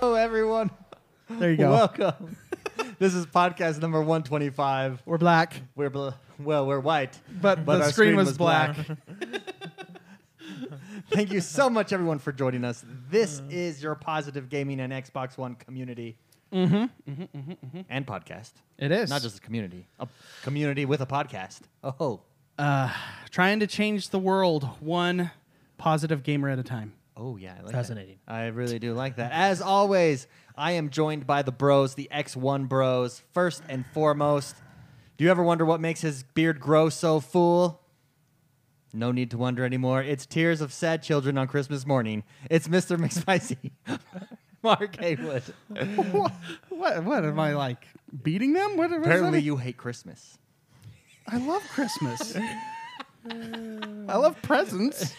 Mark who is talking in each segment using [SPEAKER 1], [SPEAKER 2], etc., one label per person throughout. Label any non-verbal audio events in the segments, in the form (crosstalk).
[SPEAKER 1] Hello, everyone.
[SPEAKER 2] There you go.
[SPEAKER 1] Welcome. (laughs) this is podcast number 125.
[SPEAKER 2] We're black,
[SPEAKER 1] We're bl- well, we're white.
[SPEAKER 2] but,
[SPEAKER 1] But
[SPEAKER 2] the
[SPEAKER 1] our
[SPEAKER 2] screen, was, black.
[SPEAKER 1] (laughs)
[SPEAKER 2] (laughs)
[SPEAKER 1] Thank you so much, everyone, for joining us. This is your positive gaming and Xbox One community
[SPEAKER 2] Mm-hmm.
[SPEAKER 1] and podcast.
[SPEAKER 2] It is
[SPEAKER 1] Not just a community, a community with a podcast. Oh,
[SPEAKER 2] uh, trying to change the world one positive gamer at a time.
[SPEAKER 1] oh yeah, I like
[SPEAKER 3] Fascinating.
[SPEAKER 1] That. I really do like that. As always, I am joined by the Bros, the X1 Bros. First and foremost, do you ever wonder what makes his beard grow so full? No need to wonder anymore. It's tears of sad children on Christmas morning. It's Mr. McSpicy, (laughs) Mark Haywood.
[SPEAKER 2] what, (laughs) what? What am I like beating them? What? what does that
[SPEAKER 1] Apparently,
[SPEAKER 2] mean?
[SPEAKER 1] you hate Christmas.
[SPEAKER 2] I love
[SPEAKER 1] (laughs)
[SPEAKER 2] Christmas. I love presents.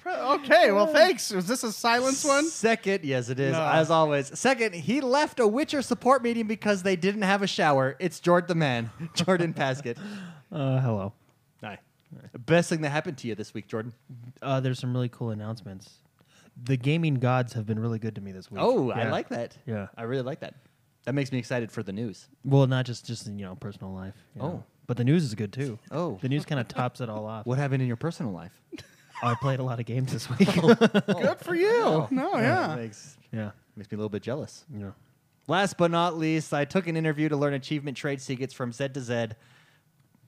[SPEAKER 2] Pre- okay, well, thanks. Was this a silence one?
[SPEAKER 1] Second, yes, it is.
[SPEAKER 2] No.
[SPEAKER 1] As always. Second, he left a Witcher support meeting because they didn't have a shower. It's Jordan the man, (laughs) Jordan Paskett.
[SPEAKER 3] Uh, hello.
[SPEAKER 1] Hi. Best thing that happened to you this week, Jordan.
[SPEAKER 3] Uh, there's some really cool announcements. The gaming gods have been really good to me this week.
[SPEAKER 1] Oh, I
[SPEAKER 3] Yeah.
[SPEAKER 1] like that.
[SPEAKER 3] Yeah.
[SPEAKER 1] I really like that. That makes me excited for the news.
[SPEAKER 3] Well, not just just in, you know personal life. you know.
[SPEAKER 1] Oh.
[SPEAKER 3] but the news is good too.
[SPEAKER 1] Oh.
[SPEAKER 3] the news kind of tops it all off.
[SPEAKER 1] (laughs)
[SPEAKER 3] Oh,
[SPEAKER 1] What happened in your personal life?
[SPEAKER 3] I played a lot of
[SPEAKER 1] (laughs)
[SPEAKER 3] games this week. (laughs)
[SPEAKER 2] Good for you.
[SPEAKER 1] Oh,
[SPEAKER 2] No,
[SPEAKER 1] That
[SPEAKER 2] yeah.
[SPEAKER 1] makes,
[SPEAKER 3] yeah,
[SPEAKER 1] makes me a little bit jealous.
[SPEAKER 3] you know.
[SPEAKER 1] Last but not least, I took an interview to learn achievement trade secrets from Z to Z.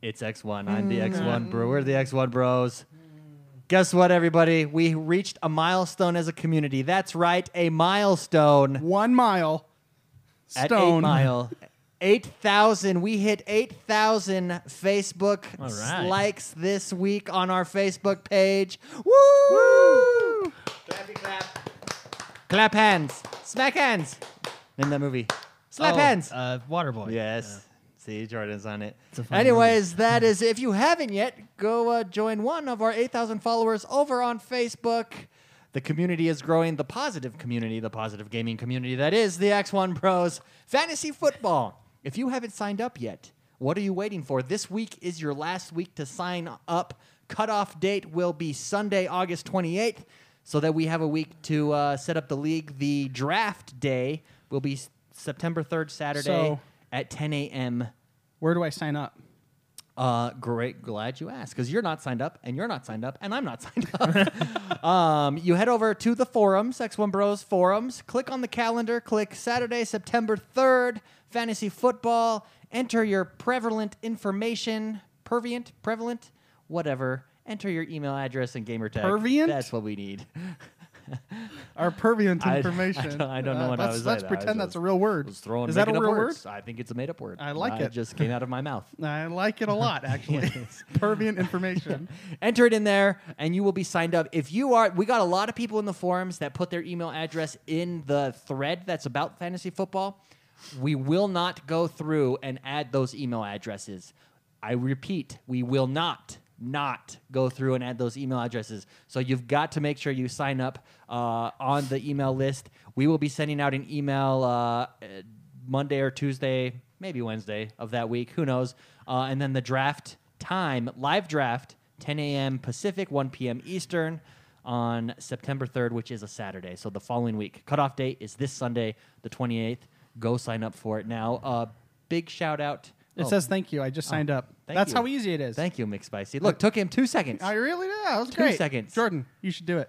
[SPEAKER 1] It's X1. I'm the X1 bro. We're the X1 bros. Guess what, everybody? We reached a milestone as a community. That's right, a milestone
[SPEAKER 2] One mile.
[SPEAKER 1] at
[SPEAKER 2] Stone.
[SPEAKER 1] Eight (laughs) Mile. 8,000. We hit 8,000 Facebook
[SPEAKER 3] All right.
[SPEAKER 1] likes this week on our Facebook page. Woo! Clappy clap. Clap hands. Smack hands. Name that movie. Slap
[SPEAKER 3] Oh,
[SPEAKER 1] hands.
[SPEAKER 3] Uh, Waterboy.
[SPEAKER 1] Yes. See, Jordan's on it.
[SPEAKER 3] It's a fun
[SPEAKER 1] Anyways, that is if you haven't yet, go uh, join one of our 8,000 followers over on Facebook. The community is growing, the positive community, the positive gaming community that is the X1 Pros Fantasy Football. If you haven't signed up yet, what are you waiting for? This week is your last week to sign up. Cutoff date will be Sunday, August 28th, so that we have a week to uh, set up the league. The draft day will be s- September 3rd, Saturday
[SPEAKER 2] So-
[SPEAKER 1] at 10 a.m.
[SPEAKER 2] Where do I sign up?
[SPEAKER 1] Uh, great, glad you asked because you're not signed up, and you're not signed up, and I'm not (laughs) signed up. um, you head over to the forums, X1 Bros forums. Click on the calendar. Click Saturday, September 3rd, fantasy football. Enter your prevalent information, pervient, prevalent, whatever. Enter your email address and gamer tag.
[SPEAKER 2] Pervient?
[SPEAKER 1] That's what we need.
[SPEAKER 2] Our
[SPEAKER 1] (laughs)
[SPEAKER 2] pervient
[SPEAKER 1] I- I
[SPEAKER 2] (laughs) information. Uh,
[SPEAKER 1] don't- I (laughs) don't know what I
[SPEAKER 2] let's,
[SPEAKER 1] was
[SPEAKER 2] Let's
[SPEAKER 1] saying. I was
[SPEAKER 2] pretend that's
[SPEAKER 1] just-
[SPEAKER 2] a real word.
[SPEAKER 1] Was throwing
[SPEAKER 2] Is that a
[SPEAKER 1] made-up
[SPEAKER 2] real word?
[SPEAKER 1] words. I think it's a made-up word.
[SPEAKER 2] I like
[SPEAKER 1] It
[SPEAKER 2] it.
[SPEAKER 1] just came out of my
[SPEAKER 2] (laughs)
[SPEAKER 1] mouth.
[SPEAKER 2] I like it a
[SPEAKER 1] (laughs)
[SPEAKER 2] lot, actually. (laughs) Pervient information.
[SPEAKER 1] Enter it in there, and you will be signed up. If you are, we got a lot of people in the forums that put their email address in the thread that's about fantasy football. We will not go through and add those email addresses. I repeat, we will not not go through and add those email addresses. So you've got to make sure you sign up uh, on the email list. We will be sending out an email uh, uh, Monday or Tuesday, maybe Wednesday of that week. Who knows? Uh, and then the draft time, live draft, 10 a.m. Pacific, 1 p.m. Eastern on September 3rd, which is a Saturday. So the following week. Cutoff date is this Sunday, the 28th. Go sign up for it now. Uh, big shout out.
[SPEAKER 2] It
[SPEAKER 1] oh,
[SPEAKER 2] says thank you. I just signed up.
[SPEAKER 1] thank
[SPEAKER 2] That's
[SPEAKER 1] you.
[SPEAKER 2] how easy it is.
[SPEAKER 1] Thank you, McSpicy. Look, took him two seconds.
[SPEAKER 2] I really did. That was
[SPEAKER 1] Two
[SPEAKER 2] great.
[SPEAKER 1] seconds.
[SPEAKER 2] Jordan, you should do it.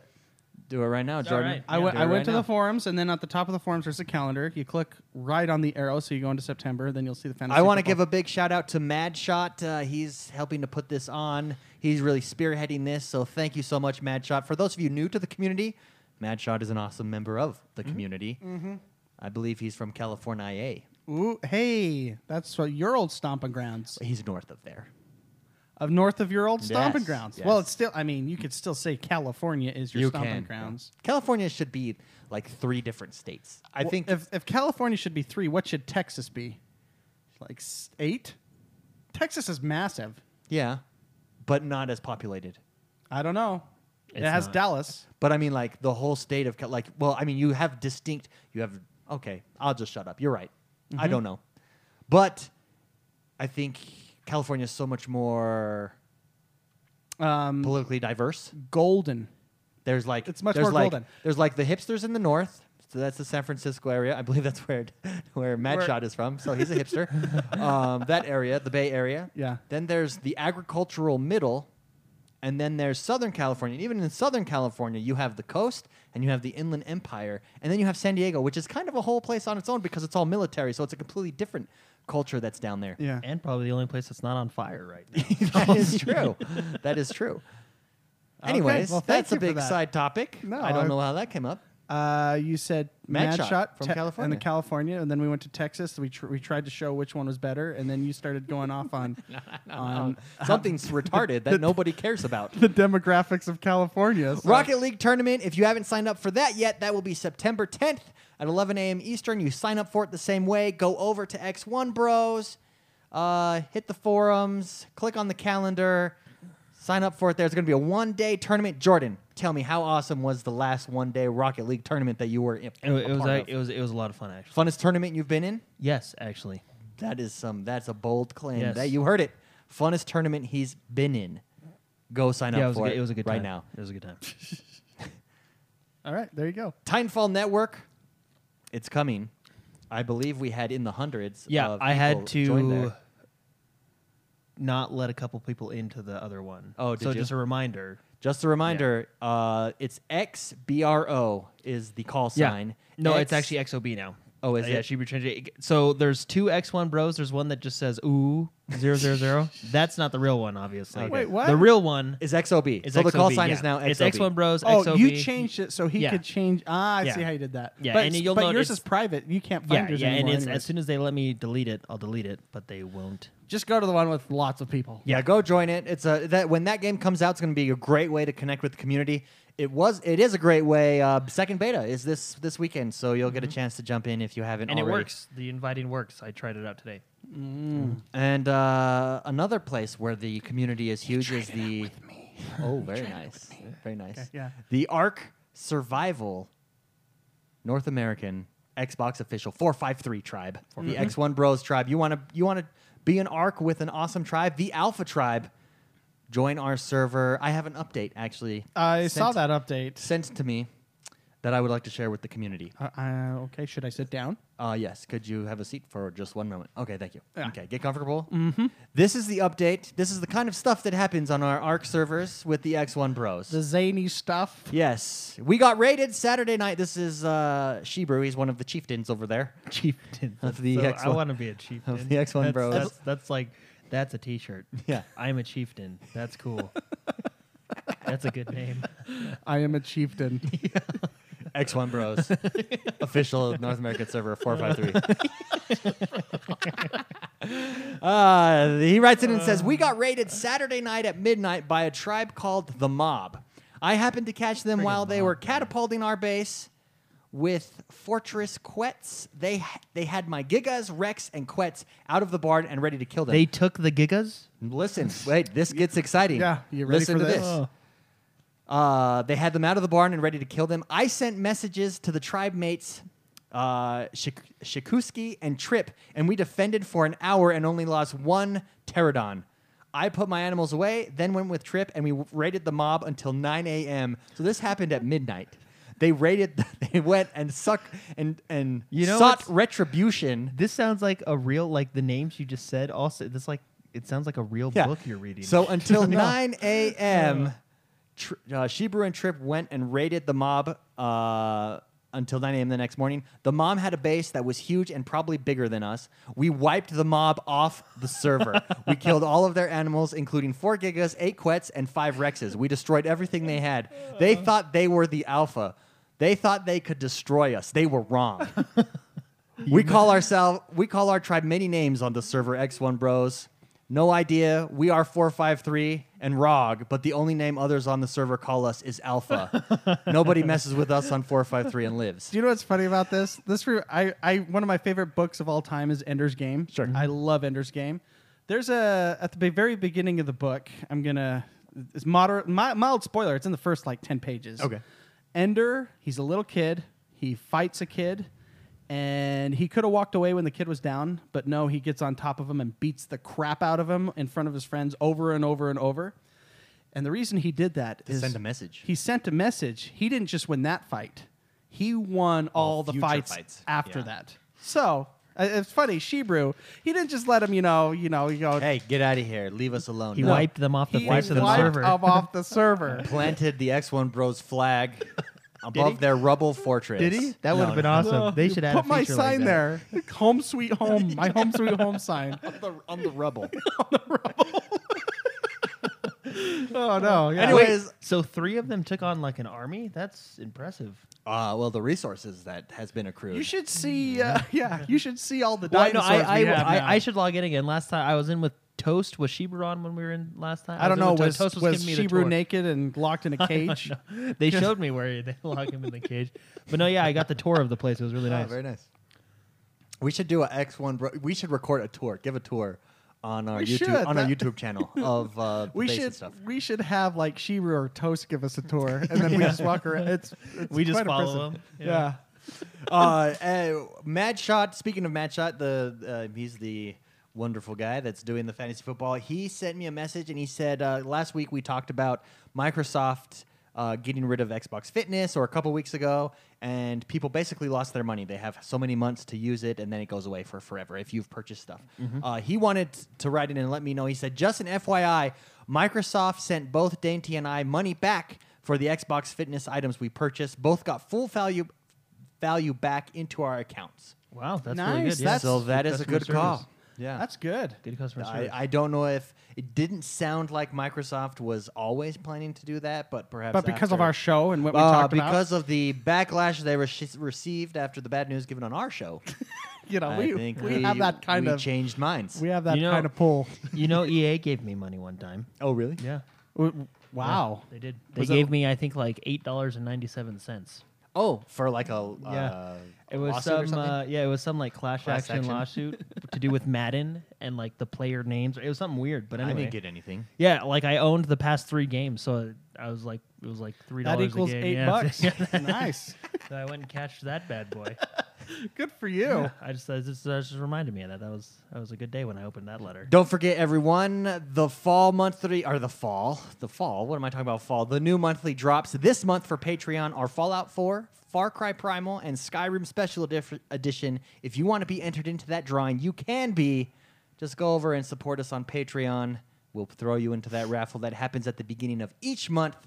[SPEAKER 1] Do it right now,
[SPEAKER 3] It's
[SPEAKER 1] Jordan.
[SPEAKER 3] all right.
[SPEAKER 2] I
[SPEAKER 3] Yeah,
[SPEAKER 2] went-
[SPEAKER 1] Do it
[SPEAKER 2] I went
[SPEAKER 1] right
[SPEAKER 2] to
[SPEAKER 1] now.
[SPEAKER 2] the forums, and then at the top of the forums, there's a calendar. You click right on the arrow, so you go into September. Then you'll see the fantasy.
[SPEAKER 1] I want to
[SPEAKER 2] football.
[SPEAKER 1] give a big shout out to Mad Shot. Uh, he's helping to put this on. He's really spearheading this. So thank you so much, Mad Shot. For those of you new to the community, Mad Shot is an awesome member of the
[SPEAKER 2] Mm-hmm.
[SPEAKER 1] community. I believe he's from California.
[SPEAKER 2] Ooh, hey, that's what your old stomping grounds
[SPEAKER 1] He's north of there.
[SPEAKER 2] of north of your old stomping
[SPEAKER 1] Yes,
[SPEAKER 2] grounds.
[SPEAKER 1] yes.
[SPEAKER 2] Well, it's still. I mean, you could still say California is your
[SPEAKER 1] You
[SPEAKER 2] stomping
[SPEAKER 1] can.
[SPEAKER 2] grounds.
[SPEAKER 1] California should be like three different states. I
[SPEAKER 2] Well,
[SPEAKER 1] think
[SPEAKER 2] if, if California should be three, what should Texas be? Like s- eight? Texas is massive.
[SPEAKER 1] yeah, but not as populated.
[SPEAKER 2] I don't know. it
[SPEAKER 3] It's
[SPEAKER 2] has
[SPEAKER 3] not.
[SPEAKER 2] Dallas.
[SPEAKER 1] But I mean, like the whole state of Cal- like, well, I mean, you have distinct. You have okay. I'll just shut up. You're right. I don't know, but I think California is so much more
[SPEAKER 2] Um,
[SPEAKER 1] politically diverse.
[SPEAKER 2] golden.
[SPEAKER 1] There's like
[SPEAKER 2] It's much
[SPEAKER 1] there's
[SPEAKER 2] more
[SPEAKER 1] like,
[SPEAKER 2] golden.
[SPEAKER 1] There's like the hipsters in the north. So that's the San Francisco area. I believe that's where (laughs) where Mad Shot is from. So
[SPEAKER 2] (laughs)
[SPEAKER 1] he's a hipster. um, that area, the Bay Area.
[SPEAKER 2] Yeah.
[SPEAKER 1] Then there's the agricultural middle, and then there's Southern California. And even in Southern California, you have the coast and you have the Inland Empire, and then you have San Diego, which is kind of a whole place on its own because it's all military. So it's a completely different culture that's down there.
[SPEAKER 2] Yeah.
[SPEAKER 3] and probably the only place that's not on fire right
[SPEAKER 1] (laughs)
[SPEAKER 3] now. (laughs)
[SPEAKER 1] that
[SPEAKER 2] (laughs)
[SPEAKER 1] is true. That is true.
[SPEAKER 2] Okay,
[SPEAKER 1] Anyways,
[SPEAKER 2] well, thank
[SPEAKER 1] that's a
[SPEAKER 2] you for
[SPEAKER 1] big
[SPEAKER 2] that.
[SPEAKER 1] side topic.
[SPEAKER 2] No,
[SPEAKER 1] I don't
[SPEAKER 2] I-
[SPEAKER 1] know how that came up.
[SPEAKER 2] Uh, you said
[SPEAKER 1] Mad
[SPEAKER 2] Mad
[SPEAKER 1] Shot
[SPEAKER 2] Shot
[SPEAKER 1] from
[SPEAKER 2] Te-
[SPEAKER 1] California.
[SPEAKER 2] and California, and then we went to Texas. We tr- we tried to show which one was better, and then you started going off
[SPEAKER 3] (laughs)
[SPEAKER 2] on on
[SPEAKER 1] Um,
[SPEAKER 3] Oh.
[SPEAKER 1] Something's retarded that nobody cares
[SPEAKER 3] (laughs)
[SPEAKER 1] about.
[SPEAKER 2] the demographics of California. so-
[SPEAKER 1] Rocket League tournament. If you haven't signed up for that yet, that will be September 10th at 11 a.m. Eastern. You sign up for it the same way. Go over to X1 Bros, uh, hit the forums, click on the calendar, sign up for it. There, it's going to be a one-day tournament. Jordan, tell me how awesome was the last one-day Rocket League tournament that you were in?
[SPEAKER 3] It, it was
[SPEAKER 1] part
[SPEAKER 3] like,
[SPEAKER 1] of?
[SPEAKER 3] it was it was a lot of fun actually.
[SPEAKER 1] funnest tournament you've been in.
[SPEAKER 3] Yes, actually.
[SPEAKER 1] That is some. That's a bold claim.
[SPEAKER 3] Yes.
[SPEAKER 1] That you heard it. Funnest tournament he's been in. Go sign
[SPEAKER 3] yeah, it
[SPEAKER 1] up
[SPEAKER 3] was, a
[SPEAKER 1] for
[SPEAKER 3] good, it was a good
[SPEAKER 1] right
[SPEAKER 3] time.
[SPEAKER 1] now.
[SPEAKER 3] It was a good time.
[SPEAKER 2] All right, there you go.
[SPEAKER 1] Timefall Network, it's coming. I believe we had in the hundreds.
[SPEAKER 3] Yeah,
[SPEAKER 1] of
[SPEAKER 3] I had
[SPEAKER 1] people join
[SPEAKER 3] to
[SPEAKER 1] there.
[SPEAKER 3] not let a couple people into the other one.
[SPEAKER 1] Oh, did
[SPEAKER 3] so
[SPEAKER 1] you?
[SPEAKER 3] just a reminder.
[SPEAKER 1] Just a reminder, uh, it's XBRO is the call sign.
[SPEAKER 3] No,
[SPEAKER 1] X-
[SPEAKER 3] it's actually XOB now.
[SPEAKER 1] Oh, is
[SPEAKER 3] Uh, Yeah,
[SPEAKER 1] it?
[SPEAKER 3] she changed it. So there's two X1 bros. There's one that just says ooh zero zero
[SPEAKER 1] (laughs)
[SPEAKER 3] zero. That's not the real one, obviously.
[SPEAKER 1] Okay. Wait,
[SPEAKER 2] what?
[SPEAKER 3] The real one
[SPEAKER 1] is XOB.
[SPEAKER 3] is
[SPEAKER 1] so the call
[SPEAKER 3] XOB,
[SPEAKER 1] sign
[SPEAKER 3] yeah.
[SPEAKER 1] is now XOB.
[SPEAKER 3] It's X1 bros.
[SPEAKER 2] Oh,
[SPEAKER 3] XOB.
[SPEAKER 2] you changed it so he
[SPEAKER 3] Yeah.
[SPEAKER 2] could change. Ah, I
[SPEAKER 3] Yeah.
[SPEAKER 2] see how you did that.
[SPEAKER 3] Yeah,
[SPEAKER 2] but,
[SPEAKER 3] and
[SPEAKER 2] it's-
[SPEAKER 3] you'll
[SPEAKER 2] but
[SPEAKER 3] note
[SPEAKER 2] yours
[SPEAKER 3] it's-
[SPEAKER 2] is private. You can't find
[SPEAKER 3] Yeah,
[SPEAKER 2] yours
[SPEAKER 3] yeah, and
[SPEAKER 2] anymore.
[SPEAKER 3] it's,
[SPEAKER 2] anyways.
[SPEAKER 3] as soon as they let me delete it, I'll delete it, but they won't.
[SPEAKER 2] Just go to the one with lots of people.
[SPEAKER 1] Yeah, go join it. It's a that when that game comes out, it's going to be a great way to connect with the community. It was, it is a great way. Uh, second beta is this this weekend, so you'll get a chance to jump in if you haven't.
[SPEAKER 3] Mm-hmm. And it
[SPEAKER 1] already.
[SPEAKER 3] works. The inviting works. I tried it out today.
[SPEAKER 1] And uh, another place where the community is huge is the (laughs) oh, very nice, very nice.
[SPEAKER 2] yeah.
[SPEAKER 1] the Ark Survival North American Xbox official four five three tribe, the X One Bros tribe. You want to you want to be an Ark with an awesome tribe, the Alpha tribe. Join our server. I have an update actually.
[SPEAKER 2] I
[SPEAKER 1] sent-
[SPEAKER 2] saw that update.
[SPEAKER 1] sent to me that I would like to share with the community.
[SPEAKER 2] Uh, uh, okay, should I sit down?
[SPEAKER 1] Uh, yes. Could you have a seat for just one moment? Okay, thank you.
[SPEAKER 2] Yeah.
[SPEAKER 1] Okay, get comfortable. Mm-hmm. This is the update. This is the kind of stuff that happens on our ARC servers with the X1 Bros.
[SPEAKER 2] The zany (laughs) stuff.
[SPEAKER 1] yes. We got raided Saturday night. This is uh, Shebrew. He's one of the chieftains over there.
[SPEAKER 3] chieftain
[SPEAKER 1] Of the
[SPEAKER 3] So I
[SPEAKER 1] X1
[SPEAKER 3] want to be a chieftain
[SPEAKER 2] (laughs)
[SPEAKER 1] of the X1
[SPEAKER 3] That's-
[SPEAKER 1] bros.
[SPEAKER 3] That's, that's like that's a T-shirt.
[SPEAKER 1] (laughs) Yeah.
[SPEAKER 3] I'm a chieftain. That's
[SPEAKER 2] (laughs)
[SPEAKER 3] cool. that's a good name.
[SPEAKER 2] I am a (laughs) chieftain.
[SPEAKER 1] X1 Bros. Official North American server 453. uh, he writes in and says, We got raided Saturday night at midnight by a tribe called the Mob. I happened to catch them while they were catapulting our base with Fortress Quets. They, ha- they had my Gigas, Rex, and Quets out of the barn and ready to kill them.
[SPEAKER 3] (laughs) They took the gigas.
[SPEAKER 1] Listen, wait, this gets exciting.
[SPEAKER 2] Yeah, you ready
[SPEAKER 1] Listen
[SPEAKER 2] for
[SPEAKER 1] to
[SPEAKER 2] this? Oh.
[SPEAKER 1] this. Uh, they had them out of the barn and ready to kill them. I sent messages to the tribe mates, uh, Shik- Shikuski and Trip, and we defended for an hour and only lost one pterodon. I put my animals away, then went with Trip, and we w- raided the mob until 9 a.m. So this happened at midnight. They raided. (laughs) They went and suck and and
[SPEAKER 3] You know
[SPEAKER 1] sought
[SPEAKER 3] what's-
[SPEAKER 1] retribution.
[SPEAKER 3] This sounds like a real like the names you just said. Also, this like it sounds like a real book you're reading.
[SPEAKER 1] So until
[SPEAKER 3] (laughs)
[SPEAKER 1] 9 a.m., Tr- uh, Shebrew and Trip went and raided the mob uh, until 9 a.m. the next morning. The mob had a base that was huge and probably bigger than us. We wiped the mob off the server. we
[SPEAKER 3] (laughs)
[SPEAKER 1] killed all of their animals, including four gigas, eight quets, and five rexes. We destroyed everything they had. They thought they were the alpha. They thought they could destroy us. They were wrong. We call ourselves we call our tribe many names on the server X1 Bros. No idea. We are 453 and Rog, but the only name others on the server call us is
[SPEAKER 3] (laughs)
[SPEAKER 1] Alpha. Nobody messes with us on 453 and lives.
[SPEAKER 2] Do you know what's funny about this? This re- I, I one of my favorite books of all time is Ender's Game. Sure, I love Ender's Game. There's a at the be- very beginning of the book. I'm gonna it's moderate mi- mild spoiler. It's in the first like ten pages.
[SPEAKER 1] Okay.
[SPEAKER 2] Ender, he's a little kid. He fights a kid, and he could have walked away when the kid was down, but no, he gets on top of him and beats the crap out of him in front of his friends over and over and over. And the reason he did that is
[SPEAKER 1] send a message.
[SPEAKER 2] He sent a message. He didn't just win that fight. he won all the
[SPEAKER 1] future
[SPEAKER 2] fights,
[SPEAKER 1] fights.
[SPEAKER 2] after
[SPEAKER 1] Yeah.
[SPEAKER 2] that. So uh, it's funny, Shebrew. He didn't just let him, you know, you know, you go.
[SPEAKER 1] Hey, get out of here. Leave us alone.
[SPEAKER 3] He
[SPEAKER 1] No.
[SPEAKER 3] wiped them off the
[SPEAKER 2] he
[SPEAKER 3] face of the
[SPEAKER 2] wiped
[SPEAKER 3] server.
[SPEAKER 2] him off
[SPEAKER 3] (laughs)
[SPEAKER 2] the server.
[SPEAKER 1] Planted the X1 Bros flag above their rubble fortress.
[SPEAKER 3] Did he? That would have been awesome.
[SPEAKER 2] Oh,
[SPEAKER 3] they
[SPEAKER 2] you put
[SPEAKER 3] should add a
[SPEAKER 2] my
[SPEAKER 3] feature like
[SPEAKER 2] sign
[SPEAKER 3] that.
[SPEAKER 2] there.
[SPEAKER 3] (laughs)
[SPEAKER 2] Home sweet home. My home sweet home sign.
[SPEAKER 4] on the rubble.
[SPEAKER 2] Oh no. Yeah.
[SPEAKER 1] Anyway.
[SPEAKER 3] Wait,
[SPEAKER 1] Anyways-
[SPEAKER 3] so three of them took on like an army. That's impressive.
[SPEAKER 1] Uh, well, the resources that has been accrued.
[SPEAKER 2] you should see. Uh, (laughs) yeah, you should see all the
[SPEAKER 3] Well, no,
[SPEAKER 2] dinosaurs.
[SPEAKER 3] I I,
[SPEAKER 2] we have
[SPEAKER 3] I,
[SPEAKER 2] now.
[SPEAKER 3] I should log in again. Last time I was in with Toast was Sheba on when we were in last time.
[SPEAKER 2] I don't know.
[SPEAKER 3] was in with
[SPEAKER 2] Was,
[SPEAKER 3] Toast. Toast
[SPEAKER 2] was,
[SPEAKER 3] giving me the
[SPEAKER 2] Shebrew
[SPEAKER 3] tour.
[SPEAKER 2] naked and locked
[SPEAKER 3] (laughs)
[SPEAKER 2] in a cage?
[SPEAKER 3] They showed me where they (laughs) lock him in the cage. But no, yeah, I got the tour of the place. It was really
[SPEAKER 1] Oh,
[SPEAKER 3] nice.
[SPEAKER 1] very nice. We should do a X1 Bro. We should record a tour. Give a tour on our
[SPEAKER 2] We
[SPEAKER 1] YouTube
[SPEAKER 2] should.
[SPEAKER 1] on our
[SPEAKER 2] That-
[SPEAKER 1] YouTube channel of uh, the
[SPEAKER 2] (laughs) we
[SPEAKER 1] basic
[SPEAKER 2] should
[SPEAKER 1] stuff.
[SPEAKER 2] we should have like Shebrew or Toast give us a tour, and
[SPEAKER 1] (laughs)
[SPEAKER 2] then we just walk around. It's, it's
[SPEAKER 3] We just
[SPEAKER 2] quite
[SPEAKER 3] follow
[SPEAKER 2] impressive.
[SPEAKER 3] them.
[SPEAKER 2] Yeah.
[SPEAKER 3] Yeah.
[SPEAKER 1] uh, (laughs) uh, Mad Shot. Speaking of Mad Shot, the uh, he's the wonderful guy that's doing the fantasy football. He sent me a message and he said uh, last week we talked about Microsoft uh, getting rid of Xbox Fitness, or a couple weeks ago, and people basically lost their money. They have so many months to use it, and then it goes away for forever if you've purchased stuff. Uh, he wanted to write in and let me know. He said, just an FYI, Microsoft sent both Dainty and I money back. For the Xbox Fitness items we purchased, both got full value value back into our accounts.
[SPEAKER 3] Wow, that's really
[SPEAKER 2] Nice,
[SPEAKER 3] good.
[SPEAKER 2] that's-
[SPEAKER 1] so that is a
[SPEAKER 3] customer
[SPEAKER 1] good call.
[SPEAKER 3] service.
[SPEAKER 1] Yeah.
[SPEAKER 2] that's good.
[SPEAKER 3] Good customer
[SPEAKER 1] I,
[SPEAKER 3] service.
[SPEAKER 1] I don't know if it didn't sound like Microsoft was always planning to do that, but perhaps.
[SPEAKER 2] But because of
[SPEAKER 1] after-
[SPEAKER 2] our show and what we
[SPEAKER 1] Uh,
[SPEAKER 2] talked
[SPEAKER 1] because of the backlash they re- received after the bad news given on our
[SPEAKER 2] (laughs)
[SPEAKER 1] show,
[SPEAKER 2] about, you know,
[SPEAKER 1] I
[SPEAKER 2] we,
[SPEAKER 1] think
[SPEAKER 2] we have that kind
[SPEAKER 1] we
[SPEAKER 2] of
[SPEAKER 1] changed minds.
[SPEAKER 2] we have that
[SPEAKER 3] You know-
[SPEAKER 2] kind of pull.
[SPEAKER 3] you know, EA gave me money one time.
[SPEAKER 1] oh, really?
[SPEAKER 3] Yeah,
[SPEAKER 2] Wow.
[SPEAKER 3] they did. They
[SPEAKER 2] Was that-
[SPEAKER 3] gave me, I think, like eight dollars and ninety seven cents.
[SPEAKER 1] Oh, for like a
[SPEAKER 3] Yeah.
[SPEAKER 1] uh,
[SPEAKER 3] It was
[SPEAKER 1] lawsuit or
[SPEAKER 3] some,
[SPEAKER 1] something?
[SPEAKER 3] uh, yeah, it was some like clash
[SPEAKER 1] Class
[SPEAKER 3] action,
[SPEAKER 1] action?
[SPEAKER 3] lawsuit to do with Madden and like the player names. It was something weird, but
[SPEAKER 1] I
[SPEAKER 3] anyway,
[SPEAKER 1] didn't get anything.
[SPEAKER 3] yeah, like I owned the past three games, so I was like, it was like three
[SPEAKER 2] That
[SPEAKER 3] dollars.
[SPEAKER 2] equals
[SPEAKER 3] a game.
[SPEAKER 2] eight
[SPEAKER 3] yeah.
[SPEAKER 2] bucks.
[SPEAKER 3] (laughs) Yeah.
[SPEAKER 1] (laughs)
[SPEAKER 2] nice.
[SPEAKER 3] so I went and cashed that bad boy.
[SPEAKER 2] Good for you.
[SPEAKER 3] I just that just, that just reminded me of that. That was that was a good day when I opened that letter.
[SPEAKER 1] Don't forget, everyone, the fall monthly, or the fall, the fall, what am I talking about? Fall. The new monthly drops this month for Patreon are Fallout 4, Far Cry Primal, and Skyrim Special Edif- Edition. If you want to be entered into that drawing, you can be. Just go over and support us on Patreon. We'll throw you into that raffle that happens at the beginning of each month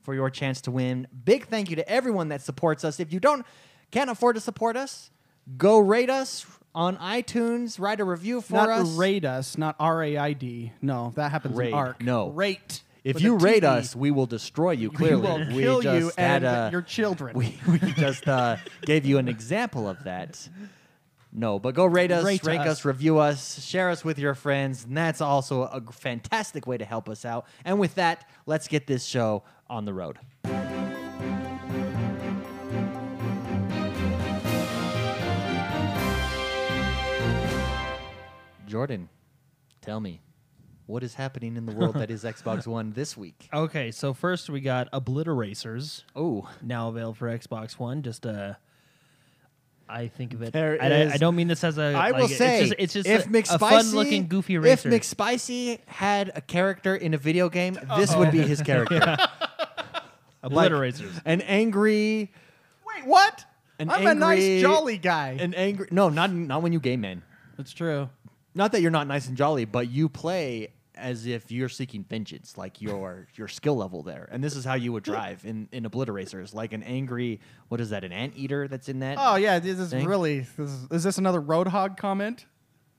[SPEAKER 1] for your chance to win. Big thank you to everyone that supports us. If you don't can't afford to support us, go rate us on iTunes, write a review for
[SPEAKER 2] not
[SPEAKER 1] us.
[SPEAKER 2] rate us, not R A I D. No, that happens
[SPEAKER 1] Raid,
[SPEAKER 2] in ARC.
[SPEAKER 1] no.
[SPEAKER 2] rate.
[SPEAKER 1] If
[SPEAKER 2] with
[SPEAKER 1] you
[SPEAKER 2] a
[SPEAKER 1] rate
[SPEAKER 2] TE.
[SPEAKER 1] us, we will destroy you. Clearly,
[SPEAKER 2] we will kill
[SPEAKER 1] just
[SPEAKER 2] you
[SPEAKER 1] had
[SPEAKER 2] and
[SPEAKER 1] a-
[SPEAKER 2] your children.
[SPEAKER 1] We, (laughs) we just uh, gave you an example of that. No, but go rate us,
[SPEAKER 2] Rate
[SPEAKER 1] rank us.
[SPEAKER 2] us.
[SPEAKER 1] review us, share us with your friends, and that's also a g- fantastic way to help us out. And with that, let's get this show on the road. Jordan, tell me, what is happening in the world that is (laughs) Xbox One this week?
[SPEAKER 3] Okay, so first we got Obliteracers.
[SPEAKER 1] Oh,
[SPEAKER 3] now available for Xbox One. Just uh, I think of it.
[SPEAKER 1] There
[SPEAKER 3] and I,
[SPEAKER 1] is-
[SPEAKER 3] I don't mean this as a.
[SPEAKER 1] I
[SPEAKER 3] like,
[SPEAKER 1] will
[SPEAKER 3] it's
[SPEAKER 1] say,
[SPEAKER 3] just- it's just,
[SPEAKER 1] if
[SPEAKER 3] a,
[SPEAKER 1] McSpicy,
[SPEAKER 3] a fun-looking goofy racer.
[SPEAKER 1] If McSpicy had a character in a video
[SPEAKER 3] (laughs)
[SPEAKER 1] game, this would be his character. Like,
[SPEAKER 3] Obliteracers.
[SPEAKER 1] an angry,
[SPEAKER 2] Wait, what?
[SPEAKER 1] An
[SPEAKER 2] I'm a
[SPEAKER 1] angry-
[SPEAKER 2] nice, jolly guy.
[SPEAKER 1] an angry. No, not not when you game man.
[SPEAKER 2] That's true.
[SPEAKER 1] Not that you're not nice and jolly, but you play as if you're seeking vengeance, like your
[SPEAKER 3] (laughs)
[SPEAKER 1] your skill level there. And this is how you would drive in in Obliteracers, like an angry. What is that? An anteater that's in that?
[SPEAKER 2] Oh yeah, this is
[SPEAKER 1] Thing.
[SPEAKER 2] really. This is, is this another Roadhog comment?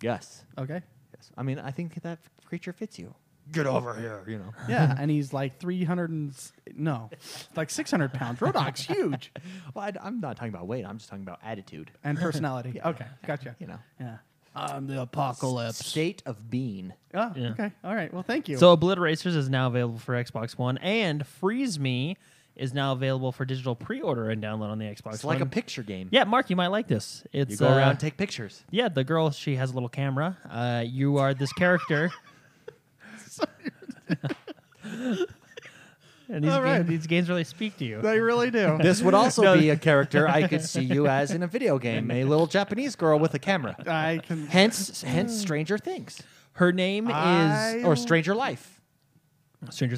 [SPEAKER 1] yes,
[SPEAKER 2] Okay.
[SPEAKER 1] yes. I mean, I think that creature fits you. Get over here, you know. (laughs)
[SPEAKER 2] Yeah, and he's like 300 and s- no, like 600 pounds. Roadhog's huge,
[SPEAKER 1] Well, I, am not talking about weight. I'm just talking about attitude.
[SPEAKER 2] and personality. Okay, gotcha.
[SPEAKER 1] You know,
[SPEAKER 2] Yeah. I'm the apocalypse.
[SPEAKER 1] state of being.
[SPEAKER 2] Oh,
[SPEAKER 3] Yeah.
[SPEAKER 2] okay. All right. Well, thank you.
[SPEAKER 3] So Obliteracers is now available for Xbox One, and Freeze Me is now available for digital pre-order and download on the Xbox.
[SPEAKER 1] It's like a
[SPEAKER 3] One.
[SPEAKER 1] picture game.
[SPEAKER 3] Yeah, Mark, you might like this. It's
[SPEAKER 1] You go
[SPEAKER 3] uh,
[SPEAKER 1] around, take pictures.
[SPEAKER 3] yeah, the girl she has a little camera. Uh, you are this
[SPEAKER 1] (laughs)
[SPEAKER 3] character. (laughs) and these,
[SPEAKER 2] All right.
[SPEAKER 3] games, these games really speak to you.
[SPEAKER 2] they really
[SPEAKER 1] (laughs)
[SPEAKER 2] do.
[SPEAKER 1] This would also be a character I could see you as in a video game, a little Japanese girl with a camera.
[SPEAKER 2] (laughs) I can.
[SPEAKER 1] Hence, hence Stranger Things
[SPEAKER 3] Her name
[SPEAKER 2] I-
[SPEAKER 3] is
[SPEAKER 1] or Stranger Life.
[SPEAKER 3] Stranger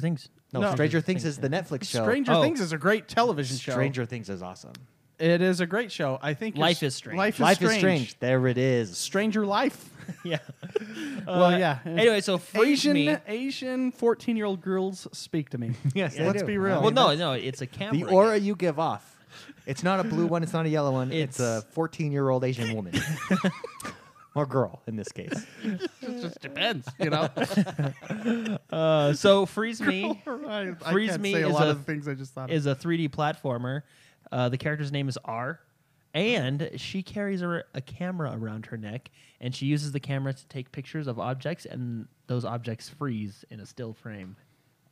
[SPEAKER 1] (laughs)
[SPEAKER 3] Things.
[SPEAKER 1] No,
[SPEAKER 2] No.
[SPEAKER 1] Stranger Things is the Netflix show.
[SPEAKER 2] Stranger
[SPEAKER 3] Oh.
[SPEAKER 2] Things is a great television show.
[SPEAKER 1] Stranger Things is awesome.
[SPEAKER 2] It is a great show. I think
[SPEAKER 3] Life
[SPEAKER 2] it's-
[SPEAKER 3] is Strange.
[SPEAKER 2] Life is
[SPEAKER 1] Life
[SPEAKER 2] strange.
[SPEAKER 1] is strange. There it is. (laughs)
[SPEAKER 2] Stranger life.
[SPEAKER 3] yeah.
[SPEAKER 1] Uh,
[SPEAKER 2] well, yeah.
[SPEAKER 3] Anyway, so freeze
[SPEAKER 2] Asian
[SPEAKER 3] me.
[SPEAKER 2] Asian fourteen year old girls speak to me.
[SPEAKER 1] (laughs) Yes, they
[SPEAKER 2] let's
[SPEAKER 1] do.
[SPEAKER 2] be real.
[SPEAKER 3] Well, no, no, it's a camera.
[SPEAKER 1] The aura you give off. It's not a blue one. It's not a yellow one. It's,
[SPEAKER 3] It's-
[SPEAKER 1] a 14 year old Asian woman. or girl in this case.
[SPEAKER 2] it just depends, you know.
[SPEAKER 3] (laughs) Uh, so
[SPEAKER 2] (laughs)
[SPEAKER 3] freeze me.
[SPEAKER 2] I,
[SPEAKER 3] Freeze
[SPEAKER 2] can't
[SPEAKER 3] Me
[SPEAKER 2] say a
[SPEAKER 3] is
[SPEAKER 2] lot
[SPEAKER 3] a-
[SPEAKER 2] of things I just thought. of.
[SPEAKER 3] is a 3D platformer. Uh, the character's name is R, and she carries a, a camera around her neck, and she uses the camera to take pictures of objects, and those objects freeze in a still frame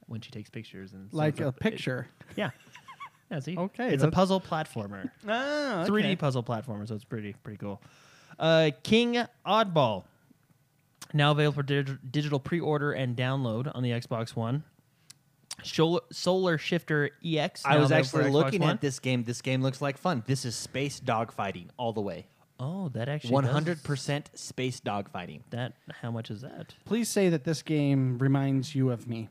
[SPEAKER 3] when she takes pictures. And so
[SPEAKER 2] like
[SPEAKER 3] it's
[SPEAKER 2] a (laughs) picture.
[SPEAKER 3] yeah, yeah. See,
[SPEAKER 2] Okay,
[SPEAKER 3] it's a
[SPEAKER 2] that's-
[SPEAKER 3] puzzle platformer,
[SPEAKER 2] Oh,
[SPEAKER 3] 3D puzzle platformer, so it's pretty pretty cool. Uh, King Oddball. Now available for dig- digital pre-order and download on the Xbox One. Shol- Solar Shifter EX.
[SPEAKER 1] I
[SPEAKER 3] now
[SPEAKER 1] was
[SPEAKER 3] available for
[SPEAKER 1] actually
[SPEAKER 3] Xbox
[SPEAKER 1] looking
[SPEAKER 3] One.
[SPEAKER 1] at this game. This game looks like fun. This is space dogfighting all the way.
[SPEAKER 3] Oh, that actually
[SPEAKER 1] One
[SPEAKER 3] does-
[SPEAKER 1] hundred percent space dogfighting.
[SPEAKER 3] That how much is that?
[SPEAKER 2] Please say that this game reminds you of me.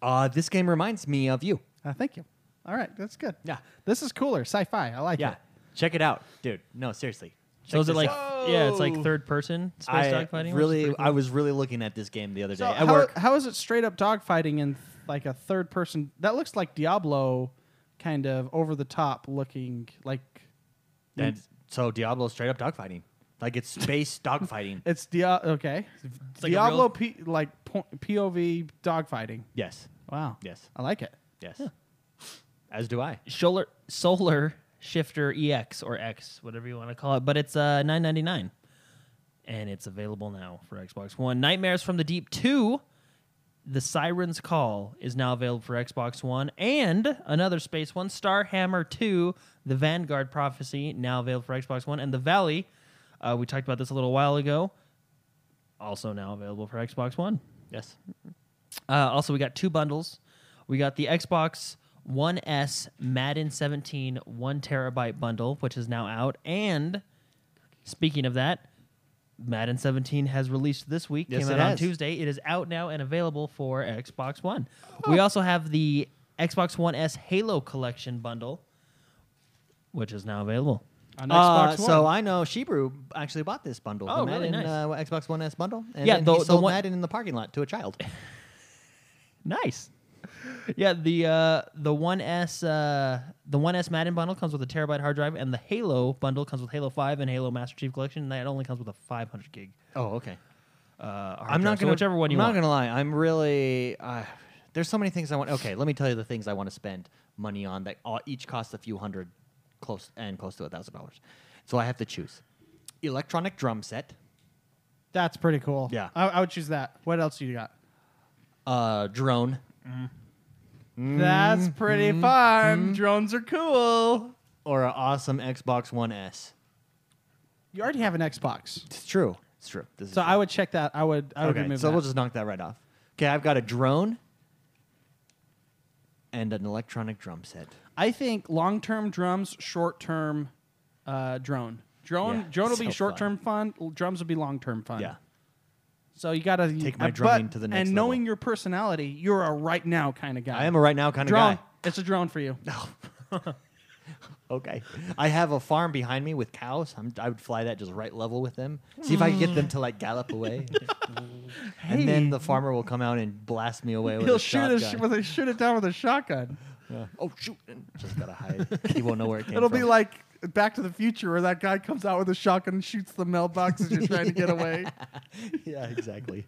[SPEAKER 1] Uh, this game reminds me of you.
[SPEAKER 2] Uh, thank you. All right, that's good.
[SPEAKER 1] Yeah.
[SPEAKER 2] this is cooler. Sci-fi. I like
[SPEAKER 1] Yeah,
[SPEAKER 2] it.
[SPEAKER 1] check it out, dude. No, seriously.
[SPEAKER 3] So
[SPEAKER 1] Check
[SPEAKER 3] is it
[SPEAKER 1] this
[SPEAKER 3] like
[SPEAKER 1] out.
[SPEAKER 3] yeah, it's like third person space
[SPEAKER 1] I
[SPEAKER 3] dogfighting? which is
[SPEAKER 1] really?
[SPEAKER 3] pretty cool.
[SPEAKER 1] I was really looking at this game the other day
[SPEAKER 2] So
[SPEAKER 1] at
[SPEAKER 2] how,
[SPEAKER 1] work.
[SPEAKER 2] how is it straight up dogfighting in like a third person? That looks like Diablo, kind of over the top looking. Like
[SPEAKER 1] That's, so Diablo is straight up dogfighting. Like it's
[SPEAKER 3] (laughs)
[SPEAKER 1] space dogfighting.
[SPEAKER 2] it's Diablo. Okay,
[SPEAKER 3] like a
[SPEAKER 2] Diablo
[SPEAKER 3] real-
[SPEAKER 2] P- like po- POV dogfighting.
[SPEAKER 1] Yes.
[SPEAKER 2] Wow.
[SPEAKER 1] Yes.
[SPEAKER 2] I like it.
[SPEAKER 1] Yes. As do I.
[SPEAKER 3] solar solar shifter EX or X, whatever you want to call it, but it's uh 9.99 and it's available now for Xbox One. Nightmares from the Deep 2 The Siren's Call is now available for Xbox One and another space one, Starhammer 2, The Vanguard Prophecy, now available for Xbox One, and The Valley, uh, we talked about this a little while ago, also now available for Xbox One.
[SPEAKER 1] Yes.
[SPEAKER 3] Uh, also, we got two bundles. We got the Xbox One S Madden 17 one terabyte bundle, which is now out. And speaking of that, Madden 17 has released this week.
[SPEAKER 1] Yes,
[SPEAKER 3] came out
[SPEAKER 1] it
[SPEAKER 3] on
[SPEAKER 1] has.
[SPEAKER 3] Tuesday. It is out now and available for Xbox One.
[SPEAKER 1] Oh.
[SPEAKER 3] We also have the Xbox One S Halo Collection bundle, which is now available.
[SPEAKER 2] On
[SPEAKER 1] Uh,
[SPEAKER 2] Xbox
[SPEAKER 1] so
[SPEAKER 2] One.
[SPEAKER 1] I know Shebrew actually bought this bundle.
[SPEAKER 3] Oh,
[SPEAKER 1] the
[SPEAKER 3] really?
[SPEAKER 1] Madden,
[SPEAKER 3] Nice.
[SPEAKER 1] uh, Xbox One S bundle. And
[SPEAKER 3] Yeah,
[SPEAKER 1] then
[SPEAKER 3] the-
[SPEAKER 1] he
[SPEAKER 3] the
[SPEAKER 1] sold
[SPEAKER 3] one-
[SPEAKER 1] Madden in the parking lot to a
[SPEAKER 3] (laughs)
[SPEAKER 1] child.
[SPEAKER 3] Nice. Yeah, the uh, the One S uh, the One S Madden bundle comes with a terabyte hard drive, and the Halo bundle comes with Halo Five and Halo Master Chief Collection. And that only comes with a 500 gig.
[SPEAKER 1] oh, okay.
[SPEAKER 3] Uh, hard
[SPEAKER 1] I'm
[SPEAKER 3] drive.
[SPEAKER 1] not
[SPEAKER 3] So
[SPEAKER 1] gonna
[SPEAKER 3] whichever one you
[SPEAKER 1] I'm
[SPEAKER 3] want.
[SPEAKER 1] not gonna lie. I'm really. Uh, there's so many things I want. Okay, let me tell you the things I want to spend money on that all, each cost a few hundred, close and close to a thousand dollars. So I have to choose electronic drum set,
[SPEAKER 2] That's pretty cool.
[SPEAKER 1] Yeah.
[SPEAKER 2] I, I would choose that. What else do you got?
[SPEAKER 1] uh, drone, Mm-hmm.
[SPEAKER 2] That's pretty fun. Drones are cool.
[SPEAKER 1] or an awesome Xbox One S.
[SPEAKER 2] You already have an Xbox,
[SPEAKER 1] It's true. It's true. This is
[SPEAKER 2] so
[SPEAKER 1] true.
[SPEAKER 2] I would check that. I would. I would
[SPEAKER 1] okay,
[SPEAKER 2] remove
[SPEAKER 1] so
[SPEAKER 2] that.
[SPEAKER 1] we'll just knock that right off. Okay, I've got a drone and an electronic drum set.
[SPEAKER 2] I think long term drums, short term uh, drone. Drone
[SPEAKER 1] Yeah,
[SPEAKER 2] drone will
[SPEAKER 1] so
[SPEAKER 2] be short term fun. l- Drums will be long term fun.
[SPEAKER 1] Yeah.
[SPEAKER 2] So you gotta
[SPEAKER 1] Take
[SPEAKER 2] uh,
[SPEAKER 1] my drumming to the next
[SPEAKER 2] And knowing
[SPEAKER 1] level.
[SPEAKER 2] your personality, you're a right now kind of guy.
[SPEAKER 1] I am a right now kind of
[SPEAKER 2] drone.
[SPEAKER 1] guy.
[SPEAKER 2] It's a drone for you.
[SPEAKER 1] (laughs) Okay. I have a farm behind me with cows. I'm, I would fly that just right level with them. See if I can get them to like gallop (laughs) away. And then the farmer will come out and blast me away with
[SPEAKER 2] He'll
[SPEAKER 1] a
[SPEAKER 2] shoot
[SPEAKER 1] shotgun.
[SPEAKER 2] it with a, shoot it down with a shotgun.
[SPEAKER 1] Yeah. Oh shoot! And Just gotta hide. (laughs) he won't know where it came
[SPEAKER 2] It'll
[SPEAKER 1] from.
[SPEAKER 2] be like Back to the Future, where that guy comes out with a shotgun and shoots the mailbox as you're trying to get (laughs) away.
[SPEAKER 1] (laughs) yeah, exactly.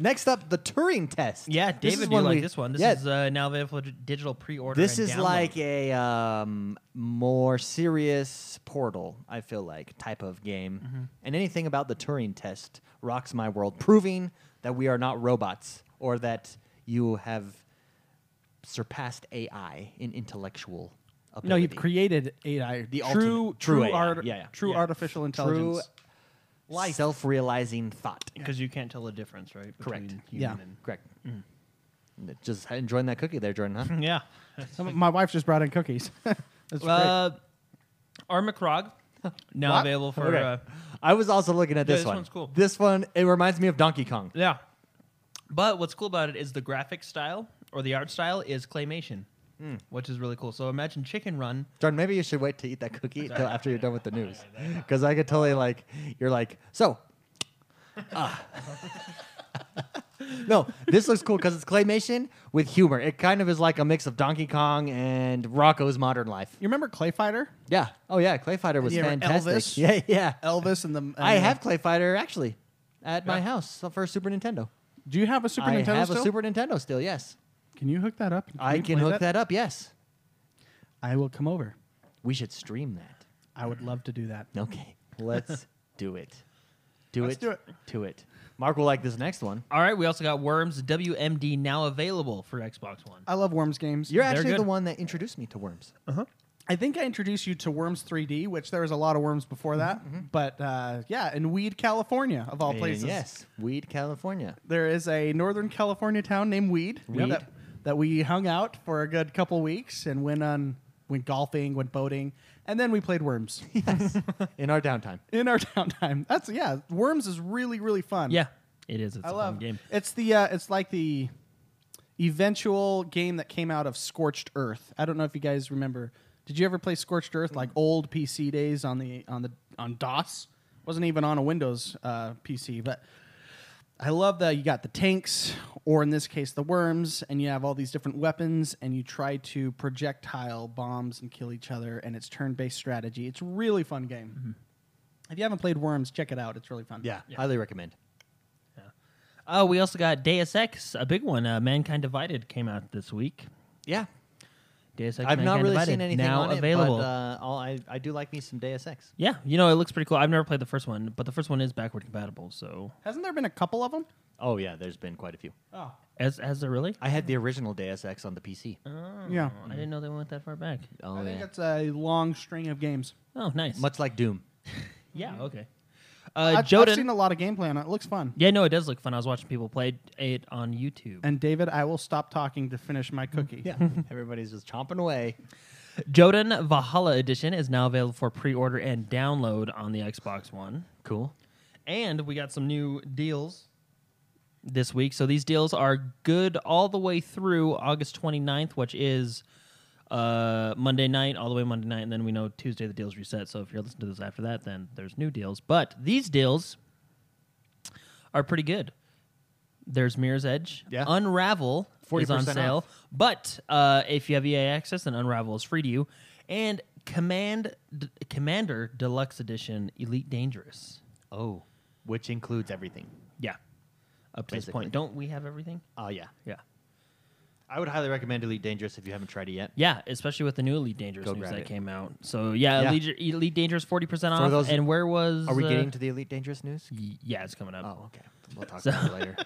[SPEAKER 1] Next up, the Turing test.
[SPEAKER 3] yeah,
[SPEAKER 1] This is
[SPEAKER 3] David, you
[SPEAKER 1] one
[SPEAKER 3] like
[SPEAKER 1] we-
[SPEAKER 3] this one? This
[SPEAKER 1] yeah,
[SPEAKER 3] is uh, now available for d- digital pre-order.
[SPEAKER 1] This
[SPEAKER 3] and
[SPEAKER 1] is
[SPEAKER 3] download.
[SPEAKER 1] like a um, more serious portal, I feel like, type of game.
[SPEAKER 3] Mm-hmm.
[SPEAKER 1] And anything about the Turing test rocks my world, proving that we are not robots or that you have surpassed AI in intellectual ability.
[SPEAKER 2] No, you've created AI.
[SPEAKER 1] The
[SPEAKER 2] true,
[SPEAKER 1] ultimate- true
[SPEAKER 2] true,
[SPEAKER 1] AI.
[SPEAKER 2] art,
[SPEAKER 1] Yeah, yeah.
[SPEAKER 2] true
[SPEAKER 3] Yeah.
[SPEAKER 2] artificial intelligence.
[SPEAKER 1] True self realizing thought.
[SPEAKER 3] because you can't tell the difference, right?
[SPEAKER 1] Correct.
[SPEAKER 3] between
[SPEAKER 2] Yeah.
[SPEAKER 3] human
[SPEAKER 1] Correct.
[SPEAKER 3] Mm-hmm.
[SPEAKER 1] Just enjoying that cookie there, Jordan, huh?
[SPEAKER 3] and- yeah.
[SPEAKER 2] (laughs) Some, my wife just brought in cookies. (laughs) That's great.
[SPEAKER 3] Uh,
[SPEAKER 1] (laughs)
[SPEAKER 3] Armacrog now
[SPEAKER 1] What?
[SPEAKER 3] available for.
[SPEAKER 1] Okay.
[SPEAKER 3] Uh,
[SPEAKER 1] I was also looking at
[SPEAKER 3] Yeah,
[SPEAKER 1] this
[SPEAKER 3] this
[SPEAKER 1] one.
[SPEAKER 3] one's cool.
[SPEAKER 1] This one, it reminds me of Donkey Kong.
[SPEAKER 3] Yeah. But what's cool about it is the graphic style or the art style is claymation.
[SPEAKER 1] Hmm.
[SPEAKER 3] which is really cool. So imagine Chicken Run.
[SPEAKER 1] John, maybe you should wait to eat that
[SPEAKER 2] (laughs)
[SPEAKER 1] cookie until after you're done with the news, because I could totally like you're like so. (laughs) ah." (laughs) no, this looks cool because it's claymation with humor. It kind of is like a mix of Donkey Kong and Rocco's Modern Life.
[SPEAKER 2] You remember Clay Fighter?
[SPEAKER 1] Yeah. Oh yeah, Clay Fighter was
[SPEAKER 2] Yeah, or
[SPEAKER 1] fantastic. (laughs)
[SPEAKER 2] Elvis.
[SPEAKER 1] Yeah, yeah.
[SPEAKER 2] Elvis and the. and
[SPEAKER 1] I
[SPEAKER 2] the-
[SPEAKER 1] have Clay Fighter actually at my
[SPEAKER 2] Yeah.
[SPEAKER 1] house the first Super Nintendo.
[SPEAKER 2] Do you have a Super
[SPEAKER 1] I
[SPEAKER 2] Nintendo
[SPEAKER 1] have
[SPEAKER 2] still?
[SPEAKER 1] a Super Nintendo still. Yes,
[SPEAKER 2] Can you hook that up?
[SPEAKER 1] I
[SPEAKER 2] we
[SPEAKER 1] can
[SPEAKER 2] play
[SPEAKER 1] hook that? up. Yes,
[SPEAKER 2] I will come over.
[SPEAKER 1] we should stream that.
[SPEAKER 2] I would love to do that.
[SPEAKER 1] Okay, (laughs) let's do it. Do
[SPEAKER 2] Let's
[SPEAKER 1] it.
[SPEAKER 2] do it.
[SPEAKER 1] To it. Mark will like this next one.
[SPEAKER 3] All right, we also got Worms WMD now available for Xbox One.
[SPEAKER 2] I love Worms games.
[SPEAKER 1] You're
[SPEAKER 3] They're
[SPEAKER 1] actually the
[SPEAKER 3] good.
[SPEAKER 1] one that introduced me to worms.
[SPEAKER 2] I think I introduced you to Worms 3D, which there was a lot of Worms before that. But uh, yeah, in Weed, California, of all
[SPEAKER 1] And
[SPEAKER 2] places.
[SPEAKER 1] Yes, Weed, (laughs) California.
[SPEAKER 2] There is a Northern California town named Weed,
[SPEAKER 1] Weed.
[SPEAKER 2] That, that we hung out for a good couple weeks and went on, went golfing, went boating, and then we played Worms
[SPEAKER 1] In our downtime.
[SPEAKER 2] in our (laughs) downtime. That's yeah, Worms is really really fun.
[SPEAKER 3] Yeah, it is. It's a
[SPEAKER 2] I love
[SPEAKER 3] fun game.
[SPEAKER 2] It's the uh, it's like the eventual game that came out of Scorched Earth. I don't know if you guys remember. Did you ever play Scorched Earth like
[SPEAKER 3] Mm-hmm.
[SPEAKER 2] old PC days on the on the on DOS? Wasn't even on a Windows uh, PC, but I love that you got the tanks, or in this case, the worms, and you have all these different weapons, and you try to projectile bombs and kill each other, and it's turn based strategy. It's a really fun game.
[SPEAKER 3] Mm-hmm.
[SPEAKER 2] If you haven't played Worms, check it out. It's really fun.
[SPEAKER 1] Yeah, highly recommend.
[SPEAKER 3] Oh, we also got Deus Ex, a big one. Uh, Mankind Divided came out this week.
[SPEAKER 1] Yeah,
[SPEAKER 3] Deus Ex.
[SPEAKER 1] I've not
[SPEAKER 3] Mankind
[SPEAKER 1] really
[SPEAKER 3] Divided,
[SPEAKER 1] seen anything
[SPEAKER 3] now
[SPEAKER 1] on
[SPEAKER 3] available.
[SPEAKER 1] it, but uh, all, I, I do like me some Deus Ex.
[SPEAKER 3] yeah, you know it looks pretty cool. I've never played the first one, but the first one is backward compatible. So,
[SPEAKER 2] Hasn't there been a couple of them?
[SPEAKER 1] Oh yeah, there's been quite a few.
[SPEAKER 2] Oh,
[SPEAKER 3] as as there really,
[SPEAKER 1] I had the original Deus Ex on the PC.
[SPEAKER 2] yeah.
[SPEAKER 3] I didn't know they went that far back.
[SPEAKER 1] (laughs) Oh
[SPEAKER 2] I think
[SPEAKER 1] yeah,
[SPEAKER 2] it's a long string of games.
[SPEAKER 3] Oh, nice.
[SPEAKER 1] much like Doom.
[SPEAKER 3] yeah. Okay.
[SPEAKER 2] I've,
[SPEAKER 3] Uh,
[SPEAKER 2] I've
[SPEAKER 3] Joden.
[SPEAKER 2] seen a lot of gameplay on it. It looks fun.
[SPEAKER 3] yeah, no, it does look fun. I was watching people play it on YouTube.
[SPEAKER 2] And David, I will stop talking to finish my cookie.
[SPEAKER 1] Yeah, (laughs) everybody's just chomping away.
[SPEAKER 3] Joden Valhalla Edition is now available for pre-order and download on the Xbox One.
[SPEAKER 1] Cool.
[SPEAKER 3] And we got some new deals this week. So these deals are good all the way through August 29th, which is uh, Monday night, all the way Monday night. And then we know Tuesday the deals reset. So if you're listening to this after that, then there's new deals. But these deals are pretty good. There's Mirror's Edge.
[SPEAKER 1] Yeah.
[SPEAKER 3] Unravel is on
[SPEAKER 1] 40%
[SPEAKER 3] sale.
[SPEAKER 1] off.
[SPEAKER 3] But uh, if you have EA access, then Unravel is free to you. And Command D- Commander Deluxe Edition Elite Dangerous.
[SPEAKER 1] Oh, which includes everything.
[SPEAKER 3] Yeah. Up to this
[SPEAKER 1] Basically.
[SPEAKER 3] point. Don't we have everything?
[SPEAKER 1] Oh yeah,
[SPEAKER 3] Yeah.
[SPEAKER 1] I would highly recommend Elite Dangerous if you haven't tried it yet.
[SPEAKER 3] Yeah, especially with the new Elite Dangerous
[SPEAKER 1] Go
[SPEAKER 3] news
[SPEAKER 1] grab
[SPEAKER 3] that
[SPEAKER 1] it.
[SPEAKER 3] came out. So yeah,
[SPEAKER 1] Yeah.
[SPEAKER 3] Elite, Elite Dangerous forty percent off.
[SPEAKER 1] those-
[SPEAKER 3] and where was
[SPEAKER 1] Are we
[SPEAKER 3] uh,
[SPEAKER 1] getting to the Elite Dangerous news?
[SPEAKER 3] y- yeah, it's coming up.
[SPEAKER 1] Oh, okay. We'll talk
[SPEAKER 3] So-
[SPEAKER 1] about it
[SPEAKER 3] (laughs)
[SPEAKER 1] later.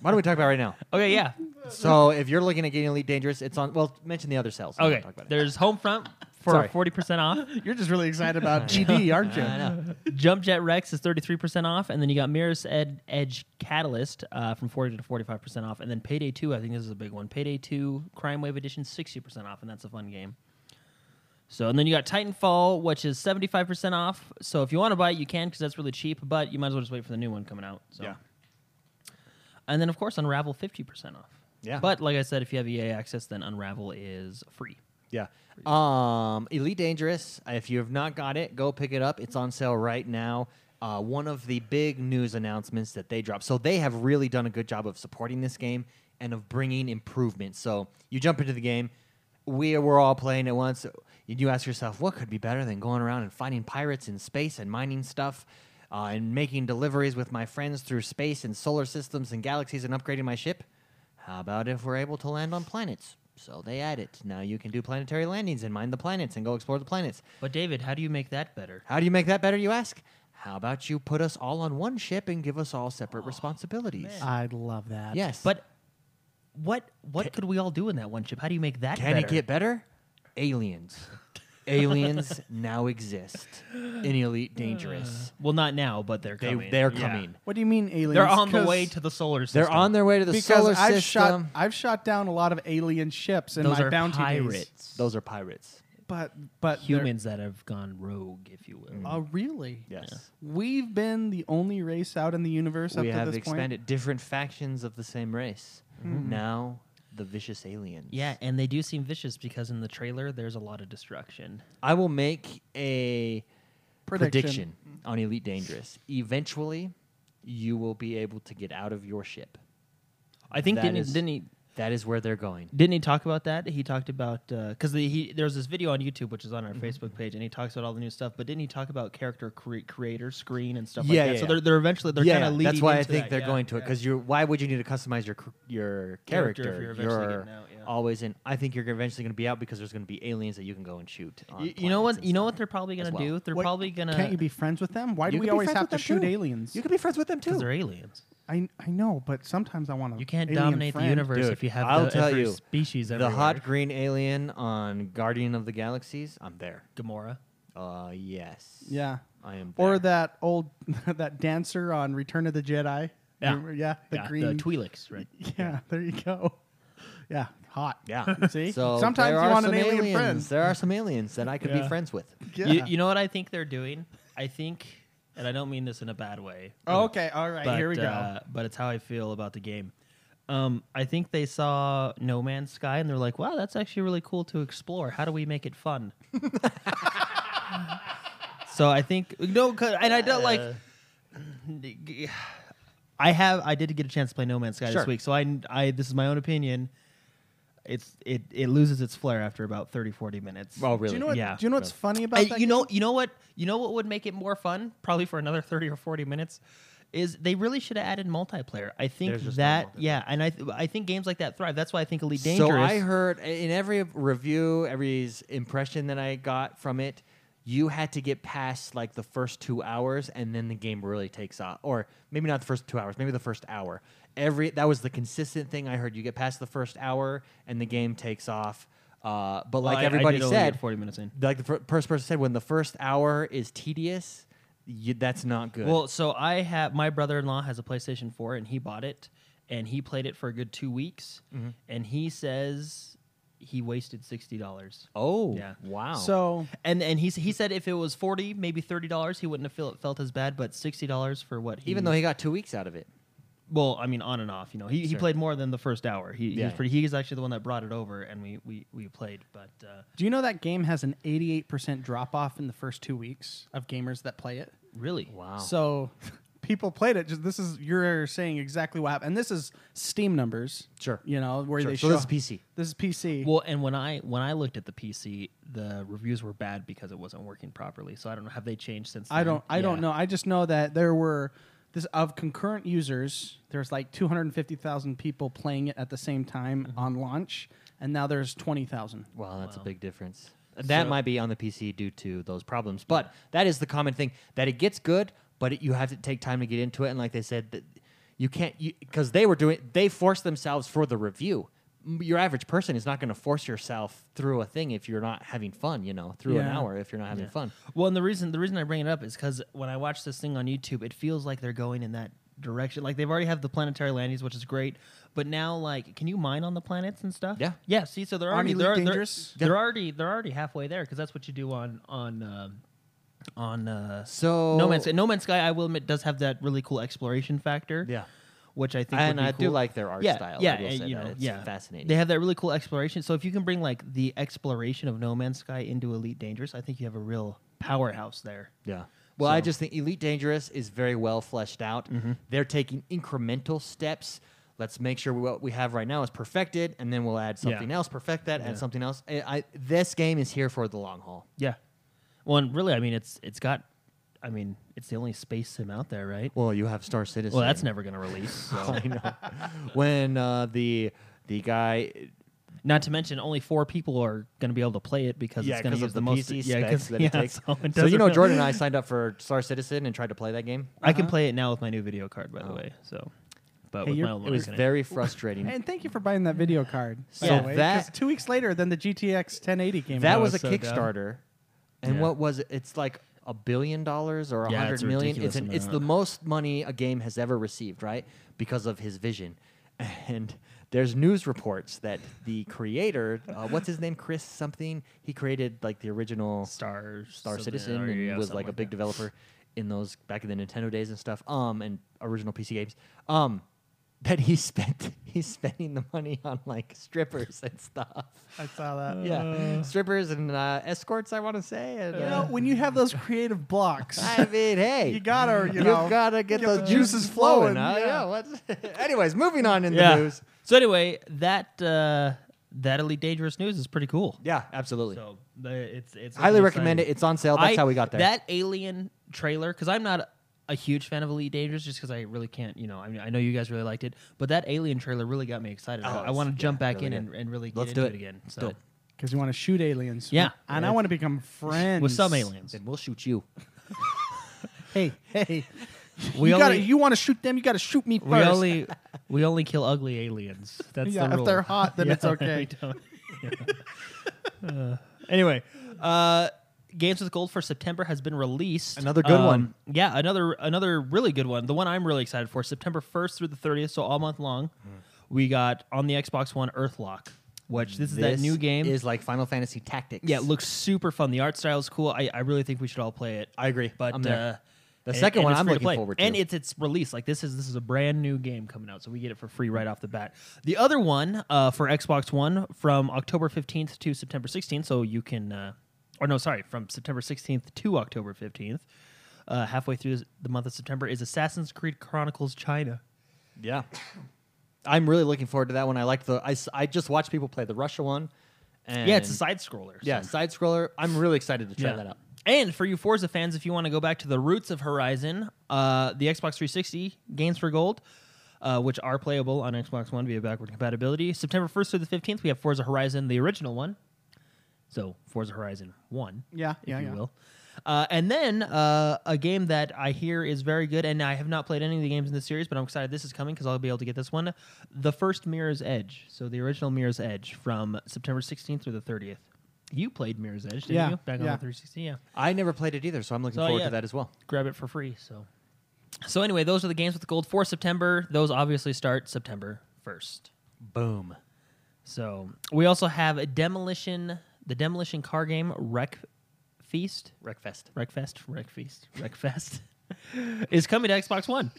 [SPEAKER 1] Why don't we talk about it right now?
[SPEAKER 3] Okay, yeah.
[SPEAKER 1] So if you're looking at getting Elite Dangerous, it's on. Well, mention the other cells. and we'll
[SPEAKER 3] Okay.
[SPEAKER 1] talk about it.
[SPEAKER 3] There's Homefront for
[SPEAKER 1] Sorry.
[SPEAKER 3] forty percent off.
[SPEAKER 2] You're just really excited
[SPEAKER 1] (laughs)
[SPEAKER 2] about GD, aren't you?
[SPEAKER 3] Jump Jet Rex is thirty three percent off, and then you got Mirror's Ed- Edge Catalyst uh, from forty to forty five percent off, and then Payday Two. I think this is a big one. Payday Two Crime Wave Edition sixty percent off, and that's a fun game. So and then you got Titanfall, which is seventy five percent off. So if you want to buy it, you can because that's really cheap. But you might as well just wait for the new one coming out. So.
[SPEAKER 1] Yeah.
[SPEAKER 3] And then of course Unravel fifty percent off.
[SPEAKER 1] Yeah.
[SPEAKER 3] But like I said, if you have EA access, then Unravel is free.
[SPEAKER 1] Yeah. Um, Elite Dangerous. If you have not got it, go pick it up. It's on sale right now. Uh, one of the big news announcements that they dropped. So they have really done a good job of supporting this game and of bringing improvements. So you jump into the game. We were all playing at once. And you ask yourself, what could be better than going around and finding pirates in space and mining stuff? Uh, and making deliveries with my friends through space and solar systems and galaxies and upgrading my ship? How about if we're able to land on planets? So they add it. Now you can do planetary landings and mine the planets and go explore the planets.
[SPEAKER 3] But David, how do you make that better?
[SPEAKER 1] How do you make that better, you ask? How about you put us all on one ship and give us all separate responsibilities?
[SPEAKER 3] man. Uh,
[SPEAKER 2] I'd love that.
[SPEAKER 1] Yes.
[SPEAKER 3] But what what could we all do in that one chip? How do you make that
[SPEAKER 1] can
[SPEAKER 3] better?
[SPEAKER 1] it get better?
[SPEAKER 3] (laughs)
[SPEAKER 1] Aliens. Aliens now exist in Elite Dangerous.
[SPEAKER 3] Well, not now, but they're
[SPEAKER 1] They,
[SPEAKER 3] coming.
[SPEAKER 1] they're
[SPEAKER 3] Uh, Yeah.
[SPEAKER 1] coming.
[SPEAKER 2] What do you mean aliens?
[SPEAKER 3] They're on the
[SPEAKER 2] 'Cause-
[SPEAKER 3] way to the solar system.
[SPEAKER 1] They're on their way to the
[SPEAKER 2] because
[SPEAKER 1] solar
[SPEAKER 2] I've
[SPEAKER 1] system.
[SPEAKER 2] shot I've shot down a lot of alien ships in
[SPEAKER 3] Those
[SPEAKER 2] my
[SPEAKER 3] are
[SPEAKER 2] bounty days.
[SPEAKER 3] pirates.
[SPEAKER 1] Those are pirates.
[SPEAKER 2] But but they're-
[SPEAKER 3] humans that have gone rogue, if you will.
[SPEAKER 1] Mm-hmm.
[SPEAKER 2] Oh really?
[SPEAKER 1] Yes.
[SPEAKER 2] We've been the only race out in the universe
[SPEAKER 1] we
[SPEAKER 2] up to
[SPEAKER 1] have
[SPEAKER 2] this
[SPEAKER 1] Hmm. expanded different factions of the same race. Now the vicious aliens.
[SPEAKER 3] Yeah, and they do seem vicious because in the trailer there's a lot of destruction.
[SPEAKER 1] I will make a
[SPEAKER 2] Prediction.
[SPEAKER 1] prediction. Hmm. on Elite Dangerous. Eventually, you will be able to get out of your ship.
[SPEAKER 3] I think
[SPEAKER 1] That
[SPEAKER 3] didn't,
[SPEAKER 1] is-
[SPEAKER 3] he, didn't he
[SPEAKER 1] That is where they're going.
[SPEAKER 3] didn't he talk about that? He talked about because the he there was this video on YouTube which is on our Facebook page, and he talks about all the new stuff. But didn't he talk about character cre- creator screen and stuff
[SPEAKER 1] Yeah,
[SPEAKER 3] like that?
[SPEAKER 1] yeah,
[SPEAKER 3] so
[SPEAKER 1] yeah.
[SPEAKER 3] they're they're eventually they're kind of leading.
[SPEAKER 1] that's why I
[SPEAKER 3] into
[SPEAKER 1] think
[SPEAKER 3] that,
[SPEAKER 1] they're
[SPEAKER 3] yeah,
[SPEAKER 1] going to it
[SPEAKER 3] yeah.
[SPEAKER 1] because you're. Why would you need to customize your cr- your
[SPEAKER 3] Character
[SPEAKER 1] character?
[SPEAKER 3] if you're eventually getting out, yeah.
[SPEAKER 1] always in. I think you're eventually going to be out because there's going to be aliens that you can go and shoot. On
[SPEAKER 3] You, you know
[SPEAKER 1] planets
[SPEAKER 3] what?
[SPEAKER 1] and
[SPEAKER 3] You know
[SPEAKER 1] stuff.
[SPEAKER 3] what they're probably gonna
[SPEAKER 1] as well.
[SPEAKER 3] do? They're
[SPEAKER 2] What-
[SPEAKER 3] probably gonna
[SPEAKER 2] Can't you be friends with them? Why do
[SPEAKER 1] You
[SPEAKER 2] we
[SPEAKER 1] could be
[SPEAKER 2] always
[SPEAKER 1] friends
[SPEAKER 2] have to
[SPEAKER 1] with them,
[SPEAKER 2] shoot
[SPEAKER 1] too.
[SPEAKER 2] aliens?
[SPEAKER 1] You could be friends with them too.
[SPEAKER 3] because they're aliens.
[SPEAKER 2] I I know, but sometimes I want to.
[SPEAKER 3] You can't dominate the universe
[SPEAKER 1] Dude,
[SPEAKER 3] if you have
[SPEAKER 1] I'll
[SPEAKER 3] the
[SPEAKER 1] tell
[SPEAKER 3] every
[SPEAKER 1] you,
[SPEAKER 3] species
[SPEAKER 1] the
[SPEAKER 3] everywhere.
[SPEAKER 1] hot green alien on Guardian of the Galaxies. I'm there.
[SPEAKER 3] Gamora.
[SPEAKER 1] Uh, yes.
[SPEAKER 2] Yeah.
[SPEAKER 1] I am. There.
[SPEAKER 2] Or that old (laughs) that dancer on Return of the Jedi.
[SPEAKER 3] Yeah.
[SPEAKER 2] Remember? yeah, the
[SPEAKER 3] yeah,
[SPEAKER 2] green.
[SPEAKER 3] the Twi'leks, right?
[SPEAKER 2] (laughs) yeah, there you go. Yeah, hot.
[SPEAKER 1] Yeah.
[SPEAKER 2] (laughs) See?
[SPEAKER 1] So there
[SPEAKER 2] Sometimes you
[SPEAKER 1] are
[SPEAKER 2] want an
[SPEAKER 1] some
[SPEAKER 2] alien
[SPEAKER 1] aliens.
[SPEAKER 2] friend.
[SPEAKER 1] There are some aliens that I could
[SPEAKER 2] Yeah.
[SPEAKER 1] be friends with.
[SPEAKER 2] Yeah.
[SPEAKER 3] You, you know what I think they're doing? I think, and I don't mean this in a bad way.
[SPEAKER 2] (laughs) Oh, okay, all right,
[SPEAKER 3] but,
[SPEAKER 2] here we go.
[SPEAKER 3] uh, but it's how I feel about the game. Um, I think they saw No Man's Sky and they're like, "Wow, that's actually really cool to explore. How do we make it fun?" (laughs) so I think no, 'cause- and I don't like. I have I did get a chance to play No Man's Sky this
[SPEAKER 1] Sure.
[SPEAKER 3] week, so I I this is my own opinion. It's it it loses its flair after about 30, 40 minutes.
[SPEAKER 1] Oh, really?
[SPEAKER 2] do you know what?
[SPEAKER 3] yeah.
[SPEAKER 2] Do you know what's funny about
[SPEAKER 3] I-
[SPEAKER 2] that?
[SPEAKER 3] you know, you know what, you know what would make it more fun, probably for another (laughs) thirty or forty minutes, is they really should have added multiplayer. I think
[SPEAKER 1] There's just no
[SPEAKER 3] that,
[SPEAKER 1] multiplayer.
[SPEAKER 3] yeah, and I, th- I think games like that thrive. That's why I think Elite
[SPEAKER 1] So
[SPEAKER 3] Dangerous.
[SPEAKER 1] I heard uh, in every review, every s- impression that I got from it, you had to get past like the first two hours, and then the game really takes off. Or maybe not the first two hours, maybe the first hour. Every that was the consistent thing I heard. You get past the first hour, and the game takes off. Uh, but
[SPEAKER 3] Well,
[SPEAKER 1] like
[SPEAKER 3] I- I
[SPEAKER 1] everybody
[SPEAKER 3] did only get
[SPEAKER 1] said,
[SPEAKER 3] 40 minutes in.
[SPEAKER 1] Like the fir- first person said, when the first hour is tedious, you, that's not good.
[SPEAKER 3] Well, so I have my brother-in-law has a PlayStation 4 and he bought it and he played it for a good 2 weeks
[SPEAKER 1] Mm-hmm.
[SPEAKER 3] and he says he wasted $60.
[SPEAKER 1] oh
[SPEAKER 3] yeah.
[SPEAKER 1] wow.
[SPEAKER 2] So
[SPEAKER 3] And and he s- he said if it was 40, maybe $30, he wouldn't have feel, felt as bad, but $60 for what he
[SPEAKER 1] even though he got two weeks out of it,
[SPEAKER 3] well, I mean, on and off. You know, he, he
[SPEAKER 1] Sure.
[SPEAKER 3] played more than the first hour. He he
[SPEAKER 1] Yeah.
[SPEAKER 3] was pretty. He was actually the one that brought it over, and we we, we played. But uh,
[SPEAKER 2] do you know that game has an 88% drop off in the first two weeks of gamers that play it?
[SPEAKER 3] really,
[SPEAKER 1] wow.
[SPEAKER 2] So (laughs) people played it. Just this is you're saying exactly what happened. And this is Steam numbers.
[SPEAKER 1] Sure.
[SPEAKER 2] You know where
[SPEAKER 1] Sure.
[SPEAKER 2] they
[SPEAKER 1] So
[SPEAKER 2] show
[SPEAKER 1] this is PC.
[SPEAKER 2] This is PC.
[SPEAKER 3] Well, and when I when I looked at the PC, the reviews were bad because it wasn't working properly. So I don't know. Have they changed since?
[SPEAKER 2] I
[SPEAKER 3] then?
[SPEAKER 2] don't. I don't
[SPEAKER 3] Yeah.
[SPEAKER 2] know. I just know that there were this of concurrent users. There's like 250,000 people playing it at the same time
[SPEAKER 1] Mm-hmm.
[SPEAKER 2] on launch, and now there's 20,000.
[SPEAKER 1] Wow, that's a big difference. That might be on the PC due to those problems, but that is the common thing that it gets good, but it, you have to take time to get into it. And like they said, that you can't because they were doing they forced themselves for the review. M- Your average person is not going to force yourself through a thing if you're not having fun, you know, through an
[SPEAKER 2] Yeah.
[SPEAKER 1] hour if you're not having fun.
[SPEAKER 3] Well, and the reason the reason I bring it up is because when I watch this thing on YouTube, it feels like they're going in that direction. Like they've already have the planetary landings, which is great, but now like, can you mine on the planets and stuff?
[SPEAKER 1] Yeah.
[SPEAKER 3] yeah. See, so they're
[SPEAKER 2] Aren't
[SPEAKER 3] already
[SPEAKER 2] Elite
[SPEAKER 3] they're, they're,
[SPEAKER 2] Dangerous?
[SPEAKER 3] they're already they're already halfway there because that's what you do on on. um on uh,
[SPEAKER 1] So-
[SPEAKER 3] No Man's Sky. No Man's Sky, I will admit, does have that really cool exploration factor.
[SPEAKER 1] Yeah.
[SPEAKER 3] which I think
[SPEAKER 1] And
[SPEAKER 3] would be
[SPEAKER 1] I do
[SPEAKER 3] cool.
[SPEAKER 1] like their art
[SPEAKER 3] yeah,
[SPEAKER 1] style. I
[SPEAKER 3] Yeah,
[SPEAKER 1] will
[SPEAKER 3] and,
[SPEAKER 1] say
[SPEAKER 3] you
[SPEAKER 1] that.
[SPEAKER 3] know,
[SPEAKER 1] It's
[SPEAKER 3] yeah,
[SPEAKER 1] fascinating.
[SPEAKER 3] They have that really cool exploration. So if you can bring like the exploration of No Man's Sky into Elite Dangerous, I think you have a real powerhouse there.
[SPEAKER 1] Yeah. Well, I
[SPEAKER 3] So-
[SPEAKER 1] just think Elite Dangerous is very well fleshed out. They're taking incremental steps. Let's make sure what we have right now is perfected, and then we'll add something
[SPEAKER 3] Yeah.
[SPEAKER 1] else, perfect that,
[SPEAKER 3] Yeah.
[SPEAKER 1] add something else. I, I, this game is here for the long haul.
[SPEAKER 3] Yeah. Well, and really, I mean, it's it's got, I mean, it's the only space sim out there, right?
[SPEAKER 1] Well, you have Star Citizen.
[SPEAKER 3] Well,
[SPEAKER 1] (laughs)
[SPEAKER 3] that's never going to release. So.
[SPEAKER 1] I know. (laughs) when uh, the the guy,
[SPEAKER 3] Not to mention, only four people are going to be able to play it because
[SPEAKER 1] yeah,
[SPEAKER 3] it's going to
[SPEAKER 1] because
[SPEAKER 3] use
[SPEAKER 1] of the,
[SPEAKER 3] most
[SPEAKER 1] PC
[SPEAKER 3] yeah, 'cause-
[SPEAKER 1] specs that
[SPEAKER 3] (laughs) yeah,
[SPEAKER 1] it takes.
[SPEAKER 3] So, it
[SPEAKER 1] so you
[SPEAKER 3] doesn't
[SPEAKER 1] know,
[SPEAKER 3] really-
[SPEAKER 1] Jordan uh-huh. and I signed up for Star Citizen and tried to play that game.
[SPEAKER 3] (laughs) I can play it now with my new video card, by
[SPEAKER 1] Oh.
[SPEAKER 3] the way. So, but
[SPEAKER 2] Hey,
[SPEAKER 3] with
[SPEAKER 2] you're-
[SPEAKER 3] my old
[SPEAKER 1] It
[SPEAKER 3] one, I
[SPEAKER 1] was
[SPEAKER 3] couldn't.
[SPEAKER 1] very frustrating.
[SPEAKER 2] And thank you for buying that video card. by
[SPEAKER 1] So
[SPEAKER 2] the way, 'cause
[SPEAKER 1] that-
[SPEAKER 2] two weeks later, then the GTX 1080 came
[SPEAKER 1] that
[SPEAKER 2] out.
[SPEAKER 1] was a
[SPEAKER 3] was so dumb.
[SPEAKER 1] Kickstarter, and
[SPEAKER 3] Yeah.
[SPEAKER 1] what was it? It's like a billion dollars or a
[SPEAKER 3] Yeah,
[SPEAKER 1] hundred
[SPEAKER 3] it's a
[SPEAKER 1] million.
[SPEAKER 3] ridiculous
[SPEAKER 1] It's an, it's the
[SPEAKER 3] amount.
[SPEAKER 1] most money a game has ever received, right? Because of his vision, (laughs) and there's news reports that the creator, uh, what's his name, Chris something, he created like the original
[SPEAKER 3] Star
[SPEAKER 1] Star
[SPEAKER 3] something
[SPEAKER 1] Citizen
[SPEAKER 3] or, yeah,
[SPEAKER 1] and was
[SPEAKER 3] something
[SPEAKER 1] like a big
[SPEAKER 3] that. (laughs)
[SPEAKER 1] developer in those back in the Nintendo days and stuff. Um, (laughs) and original PC games. Um, that he spent (laughs) he's spending the money on like strippers and stuff.
[SPEAKER 2] I saw that.
[SPEAKER 1] yeah, strippers and uh, escorts. I want to say. And,
[SPEAKER 2] Mm. You
[SPEAKER 1] uh,
[SPEAKER 2] know, when you have those creative
[SPEAKER 1] (laughs)
[SPEAKER 2] blocks,
[SPEAKER 1] I
[SPEAKER 2] (laughs)
[SPEAKER 1] mean, hey,
[SPEAKER 2] you gotta, you
[SPEAKER 1] You've
[SPEAKER 2] know,
[SPEAKER 1] got to get
[SPEAKER 2] get
[SPEAKER 1] those
[SPEAKER 2] the
[SPEAKER 1] juices
[SPEAKER 2] juices
[SPEAKER 1] flowing.
[SPEAKER 2] flowing,
[SPEAKER 1] huh?
[SPEAKER 2] yeah.
[SPEAKER 1] Yeah. what's- (laughs) Anyways, moving on in
[SPEAKER 3] yeah.
[SPEAKER 1] the news.
[SPEAKER 3] So anyway, that uh, that elite dangerous news is pretty cool.
[SPEAKER 1] Yeah, absolutely.
[SPEAKER 3] So the, it's it's
[SPEAKER 1] Highly
[SPEAKER 3] it's
[SPEAKER 1] recommend
[SPEAKER 3] exciting.
[SPEAKER 1] it. It's on sale. That's
[SPEAKER 3] I-
[SPEAKER 1] how we got there.
[SPEAKER 3] That alien trailer, because I'm not a huge fan of Elite Dangerous, just because I really can't. You know, I mean, I know you guys really liked it, but that alien trailer really got me excited. I,
[SPEAKER 1] it's-
[SPEAKER 3] want to
[SPEAKER 1] Oh, yeah,
[SPEAKER 3] jump back
[SPEAKER 1] really
[SPEAKER 3] in
[SPEAKER 1] good.
[SPEAKER 3] and, and really get
[SPEAKER 1] Let's
[SPEAKER 3] into
[SPEAKER 1] do
[SPEAKER 3] it,
[SPEAKER 1] it.
[SPEAKER 3] again.
[SPEAKER 1] Let's
[SPEAKER 3] So
[SPEAKER 1] do it.
[SPEAKER 2] because you want to shoot aliens.
[SPEAKER 3] Yeah.
[SPEAKER 2] and
[SPEAKER 3] Yeah.
[SPEAKER 2] I want to become friends
[SPEAKER 3] with some aliens,
[SPEAKER 1] then we'll shoot you.
[SPEAKER 2] Hey, hey,
[SPEAKER 3] (laughs) we
[SPEAKER 2] you gotta,
[SPEAKER 3] only
[SPEAKER 2] you want to shoot them, you gotta shoot me first.
[SPEAKER 3] we only we only kill ugly aliens.
[SPEAKER 1] (laughs)
[SPEAKER 3] That's
[SPEAKER 2] yeah,
[SPEAKER 3] the
[SPEAKER 2] if
[SPEAKER 3] rule.
[SPEAKER 2] they're hot, then
[SPEAKER 3] (laughs) Yeah,
[SPEAKER 2] it's okay.
[SPEAKER 3] we don't- yeah. Uh, anyway, uh, Games with Gold for September has been released. um,
[SPEAKER 1] Another good one.
[SPEAKER 3] Yeah, another another really good one. The one I'm really excited for, September 1st through the 30th, so all month long. We got on the Xbox One Earthlock, which this is that new game.
[SPEAKER 1] Is like Final Fantasy Tactics.
[SPEAKER 3] yeah, it looks super fun. The art style is cool. I, I really think we should all play it.
[SPEAKER 1] I agree.
[SPEAKER 3] But
[SPEAKER 1] I'm
[SPEAKER 3] uh,
[SPEAKER 1] there. The
[SPEAKER 3] and-
[SPEAKER 1] second
[SPEAKER 3] and
[SPEAKER 1] one
[SPEAKER 3] it's
[SPEAKER 1] I'm
[SPEAKER 3] free to
[SPEAKER 1] looking
[SPEAKER 3] play.
[SPEAKER 1] forward
[SPEAKER 3] and
[SPEAKER 1] to.
[SPEAKER 3] it's its release. Like this is this is a brand new game coming out, so we get it for free right off the bat. The other one uh, for Xbox One from October fifteenth to September sixteenth, so you can, uh, or no, sorry, from September sixteenth to October fifteenth. Uh, halfway through this- the month of September is Assassin's Creed Chronicles China.
[SPEAKER 1] Yeah. I'm really looking forward to that one. I like the. I, s- I just watched people play the Russia one. And
[SPEAKER 3] yeah, it's a side scroller.
[SPEAKER 1] Yeah, side scroller. I'm really excited to try that out.
[SPEAKER 3] And for you Forza fans, if you want to go back to the roots of Horizon, uh, the Xbox 360 games for gold, uh, which are playable on Xbox One via backward compatibility, September 1st through the 15th, we have Forza Horizon, the original one. So Forza Horizon 1,
[SPEAKER 2] Yeah,
[SPEAKER 3] if
[SPEAKER 2] yeah,
[SPEAKER 3] you
[SPEAKER 2] yeah.
[SPEAKER 3] will. Uh, and then uh, a game that I hear is very good, and I have not played any of the games in the series, but I'm excited this is coming because I'll be able to get this one. The first Mirror's Edge, so the original Mirror's Edge from September 16th through the 30th. You played Mirror's Edge, didn't
[SPEAKER 2] Yeah,
[SPEAKER 3] you? Back on
[SPEAKER 2] yeah.
[SPEAKER 3] the 360, yeah
[SPEAKER 1] I never played it either, so I'm looking
[SPEAKER 3] So,
[SPEAKER 1] forward
[SPEAKER 3] yeah.
[SPEAKER 1] to that as well.
[SPEAKER 3] grab it for free. So, so anyway, those are the games with the gold for September. Those obviously start September first.
[SPEAKER 1] Boom.
[SPEAKER 3] So we also have a demolition, the demolition car game Wreck Feast,
[SPEAKER 1] Wreckfest.
[SPEAKER 3] Wreckfest, Wreck Feast, Wreckfest (laughs) is coming to Xbox One.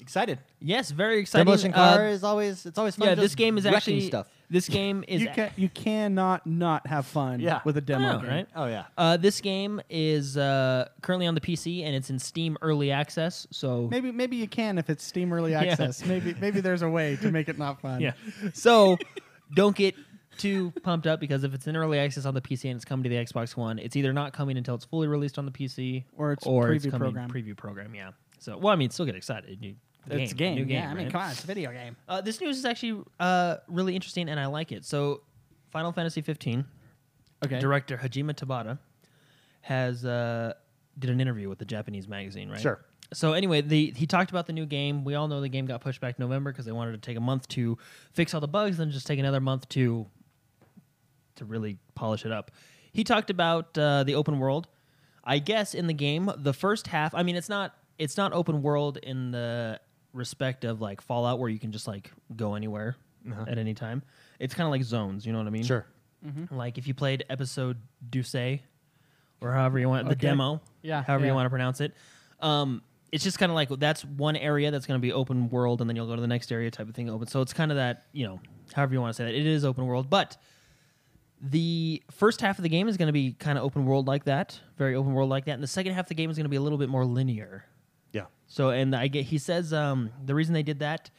[SPEAKER 1] Excited.
[SPEAKER 3] Yes, very exciting.
[SPEAKER 1] Demolition
[SPEAKER 3] Uh,
[SPEAKER 1] Car is always. It's always fun.
[SPEAKER 3] yeah,
[SPEAKER 1] just
[SPEAKER 3] this game is
[SPEAKER 1] wrecking
[SPEAKER 3] actually
[SPEAKER 1] stuff.
[SPEAKER 3] This game is
[SPEAKER 2] you can you cannot not have fun
[SPEAKER 1] Yeah.
[SPEAKER 2] with a
[SPEAKER 3] (laughs) I
[SPEAKER 2] demo
[SPEAKER 3] know,
[SPEAKER 2] game.
[SPEAKER 3] right?
[SPEAKER 1] Oh yeah.
[SPEAKER 3] Uh, this game is uh, currently on the PC and it's in Steam Early Access. So
[SPEAKER 2] Maybe maybe you can if it's Steam Early
[SPEAKER 3] Yeah.
[SPEAKER 2] Access. Maybe maybe there's a way to make it not fun.
[SPEAKER 3] Yeah. (laughs) So don't get too pumped up because if it's in early access on the PC and it's coming to the Xbox One, it's either not coming until it's fully released on the PC
[SPEAKER 2] Or it's preview
[SPEAKER 3] coming
[SPEAKER 2] program.
[SPEAKER 3] preview program. Yeah. So well, I mean, still get excited. You-
[SPEAKER 2] It's a game.
[SPEAKER 3] New game.
[SPEAKER 2] yeah, I mean,
[SPEAKER 3] right?
[SPEAKER 2] come on, it's a video game.
[SPEAKER 3] Uh, this news is actually uh, really interesting, and I like it. So, Final Fantasy 15
[SPEAKER 2] Okay.
[SPEAKER 3] director Hajime Tabata has uh, did an interview with the Japanese magazine, right?
[SPEAKER 1] Sure.
[SPEAKER 3] So anyway, the he talked about the new game. We all know the game got pushed back to November because they wanted to take a month to fix all the bugs, then just take another month to to really polish it up. He talked about uh, the open world. I guess in the game, the first half. I mean, it's not it's not open world in the respect of like Fallout, where you can just like go anywhere at any time. It's kind of like zones. You know what I mean?
[SPEAKER 1] Uh-huh. Sure.
[SPEAKER 2] Mm-hmm.
[SPEAKER 3] Like if you played episode Duce, or however you want the
[SPEAKER 2] Okay.
[SPEAKER 3] demo,
[SPEAKER 2] Yeah,
[SPEAKER 3] however you
[SPEAKER 2] yeah.
[SPEAKER 3] want to pronounce it. Um, it's just kind of like that's one area that's going to be open world, and then you'll go to the next area type of thing open. So it's kind of that you know, however you want to say that. It is open world, but the first half of the game is going to be kind of open world like that, very open world like that, and the second half of the game is going to be a little bit more linear.
[SPEAKER 1] Yeah.
[SPEAKER 3] So, and I get he says um, the reason they did that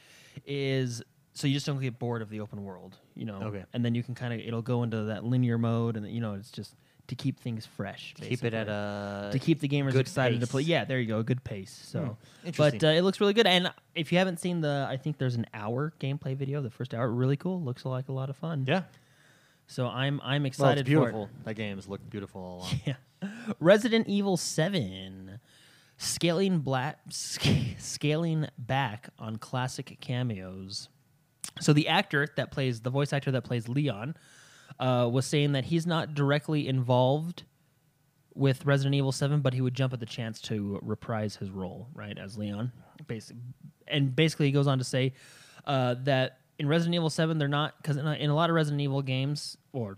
[SPEAKER 3] is so you just don't get bored of the open world, you know.
[SPEAKER 1] Okay.
[SPEAKER 3] And then you can kind of it'll go into that linear mode, and you know it's just to keep things fresh.
[SPEAKER 1] Keep it
[SPEAKER 3] basically.
[SPEAKER 1] at a
[SPEAKER 3] to keep the gamers
[SPEAKER 1] good
[SPEAKER 3] excited to
[SPEAKER 1] pace. Hmm.
[SPEAKER 3] play. Yeah, there you go, a good pace. So,
[SPEAKER 1] Interesting.
[SPEAKER 3] but uh, it looks really good. And if you haven't seen the, I think there's an hour gameplay video, the first hour, really cool. Looks like a lot of fun.
[SPEAKER 1] Yeah.
[SPEAKER 3] So I'm I'm
[SPEAKER 1] Well, it's
[SPEAKER 3] excited. For it.
[SPEAKER 1] beautiful. That game's looked beautiful all (laughs) along.
[SPEAKER 3] Yeah. (laughs) Resident Evil 7 scaling black (laughs) scaling back on classic cameos. So the actor that plays the voice actor that plays Leon uh, was saying that he's not directly involved with Resident Evil 7, but he would jump at the chance to reprise his role, right, as Leon. Basic, and basically, he goes on to say uh, that in Resident Evil 7, they're not, because in, a- in a lot of Resident Evil games, or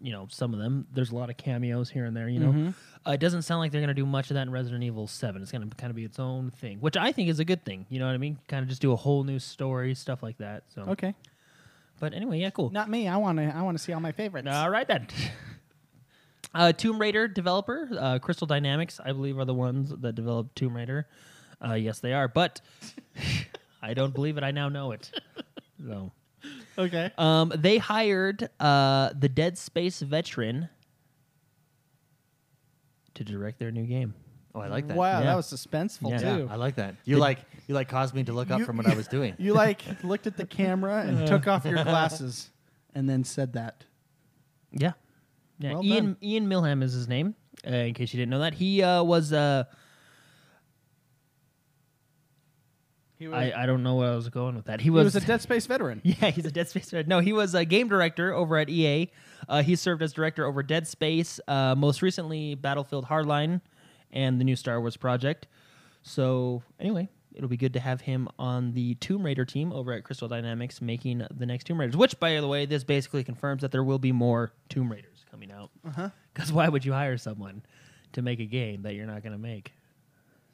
[SPEAKER 3] you know some of them. There's a lot of cameos here and there. You know, uh, it doesn't sound like they're gonna do much of that in Resident Evil Seven. It's gonna kind of be its own thing, which I think is a good thing. You know what I mean? Kind of just do a whole new story, stuff like that. So,
[SPEAKER 2] Okay.
[SPEAKER 3] but anyway, yeah, cool.
[SPEAKER 2] Not me. I want to. I want to see all my favorites.
[SPEAKER 3] All right then. Uh, Tomb Raider developer uh, Crystal Dynamics, I believe, are the ones that developed Tomb Raider. Uh, yes, they are, but (laughs) I don't believe it. I now know it. So,
[SPEAKER 2] Okay.
[SPEAKER 3] um, they hired uh, the Dead Space veteran to direct their new game.
[SPEAKER 1] Oh, I like that.
[SPEAKER 2] Wow,
[SPEAKER 3] Yeah.
[SPEAKER 2] that was suspenseful
[SPEAKER 3] Yeah.
[SPEAKER 2] too.
[SPEAKER 1] I like that. You like you like caused me to look up
[SPEAKER 2] You-
[SPEAKER 1] from what I was doing.
[SPEAKER 2] You like looked at the camera and took off
[SPEAKER 3] (laughs)
[SPEAKER 2] your glasses and then said that.
[SPEAKER 3] Yeah. Yeah.
[SPEAKER 2] Well
[SPEAKER 3] Ian
[SPEAKER 2] done.
[SPEAKER 3] Ian Milham is his name. Uh, in case you didn't know that, he uh, was. Uh,
[SPEAKER 2] He was,
[SPEAKER 3] I I don't know where I was going with that. He
[SPEAKER 2] he
[SPEAKER 3] was,
[SPEAKER 2] was a Dead Space
[SPEAKER 3] (laughs)
[SPEAKER 2] veteran.
[SPEAKER 3] Yeah, he's a Dead Space. director. No, he was a game director over at EA. Uh, he served as director over Dead Space, uh, most recently Battlefield Hardline, and the new Star Wars project. So anyway, it'll be good to have him on the Tomb Raider team over at Crystal Dynamics, making the next Tomb Raiders. Which, by the way, this basically confirms that there will be more Tomb Raiders coming out.
[SPEAKER 2] Uh-huh.
[SPEAKER 3] Because why would you hire someone to make a game that you're not going to make?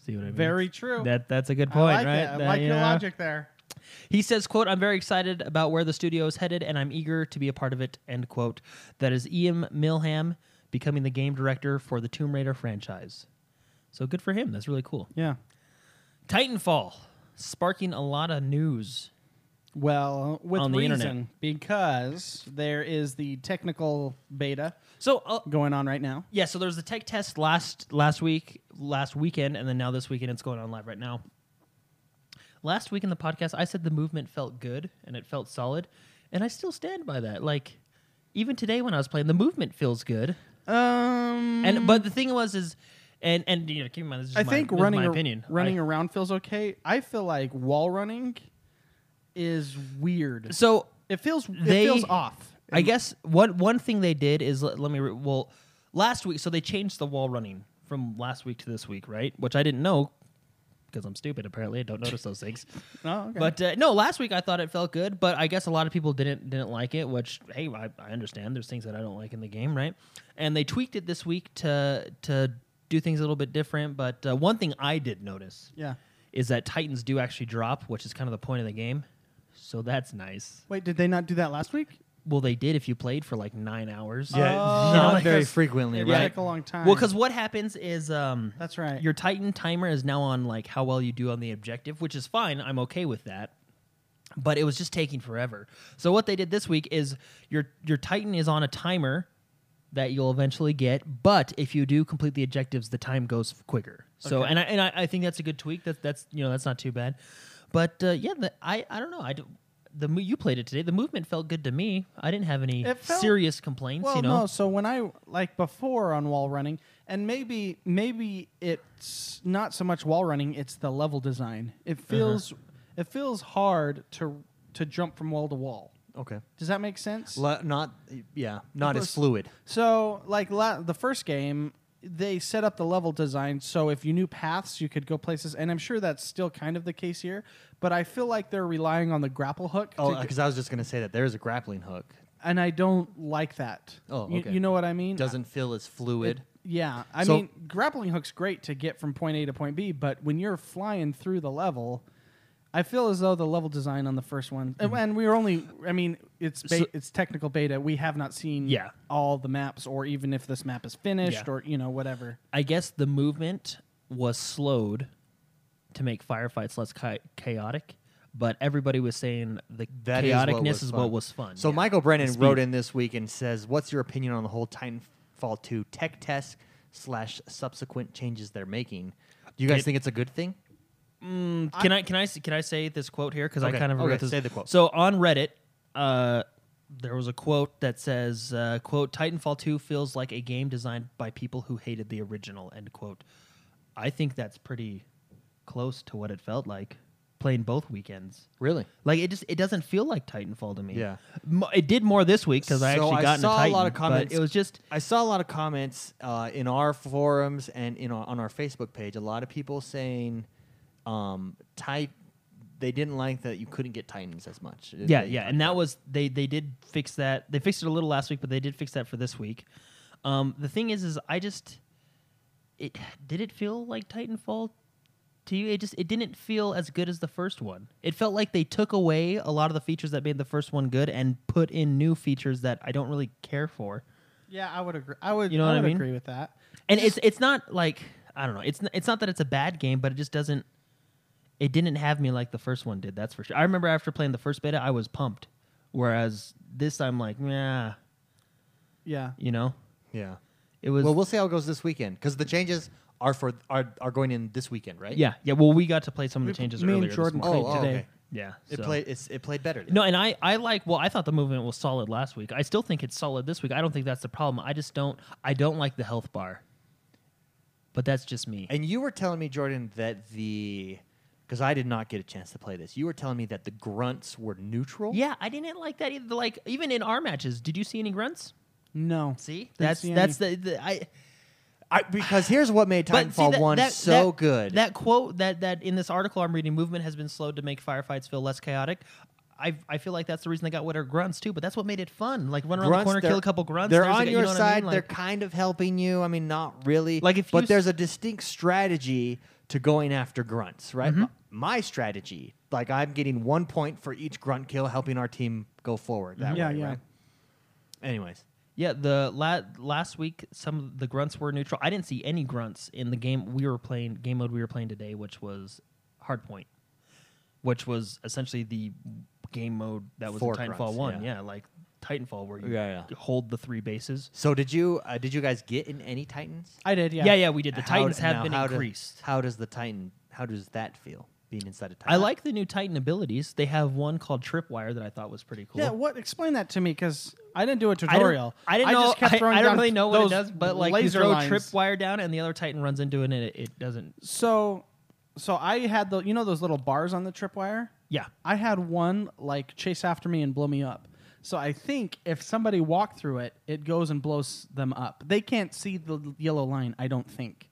[SPEAKER 3] See what I mean?
[SPEAKER 2] Very true.
[SPEAKER 3] That that's a good
[SPEAKER 2] I
[SPEAKER 3] point,
[SPEAKER 2] like
[SPEAKER 3] right?
[SPEAKER 2] that. I
[SPEAKER 3] That,
[SPEAKER 2] like
[SPEAKER 3] you
[SPEAKER 2] your
[SPEAKER 3] know?
[SPEAKER 2] logic there.
[SPEAKER 3] He says, quote, I'm very excited about where the studio is headed and I'm eager to be a part of it, end quote. That is Ian Milham becoming the game director for the Tomb Raider franchise. So good for him. That's really cool.
[SPEAKER 2] Yeah.
[SPEAKER 3] Titanfall, sparking a lot of news.
[SPEAKER 2] Well, with
[SPEAKER 3] On the
[SPEAKER 2] reason,
[SPEAKER 3] internet.
[SPEAKER 2] because there is the technical beta
[SPEAKER 3] So, uh,
[SPEAKER 2] going on right now.
[SPEAKER 3] yeah, so there was the tech test last last week, last weekend, and then now this weekend it's going on live right now. Last week in the podcast, I said the movement felt good and it felt solid, and I still stand by that. Like, even today when I was playing, the movement feels good.
[SPEAKER 2] Um,
[SPEAKER 3] And but the thing was is, and and you know, keep in mind this is
[SPEAKER 2] I
[SPEAKER 3] just my,
[SPEAKER 2] think
[SPEAKER 3] this is
[SPEAKER 2] running
[SPEAKER 3] my
[SPEAKER 2] ar-
[SPEAKER 3] opinion.
[SPEAKER 2] running
[SPEAKER 3] I-
[SPEAKER 2] around feels okay. I feel like wall running is weird.
[SPEAKER 3] so
[SPEAKER 2] it feels
[SPEAKER 3] they-
[SPEAKER 2] it feels off.
[SPEAKER 3] I guess one one thing they did is let, let me re- well last week. So they changed the wall running from last week to this week, right? Which I didn't know because I'm stupid. Apparently, I don't notice those things.
[SPEAKER 2] Oh, (laughs) okay.
[SPEAKER 3] But uh, no, last week I thought it felt good, but I guess a lot of people didn't didn't like it. Which hey, I, I understand. There's things that I don't like in the game, right? And they tweaked it this week to to do things a little bit different. But uh, one thing I did notice,
[SPEAKER 2] Yeah.
[SPEAKER 3] is that Titans do actually drop, which is kind of the point of the game. So that's nice.
[SPEAKER 2] Wait, did they not do that last week?
[SPEAKER 3] Well, they did if you played for like nine hours.
[SPEAKER 1] Yeah,
[SPEAKER 2] Oh,
[SPEAKER 1] not
[SPEAKER 2] because
[SPEAKER 1] very frequently,
[SPEAKER 2] It
[SPEAKER 1] right?
[SPEAKER 2] took a long time.
[SPEAKER 3] Well, because what happens is um,
[SPEAKER 2] That's right.
[SPEAKER 3] Your Titan timer is now on like how well you do on the objective, which is fine. I'm okay with that. But it was just taking forever. So what they did this week is your your Titan is on a timer that you'll eventually get, but if you do complete the objectives, the time goes quicker. So and I and I, I think that's a good tweak. That that's you know that's not too bad. But uh, yeah, the, I I don't know. I do, the mo- you played it today. The movement felt good to me. I didn't have any
[SPEAKER 2] It felt-
[SPEAKER 3] serious complaints.
[SPEAKER 2] well,
[SPEAKER 3] you know,
[SPEAKER 2] no. So when I like before on wall running, and maybe maybe it's not so much wall running; it's the level design. It
[SPEAKER 1] Uh-huh.
[SPEAKER 2] feels it feels hard to to jump from wall to wall.
[SPEAKER 1] Okay.
[SPEAKER 2] Does that make sense?
[SPEAKER 1] Le- not yeah, not as
[SPEAKER 2] Plus-
[SPEAKER 1] fluid.
[SPEAKER 2] So, like la- the first game, they set up the level design so if you knew paths, you could go places, and I'm sure that's still kind of the case here. But I feel like they're relying on the grapple hook, to
[SPEAKER 1] Oh,
[SPEAKER 2] g-
[SPEAKER 1] because I was just gonna say that there is a grappling hook.
[SPEAKER 2] and I don't like that.
[SPEAKER 1] Oh,
[SPEAKER 2] You-
[SPEAKER 1] okay.
[SPEAKER 2] you, know what I mean?
[SPEAKER 1] Doesn't feel as fluid.
[SPEAKER 2] Yeah, I
[SPEAKER 1] So-
[SPEAKER 2] mean, grappling hook's great to get from point A to point B, but when you're flying through the level, I feel as though the level design on the first one, and- and we were only, I mean, it's be-
[SPEAKER 3] Mm-hmm. So-
[SPEAKER 2] it's technical beta. We have not seen
[SPEAKER 3] Yeah.
[SPEAKER 2] all the maps, or even if this map is finished,
[SPEAKER 3] Yeah.
[SPEAKER 2] or you know whatever.
[SPEAKER 3] I guess the movement was slowed to make firefights less chi- chaotic, but everybody was saying the
[SPEAKER 1] That is what
[SPEAKER 3] chaoticness
[SPEAKER 1] was
[SPEAKER 3] is
[SPEAKER 1] fun.
[SPEAKER 3] what was fun.
[SPEAKER 1] So
[SPEAKER 3] yeah.
[SPEAKER 1] Michael Brennan
[SPEAKER 3] speed.
[SPEAKER 1] wrote in this week and says, "What's your opinion on the whole Titanfall 2 tech test slash subsequent changes they're making? Do you guys
[SPEAKER 3] It-
[SPEAKER 1] think it's a good thing?"
[SPEAKER 3] can I can I s- can I say this quote here because
[SPEAKER 1] Okay,
[SPEAKER 3] I kind of
[SPEAKER 1] okay,
[SPEAKER 3] wrote this.
[SPEAKER 1] say the quote.
[SPEAKER 3] So on Reddit, uh, there was a quote that says, uh, "quote Titanfall two feels like a game designed by people who hated the original." End quote. I think that's pretty close to what it felt like playing both weekends.
[SPEAKER 1] Really?
[SPEAKER 3] Like it just it doesn't feel like Titanfall to me.
[SPEAKER 1] Yeah.
[SPEAKER 3] Mo- it did more this week because I
[SPEAKER 1] So
[SPEAKER 3] actually
[SPEAKER 1] I
[SPEAKER 3] got into
[SPEAKER 1] saw a
[SPEAKER 3] Titan,
[SPEAKER 1] lot of
[SPEAKER 3] but
[SPEAKER 1] comments-
[SPEAKER 3] It was just
[SPEAKER 1] I saw a lot of comments uh, in our forums and in our, on our Facebook page. A lot of people saying um, Ti- they didn't like that you couldn't get Titans as much.
[SPEAKER 3] Yeah,
[SPEAKER 1] They-
[SPEAKER 3] yeah, and that was they they did fix that. They fixed it a little last week, but they did fix that for this week. Um, the thing is, is I just it did it feel like Titanfall to you? It just it didn't feel as good as the first one. It felt like they took away a lot of the features that made the first one good and put in new features that I don't really care for.
[SPEAKER 2] Yeah, I would agree. I would.
[SPEAKER 3] You know
[SPEAKER 2] I
[SPEAKER 3] what I
[SPEAKER 2] would
[SPEAKER 3] mean?
[SPEAKER 2] agree with that.
[SPEAKER 3] And it's it's not like I don't know. It's n- it's not that it's a bad game, but it just doesn't. It didn't have me like the first one did. That's for sure. I remember after playing the first beta, I was pumped, whereas this I'm like, nah,
[SPEAKER 2] Yeah.
[SPEAKER 3] you know,
[SPEAKER 1] yeah.
[SPEAKER 3] it was.
[SPEAKER 1] well, we'll see how it goes this weekend because the changes are for are are going in this weekend, right?
[SPEAKER 3] yeah, yeah. Well, we got to play some of the
[SPEAKER 2] We-
[SPEAKER 3] changes
[SPEAKER 2] me and
[SPEAKER 3] earlier. this
[SPEAKER 2] Jordan
[SPEAKER 3] morning.
[SPEAKER 2] played
[SPEAKER 1] Oh, oh,
[SPEAKER 2] today.
[SPEAKER 1] okay.
[SPEAKER 3] yeah,
[SPEAKER 1] It
[SPEAKER 3] so-
[SPEAKER 1] played it's, it played better. Then.
[SPEAKER 3] No, and I, I like. Well, I thought the movement was solid last week. I still think it's solid this week. I don't think that's the problem. I just don't. I don't like the health bar. But that's just me.
[SPEAKER 1] And you were telling me, Jordan, that the because I did not get a chance to play this. You were telling me that the grunts were neutral.
[SPEAKER 3] yeah, I didn't like that either. Like even in our matches, did you see any grunts?
[SPEAKER 2] No.
[SPEAKER 3] See,
[SPEAKER 2] Didn't
[SPEAKER 3] that's
[SPEAKER 2] see
[SPEAKER 3] that's the, the I.
[SPEAKER 1] I, because here's what made
[SPEAKER 3] But see,
[SPEAKER 1] Titanfall
[SPEAKER 3] that-
[SPEAKER 1] One
[SPEAKER 3] that-
[SPEAKER 1] so
[SPEAKER 3] that-
[SPEAKER 1] good.
[SPEAKER 3] That quote that that in this article I'm reading, movement has been slowed to make firefights feel less chaotic. I I feel like that's the reason they got winter grunts too, but that's what made it fun. Like run around the
[SPEAKER 1] Grunts,
[SPEAKER 3] corner,
[SPEAKER 1] they're-
[SPEAKER 3] kill a couple grunts.
[SPEAKER 1] They're
[SPEAKER 3] there's a-
[SPEAKER 1] on
[SPEAKER 3] you
[SPEAKER 1] your
[SPEAKER 3] know what I
[SPEAKER 1] side.
[SPEAKER 3] mean?
[SPEAKER 1] They're
[SPEAKER 3] Like,
[SPEAKER 1] kind of helping you. I mean, not really.
[SPEAKER 3] Like, if you
[SPEAKER 1] but
[SPEAKER 3] s-
[SPEAKER 1] there's a distinct strategy to going after grunts, right?
[SPEAKER 3] Mm-hmm.
[SPEAKER 1] M- My strategy, like I'm getting one point for each grunt kill, helping our team go forward
[SPEAKER 3] Mm-hmm.
[SPEAKER 1] that
[SPEAKER 2] Yeah,
[SPEAKER 1] way.
[SPEAKER 2] yeah.
[SPEAKER 1] Right? Anyways,
[SPEAKER 3] yeah, the la- last week some of the grunts were neutral. I didn't see any grunts in the game we were playing game mode we were playing today, which was hardpoint, which was essentially the game mode that was
[SPEAKER 1] For
[SPEAKER 3] in Titanfall
[SPEAKER 1] grunts,
[SPEAKER 3] one.
[SPEAKER 1] yeah.
[SPEAKER 3] Yeah. like Titanfall where you
[SPEAKER 1] Yeah, yeah.
[SPEAKER 3] hold the three bases.
[SPEAKER 1] so did you? Uh, did you guys get in any Titans?
[SPEAKER 2] I did. Yeah.
[SPEAKER 3] Yeah, yeah, we did. The
[SPEAKER 1] How-
[SPEAKER 3] Titans have
[SPEAKER 1] now,
[SPEAKER 3] been
[SPEAKER 1] how do-
[SPEAKER 3] increased.
[SPEAKER 1] how does the Titan? How does that feel being inside a Titan?
[SPEAKER 3] I like the new Titan abilities. They have one called Tripwire that I thought was pretty cool.
[SPEAKER 2] Yeah, what? Explain that to me, because I didn't do a
[SPEAKER 3] I don't-
[SPEAKER 2] tutorial.
[SPEAKER 3] I didn't know.
[SPEAKER 2] just kept
[SPEAKER 3] I-
[SPEAKER 2] throwing
[SPEAKER 3] I, don't
[SPEAKER 2] down
[SPEAKER 3] really know what it
[SPEAKER 2] those
[SPEAKER 3] does, but like
[SPEAKER 2] laser
[SPEAKER 3] you throw
[SPEAKER 2] lines.
[SPEAKER 3] Tripwire down, and the other Titan runs into it, and it, it doesn't.
[SPEAKER 2] So, so I had the you know those little bars on the tripwire.
[SPEAKER 3] Yeah.
[SPEAKER 2] I had one like chase after me and blow me up. So I think if somebody walked through it, it goes and blows them up. They can't see the yellow line. I don't think.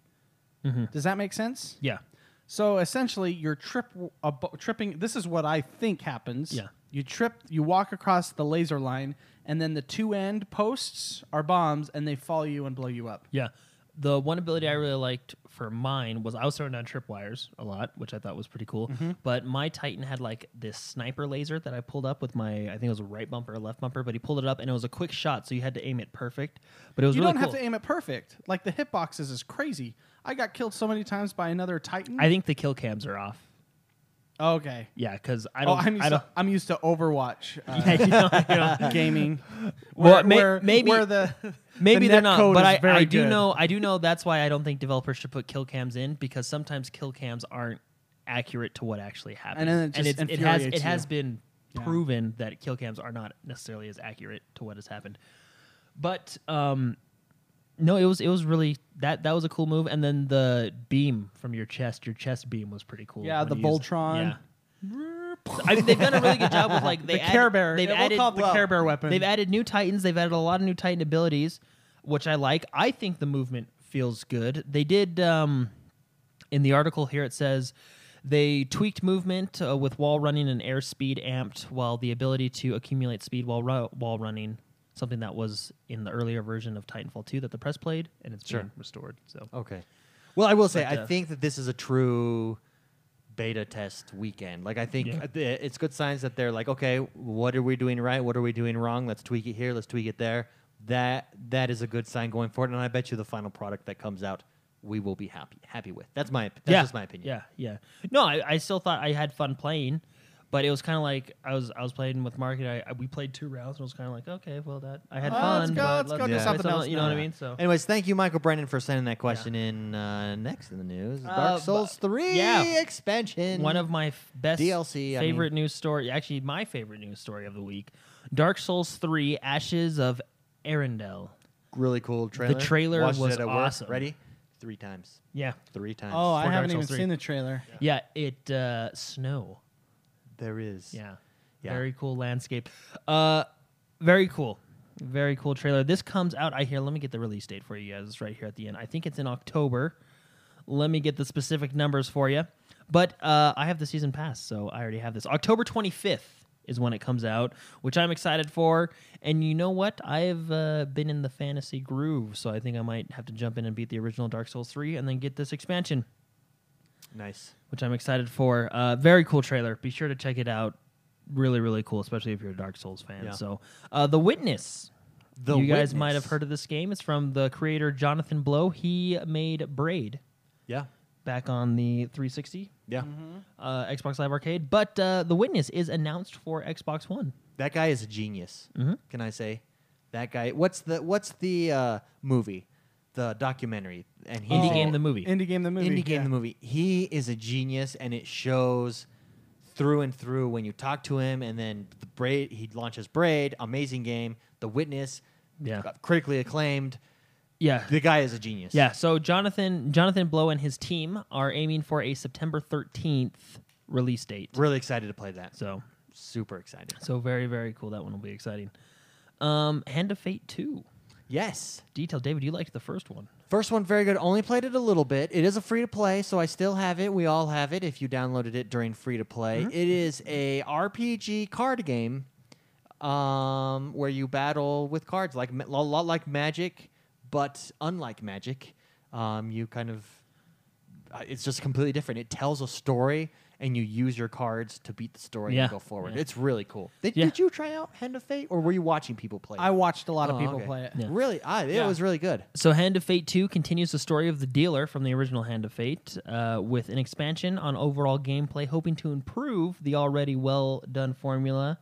[SPEAKER 2] Does that make sense?
[SPEAKER 3] Yeah,
[SPEAKER 2] So essentially, you're trip a bo- tripping. This is what I think happens.
[SPEAKER 3] Yeah.
[SPEAKER 2] You trip. You walk across the laser line, and then the two end posts are bombs, and they follow you and blow you up.
[SPEAKER 3] yeah. The one ability I really liked for mine was I was throwing down Tripwires a lot, which I thought was pretty cool.
[SPEAKER 2] Mm-hmm.
[SPEAKER 3] But my Titan had like this sniper laser that I pulled up with my I think it was a right bumper or left bumper, but he pulled it up and it was a quick shot, so you had to aim it perfect. But it was
[SPEAKER 2] You
[SPEAKER 3] really
[SPEAKER 2] don't
[SPEAKER 3] cool.
[SPEAKER 2] have to aim it perfect. Like the hitboxes is crazy. I got killed so many times by another Titan. Oh,
[SPEAKER 3] I think the kill cams are off.
[SPEAKER 2] okay.
[SPEAKER 3] Yeah, because I
[SPEAKER 2] Oh,
[SPEAKER 3] don't.
[SPEAKER 2] I'm used,
[SPEAKER 3] I don't.
[SPEAKER 2] to, I'm used to Overwatch uh,
[SPEAKER 3] (laughs) Yeah,
[SPEAKER 2] (laughs)
[SPEAKER 3] you don't- you don't-
[SPEAKER 2] gaming.
[SPEAKER 3] Well,
[SPEAKER 2] Where-
[SPEAKER 3] may-
[SPEAKER 2] where-
[SPEAKER 3] maybe-
[SPEAKER 2] where the
[SPEAKER 3] (laughs) Maybe
[SPEAKER 2] the net
[SPEAKER 3] they're not,
[SPEAKER 2] code
[SPEAKER 3] but
[SPEAKER 2] is
[SPEAKER 3] I,
[SPEAKER 2] very
[SPEAKER 3] I do
[SPEAKER 2] good.
[SPEAKER 3] know I do know that's why I don't think developers should put kill cams in because sometimes kill cams aro't accurate to what actually happened.
[SPEAKER 2] then it just
[SPEAKER 3] it has it
[SPEAKER 2] infuriates
[SPEAKER 3] has
[SPEAKER 2] you.
[SPEAKER 3] been
[SPEAKER 2] Yeah.
[SPEAKER 3] proven that kill cams are not necessarily as accurate to what has happened. But um, no, it was it was really that that was a cool move, and then the beam from your chest, your chest beam was pretty cool.
[SPEAKER 2] Yeah,
[SPEAKER 3] when
[SPEAKER 2] the
[SPEAKER 3] you used it.
[SPEAKER 2] Voltron.
[SPEAKER 3] Yeah. So, I mean, they've done a really good job with
[SPEAKER 2] (laughs)
[SPEAKER 3] like they
[SPEAKER 2] the
[SPEAKER 3] added-
[SPEAKER 2] Care Bear.
[SPEAKER 3] They've
[SPEAKER 2] yeah, we'll
[SPEAKER 3] added
[SPEAKER 2] call it the
[SPEAKER 3] well,
[SPEAKER 2] Care Bear weapon.
[SPEAKER 3] They've added new Titans. They've added a lot of new Titan abilities, which I like. I think the movement feels good. They did um, in the article here. It says they tweaked movement uh, with wall running and air speed amped, while the ability to accumulate speed while ru- while running something that was in the earlier version of Titanfall 2 that the press played, and it's being restored. So
[SPEAKER 1] Okay. Well, I will say,
[SPEAKER 3] But, uh,
[SPEAKER 1] I think that this is a true beta test weekend. Like, I think
[SPEAKER 3] Yeah.
[SPEAKER 1] th- it's good signs that they're like, okay, what are we doing right? What are we doing wrong? Let's tweak it here. Let's tweak it there. That that is a good sign going forward. And I bet you the final product that comes out, we will be happy happy with. That's my that's
[SPEAKER 3] yeah.
[SPEAKER 1] just my opinion.
[SPEAKER 3] Yeah, yeah. No, I, I still thought I had fun playing, but it was kind of like I was I was playing with Mark and I, I- we played two rounds and I was kind of like okay, well that I had
[SPEAKER 2] Oh,
[SPEAKER 3] fun.
[SPEAKER 2] let's go,
[SPEAKER 3] but
[SPEAKER 2] let's go do
[SPEAKER 3] play
[SPEAKER 2] something else
[SPEAKER 3] You know what I
[SPEAKER 2] now.
[SPEAKER 3] mean? So
[SPEAKER 1] Anyways, thank you, Michael Brennan, for sending that question in. Uh, next in the news,
[SPEAKER 3] Uh,
[SPEAKER 1] Dark
[SPEAKER 3] bu-
[SPEAKER 1] Souls Three
[SPEAKER 3] yeah.
[SPEAKER 1] expansion.
[SPEAKER 3] one of my f- best
[SPEAKER 1] DLC, I mean.
[SPEAKER 3] favorite news story, actually my favorite news story of the week, Dark Souls Three: Ashes of Arendelle.
[SPEAKER 1] really cool trailer.
[SPEAKER 3] trailer
[SPEAKER 1] Watched it
[SPEAKER 3] was
[SPEAKER 1] at work.
[SPEAKER 3] awesome.
[SPEAKER 1] Ready? Three times.
[SPEAKER 3] Yeah,
[SPEAKER 1] Three times.
[SPEAKER 2] oh, I
[SPEAKER 3] Dark
[SPEAKER 2] haven't
[SPEAKER 3] Souls
[SPEAKER 2] even
[SPEAKER 3] 3.
[SPEAKER 2] seen the trailer.
[SPEAKER 3] yeah. It uh, snow.
[SPEAKER 1] there is.
[SPEAKER 3] Yeah.
[SPEAKER 1] Yeah.
[SPEAKER 3] Very cool landscape. Uh, very cool. Very cool trailer. This comes out, I hear, let me get the release date for you guys. It's right here at the end. I think it's in October. Let me get the specific numbers for you. But uh, I have the season pass, so I already have this. October 25th is when it comes out, which I'm excited for. And you know what? I've uh, been in the fantasy groove, so I think I might have to jump in and beat the original Dark Souls 3 and then get this expansion
[SPEAKER 1] Nice.
[SPEAKER 3] which I'm excited for. Uh, very cool trailer. Be sure to check it out. Really, really cool, especially if you're a Dark Souls fan.
[SPEAKER 1] Yeah.
[SPEAKER 3] So, uh, The Witness.
[SPEAKER 1] The
[SPEAKER 3] you guys
[SPEAKER 1] Witness.
[SPEAKER 3] might have heard of this game. It's from the creator Jonathan Blow. He made Braid
[SPEAKER 1] Yeah.
[SPEAKER 3] back on the 360
[SPEAKER 1] Yeah.
[SPEAKER 3] uh, Xbox Live Arcade. But uh, The Witness is announced for Xbox One.
[SPEAKER 1] That guy is a genius.
[SPEAKER 3] Mm-hmm.
[SPEAKER 1] Can I say? That guy. What's the What's the uh, movie? The documentary. And he
[SPEAKER 3] Indie game, the movie.
[SPEAKER 2] Oh. Indie game, the movie.
[SPEAKER 1] Indie game,
[SPEAKER 2] yeah.
[SPEAKER 1] the movie. He is a genius, and it shows through and through when you talk to him. And then the braid, he launches Braid, amazing game. The Witness,
[SPEAKER 3] Yeah.
[SPEAKER 1] got critically acclaimed.
[SPEAKER 3] yeah.
[SPEAKER 1] The guy is a genius.
[SPEAKER 3] Yeah, so Jonathan Jonathan Blow and his team are aiming for a September 13th release date.
[SPEAKER 1] really excited to play that.
[SPEAKER 3] So,
[SPEAKER 1] Super excited.
[SPEAKER 3] So very, very cool. That one will be exciting. Um, Hand of Fate 2.
[SPEAKER 1] Yes.
[SPEAKER 3] Detail, David, you liked the first one.
[SPEAKER 1] First one, very good. Only played it a little bit. It is a free to play, so I still have it. We all have it if you downloaded it during free to play.
[SPEAKER 2] Mm-hmm.
[SPEAKER 1] is a RPG card game um, where you battle with cards, like ma- a lot like Magic, but unlike Magic, um, you kind of uh, it's just completely different. It tells a story, and you use your cards to beat the story
[SPEAKER 3] Yeah.
[SPEAKER 1] and go forward.
[SPEAKER 3] Yeah.
[SPEAKER 1] It's really cool. Did,
[SPEAKER 3] Yeah.
[SPEAKER 1] did you try out Hand of Fate, or were you watching people play?
[SPEAKER 2] I watched a lot
[SPEAKER 1] Oh,
[SPEAKER 2] of people
[SPEAKER 1] okay.
[SPEAKER 2] play it.
[SPEAKER 3] Yeah.
[SPEAKER 1] Really, I, it
[SPEAKER 2] Yeah.
[SPEAKER 1] was really good.
[SPEAKER 3] So Hand of Fate 2 continues the story of the dealer from the original Hand of Fate uh, with an expansion on overall gameplay, hoping to improve the already well done formula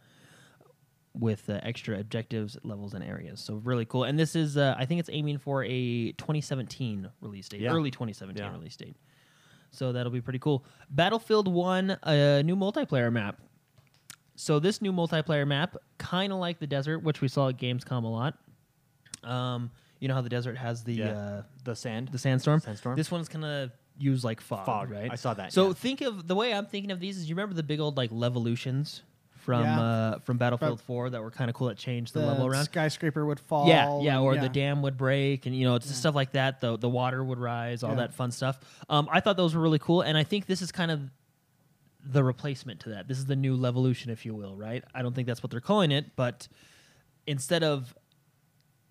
[SPEAKER 3] with uh, extra objectives, levels, and areas. So really cool. And this is, uh, I think it's aiming for a 2017 release date,
[SPEAKER 1] Yeah.
[SPEAKER 3] early 2017
[SPEAKER 1] Yeah.
[SPEAKER 3] release date. So that'll be pretty cool. Battlefield 1, a new multiplayer map. So this new multiplayer map, kind of like the desert, which we saw at Gamescom a lot. Um, you know how the desert has the
[SPEAKER 1] Yeah.
[SPEAKER 3] uh,
[SPEAKER 1] The sand,
[SPEAKER 3] the sandstorm.
[SPEAKER 1] Sandstorm.
[SPEAKER 3] This one's gonna use like fog,
[SPEAKER 1] Fog.
[SPEAKER 3] right?
[SPEAKER 1] I saw that,
[SPEAKER 3] So
[SPEAKER 1] yeah.
[SPEAKER 3] think of the way I'm thinking of these is you remember the big old like levolutions from
[SPEAKER 2] Yeah.
[SPEAKER 3] uh, from Battlefield 4 that were kind of cool that changed the, level around.
[SPEAKER 2] skyscraper would fall.
[SPEAKER 3] Yeah, yeah,
[SPEAKER 2] and-
[SPEAKER 3] or the dam would break, and you know, it's stuff like that. The the water would rise, all
[SPEAKER 2] Yeah.
[SPEAKER 3] that fun stuff. Um, I thought those were really cool, and I think this is kind of the replacement to that. This is the new levolution, if you will, right? I don't think that's what they're calling it, but instead of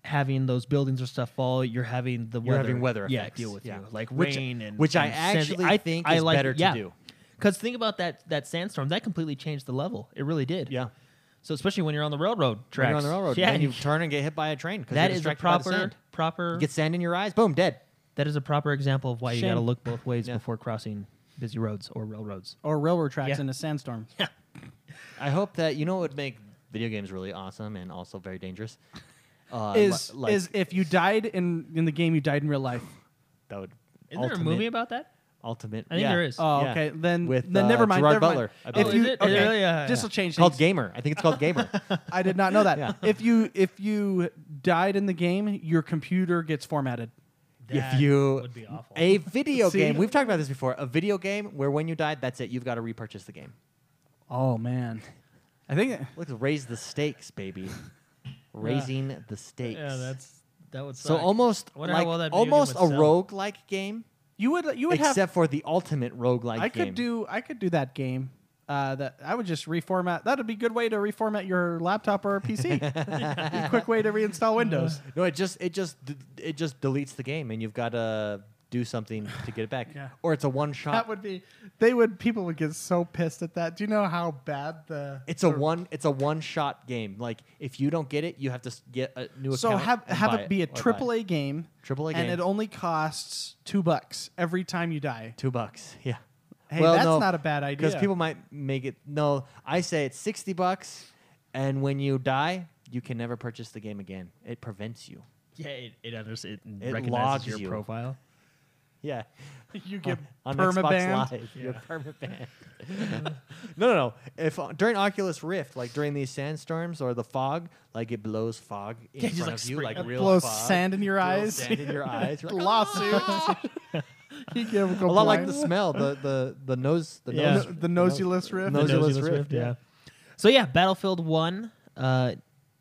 [SPEAKER 3] having those buildings or stuff fall, you're having the
[SPEAKER 1] You're
[SPEAKER 3] weather,
[SPEAKER 1] having weather
[SPEAKER 3] yeah,
[SPEAKER 1] effects,
[SPEAKER 3] deal with
[SPEAKER 1] yeah.
[SPEAKER 3] you, like
[SPEAKER 1] Which-
[SPEAKER 3] rain and
[SPEAKER 1] which I
[SPEAKER 3] and sands.
[SPEAKER 1] actually think is better to do.
[SPEAKER 3] Because think about that that sandstorm that completely changed the level. It really did.
[SPEAKER 1] Yeah.
[SPEAKER 3] So especially when you're on the railroad
[SPEAKER 1] When
[SPEAKER 3] tracks,
[SPEAKER 1] you're on the railroad.
[SPEAKER 3] yeah,
[SPEAKER 1] and you turn and get hit by a train because
[SPEAKER 3] that is a
[SPEAKER 1] By the
[SPEAKER 3] proper
[SPEAKER 1] sand.
[SPEAKER 3] proper
[SPEAKER 1] You Get sand in your eyes. Boom, dead.
[SPEAKER 3] that is a proper example of why you got to
[SPEAKER 2] Shame.
[SPEAKER 3] look both ways
[SPEAKER 1] Yeah.
[SPEAKER 3] before crossing busy roads or railroads.
[SPEAKER 2] or railroad tracks
[SPEAKER 3] Yeah.
[SPEAKER 2] in a sandstorm.
[SPEAKER 1] I hope that you know what would make video games really awesome and also very dangerous. Uh,
[SPEAKER 2] Is
[SPEAKER 1] li- like,
[SPEAKER 2] is if you died in in the game, you died in real life.
[SPEAKER 1] that would
[SPEAKER 3] Isn't
[SPEAKER 1] ultimate,
[SPEAKER 3] there a movie about that?
[SPEAKER 1] ultimate?
[SPEAKER 3] I think
[SPEAKER 1] yeah.
[SPEAKER 3] there is.
[SPEAKER 2] Oh,
[SPEAKER 1] Yeah.
[SPEAKER 2] okay. Then
[SPEAKER 1] With,
[SPEAKER 2] then
[SPEAKER 1] uh,
[SPEAKER 2] never mind.
[SPEAKER 1] Gerard
[SPEAKER 2] never mind.
[SPEAKER 1] Butler, I
[SPEAKER 2] If
[SPEAKER 1] believe.
[SPEAKER 2] you
[SPEAKER 3] Oh, is it? Is it
[SPEAKER 2] okay,
[SPEAKER 3] really? Yeah, yeah,
[SPEAKER 2] this
[SPEAKER 3] yeah.
[SPEAKER 2] will change
[SPEAKER 1] It's called
[SPEAKER 2] things.
[SPEAKER 1] Gamer. I think it's called
[SPEAKER 3] (laughs)
[SPEAKER 1] Gamer.
[SPEAKER 2] I did not know
[SPEAKER 1] (laughs)
[SPEAKER 2] that.
[SPEAKER 1] Yeah.
[SPEAKER 2] If you if you died in the game, your computer gets formatted.
[SPEAKER 3] That
[SPEAKER 1] if you
[SPEAKER 3] would be awful.
[SPEAKER 1] a video
[SPEAKER 2] See?
[SPEAKER 1] game, we've talked about this before. A video game where when you died, that's it. You've got to repurchase the game.
[SPEAKER 2] Oh man, I think
[SPEAKER 1] Look, raise the stakes,
[SPEAKER 3] (laughs)
[SPEAKER 1] baby. Raising the stakes.
[SPEAKER 3] yeah, that's that would
[SPEAKER 1] so
[SPEAKER 3] suck.
[SPEAKER 1] almost
[SPEAKER 3] I wonder
[SPEAKER 1] like
[SPEAKER 3] how well that video game
[SPEAKER 1] almost a
[SPEAKER 3] would sell.
[SPEAKER 1] roguelike game.
[SPEAKER 2] you would you would
[SPEAKER 1] except
[SPEAKER 2] have.
[SPEAKER 1] for the ultimate roguelike
[SPEAKER 2] I
[SPEAKER 1] game.
[SPEAKER 2] could do I could do that game. Uh, that I would just reformat. That'd be a good way to reformat your laptop
[SPEAKER 1] (laughs)
[SPEAKER 2] or PC. Be a quick way to reinstall
[SPEAKER 3] (laughs)
[SPEAKER 2] Windows.
[SPEAKER 1] no, it just it just d- it just deletes the game, and you've got to do something to get it back.
[SPEAKER 2] Yeah.
[SPEAKER 1] Or it's a one
[SPEAKER 2] That
[SPEAKER 1] shot.
[SPEAKER 2] would be. They would. People would get so pissed at that. Do you know how bad the?
[SPEAKER 1] It's a one it's a one shot game. Like if you don't get it, you have to s- get a new
[SPEAKER 2] So
[SPEAKER 1] account.
[SPEAKER 2] have
[SPEAKER 1] and
[SPEAKER 2] have
[SPEAKER 1] buy
[SPEAKER 2] it be a
[SPEAKER 1] or buy
[SPEAKER 2] triple A game.
[SPEAKER 1] Triple A
[SPEAKER 2] and
[SPEAKER 1] game.
[SPEAKER 2] it only costs two bucks every time you die.
[SPEAKER 1] Two bucks. Yeah.
[SPEAKER 2] Hey, that's not a bad idea.
[SPEAKER 1] Because people might make it. No, I say it's sixty bucks, and when you die, you can never purchase the game again. It prevents you.
[SPEAKER 3] yeah, it it, under, it,
[SPEAKER 1] logs
[SPEAKER 3] recognizes your
[SPEAKER 1] you. (laughs)
[SPEAKER 3] profile.
[SPEAKER 1] Yeah.
[SPEAKER 2] (laughs)
[SPEAKER 1] (laughs)
[SPEAKER 2] You get
[SPEAKER 1] on
[SPEAKER 2] permabanned.
[SPEAKER 1] Xbox Live. You're permabanned. (laughs) no, no, no. If uh, during Oculus Rift, like during these sandstorms or the fog, like it blows fog in
[SPEAKER 3] Yeah, just,
[SPEAKER 1] front
[SPEAKER 3] like,
[SPEAKER 1] of you,
[SPEAKER 3] spray-
[SPEAKER 1] like
[SPEAKER 3] it
[SPEAKER 1] real
[SPEAKER 2] blows
[SPEAKER 1] fog.
[SPEAKER 2] sand in your
[SPEAKER 1] blows
[SPEAKER 2] eyes.
[SPEAKER 1] sand in your
[SPEAKER 2] (laughs)
[SPEAKER 1] eyes. You're like, "Oh,
[SPEAKER 2] Lawsuits.
[SPEAKER 1] (laughs)
[SPEAKER 2] (laughs) you get a
[SPEAKER 1] a lot like the smell, the the the nose, the
[SPEAKER 3] Yeah.
[SPEAKER 1] nose,
[SPEAKER 2] The- the nosuless rift.
[SPEAKER 1] Nosuless,
[SPEAKER 2] The
[SPEAKER 3] Noseless
[SPEAKER 1] rift.
[SPEAKER 3] Rift, So yeah, Battlefield One, uh,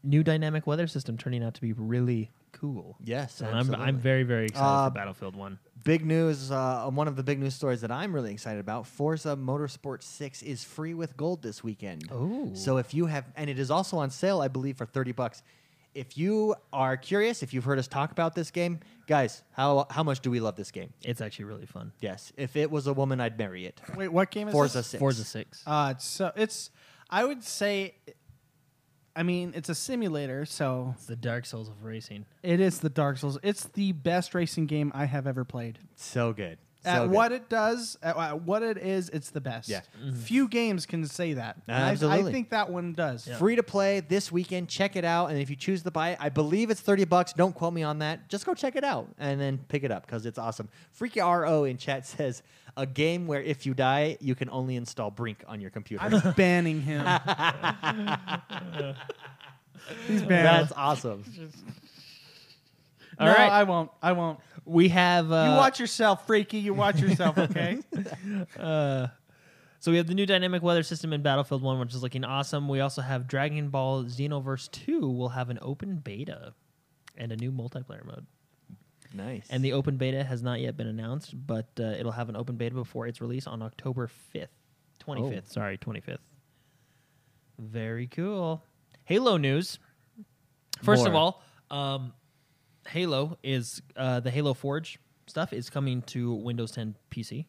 [SPEAKER 3] new dynamic weather system turning out to be really cool.
[SPEAKER 1] Yes,
[SPEAKER 3] and I'm, I'm
[SPEAKER 1] absolutely.
[SPEAKER 3] very very excited
[SPEAKER 1] Uh,
[SPEAKER 3] for Battlefield One.
[SPEAKER 1] Big news, uh, one of the big news stories that I'm really excited about Forza Motorsport 6 is free with gold this weekend.
[SPEAKER 3] Ooh.
[SPEAKER 1] So if you have, and it is also on sale, I believe, for 30 bucks. If you are curious, if you've heard us talk about this game, guys, how, how much do we love this game?
[SPEAKER 3] It's actually really fun.
[SPEAKER 1] Yes. If it was a woman, I'd marry it.
[SPEAKER 2] Wait, what game is
[SPEAKER 1] Forza
[SPEAKER 2] this?
[SPEAKER 1] 6.
[SPEAKER 3] Forza Six.
[SPEAKER 2] Uh, it's so it's. I would say. I mean, it's a simulator, so
[SPEAKER 3] It's the Dark Souls of racing.
[SPEAKER 2] it is the Dark Souls. It's the best racing game I have ever played.
[SPEAKER 1] So good. So
[SPEAKER 2] at
[SPEAKER 1] good.
[SPEAKER 2] what it does, at, at what it is, it's the best.
[SPEAKER 1] Yeah. Mm-hmm.
[SPEAKER 2] Few games can say that. And I- I,
[SPEAKER 1] Absolutely.
[SPEAKER 2] think that one does.
[SPEAKER 1] Free to play this weekend. Check it out. And if you choose to buy it, I believe it's 30 bucks. Don't quote me on that. Just go check it out and then pick it up because it's awesome. Freaky RO in chat (laughs) says a game where if you die, you can only install Brink on your computer.
[SPEAKER 2] I'm banning him.
[SPEAKER 1] (laughs)
[SPEAKER 2] He's banned.
[SPEAKER 1] That's awesome.
[SPEAKER 3] (laughs) All
[SPEAKER 2] no,
[SPEAKER 3] right.
[SPEAKER 2] I won't. I won't.
[SPEAKER 3] We have uh,
[SPEAKER 2] You watch yourself, freaky. You watch yourself, okay?
[SPEAKER 3] So we have the new dynamic weather system in Battlefield 1, which is looking awesome. We also have Dragon Ball Xenoverse 2 will have an open beta and a new multiplayer mode.
[SPEAKER 1] Nice.
[SPEAKER 3] And the open beta has not yet been announced, but uh, it'll have an open beta before its release on October 5th. 25th,
[SPEAKER 1] Oh.
[SPEAKER 3] sorry, 25th. Very cool. Halo news. First of all, um, Halo is uh, the Halo Forge stuff is coming to Windows 10 PC,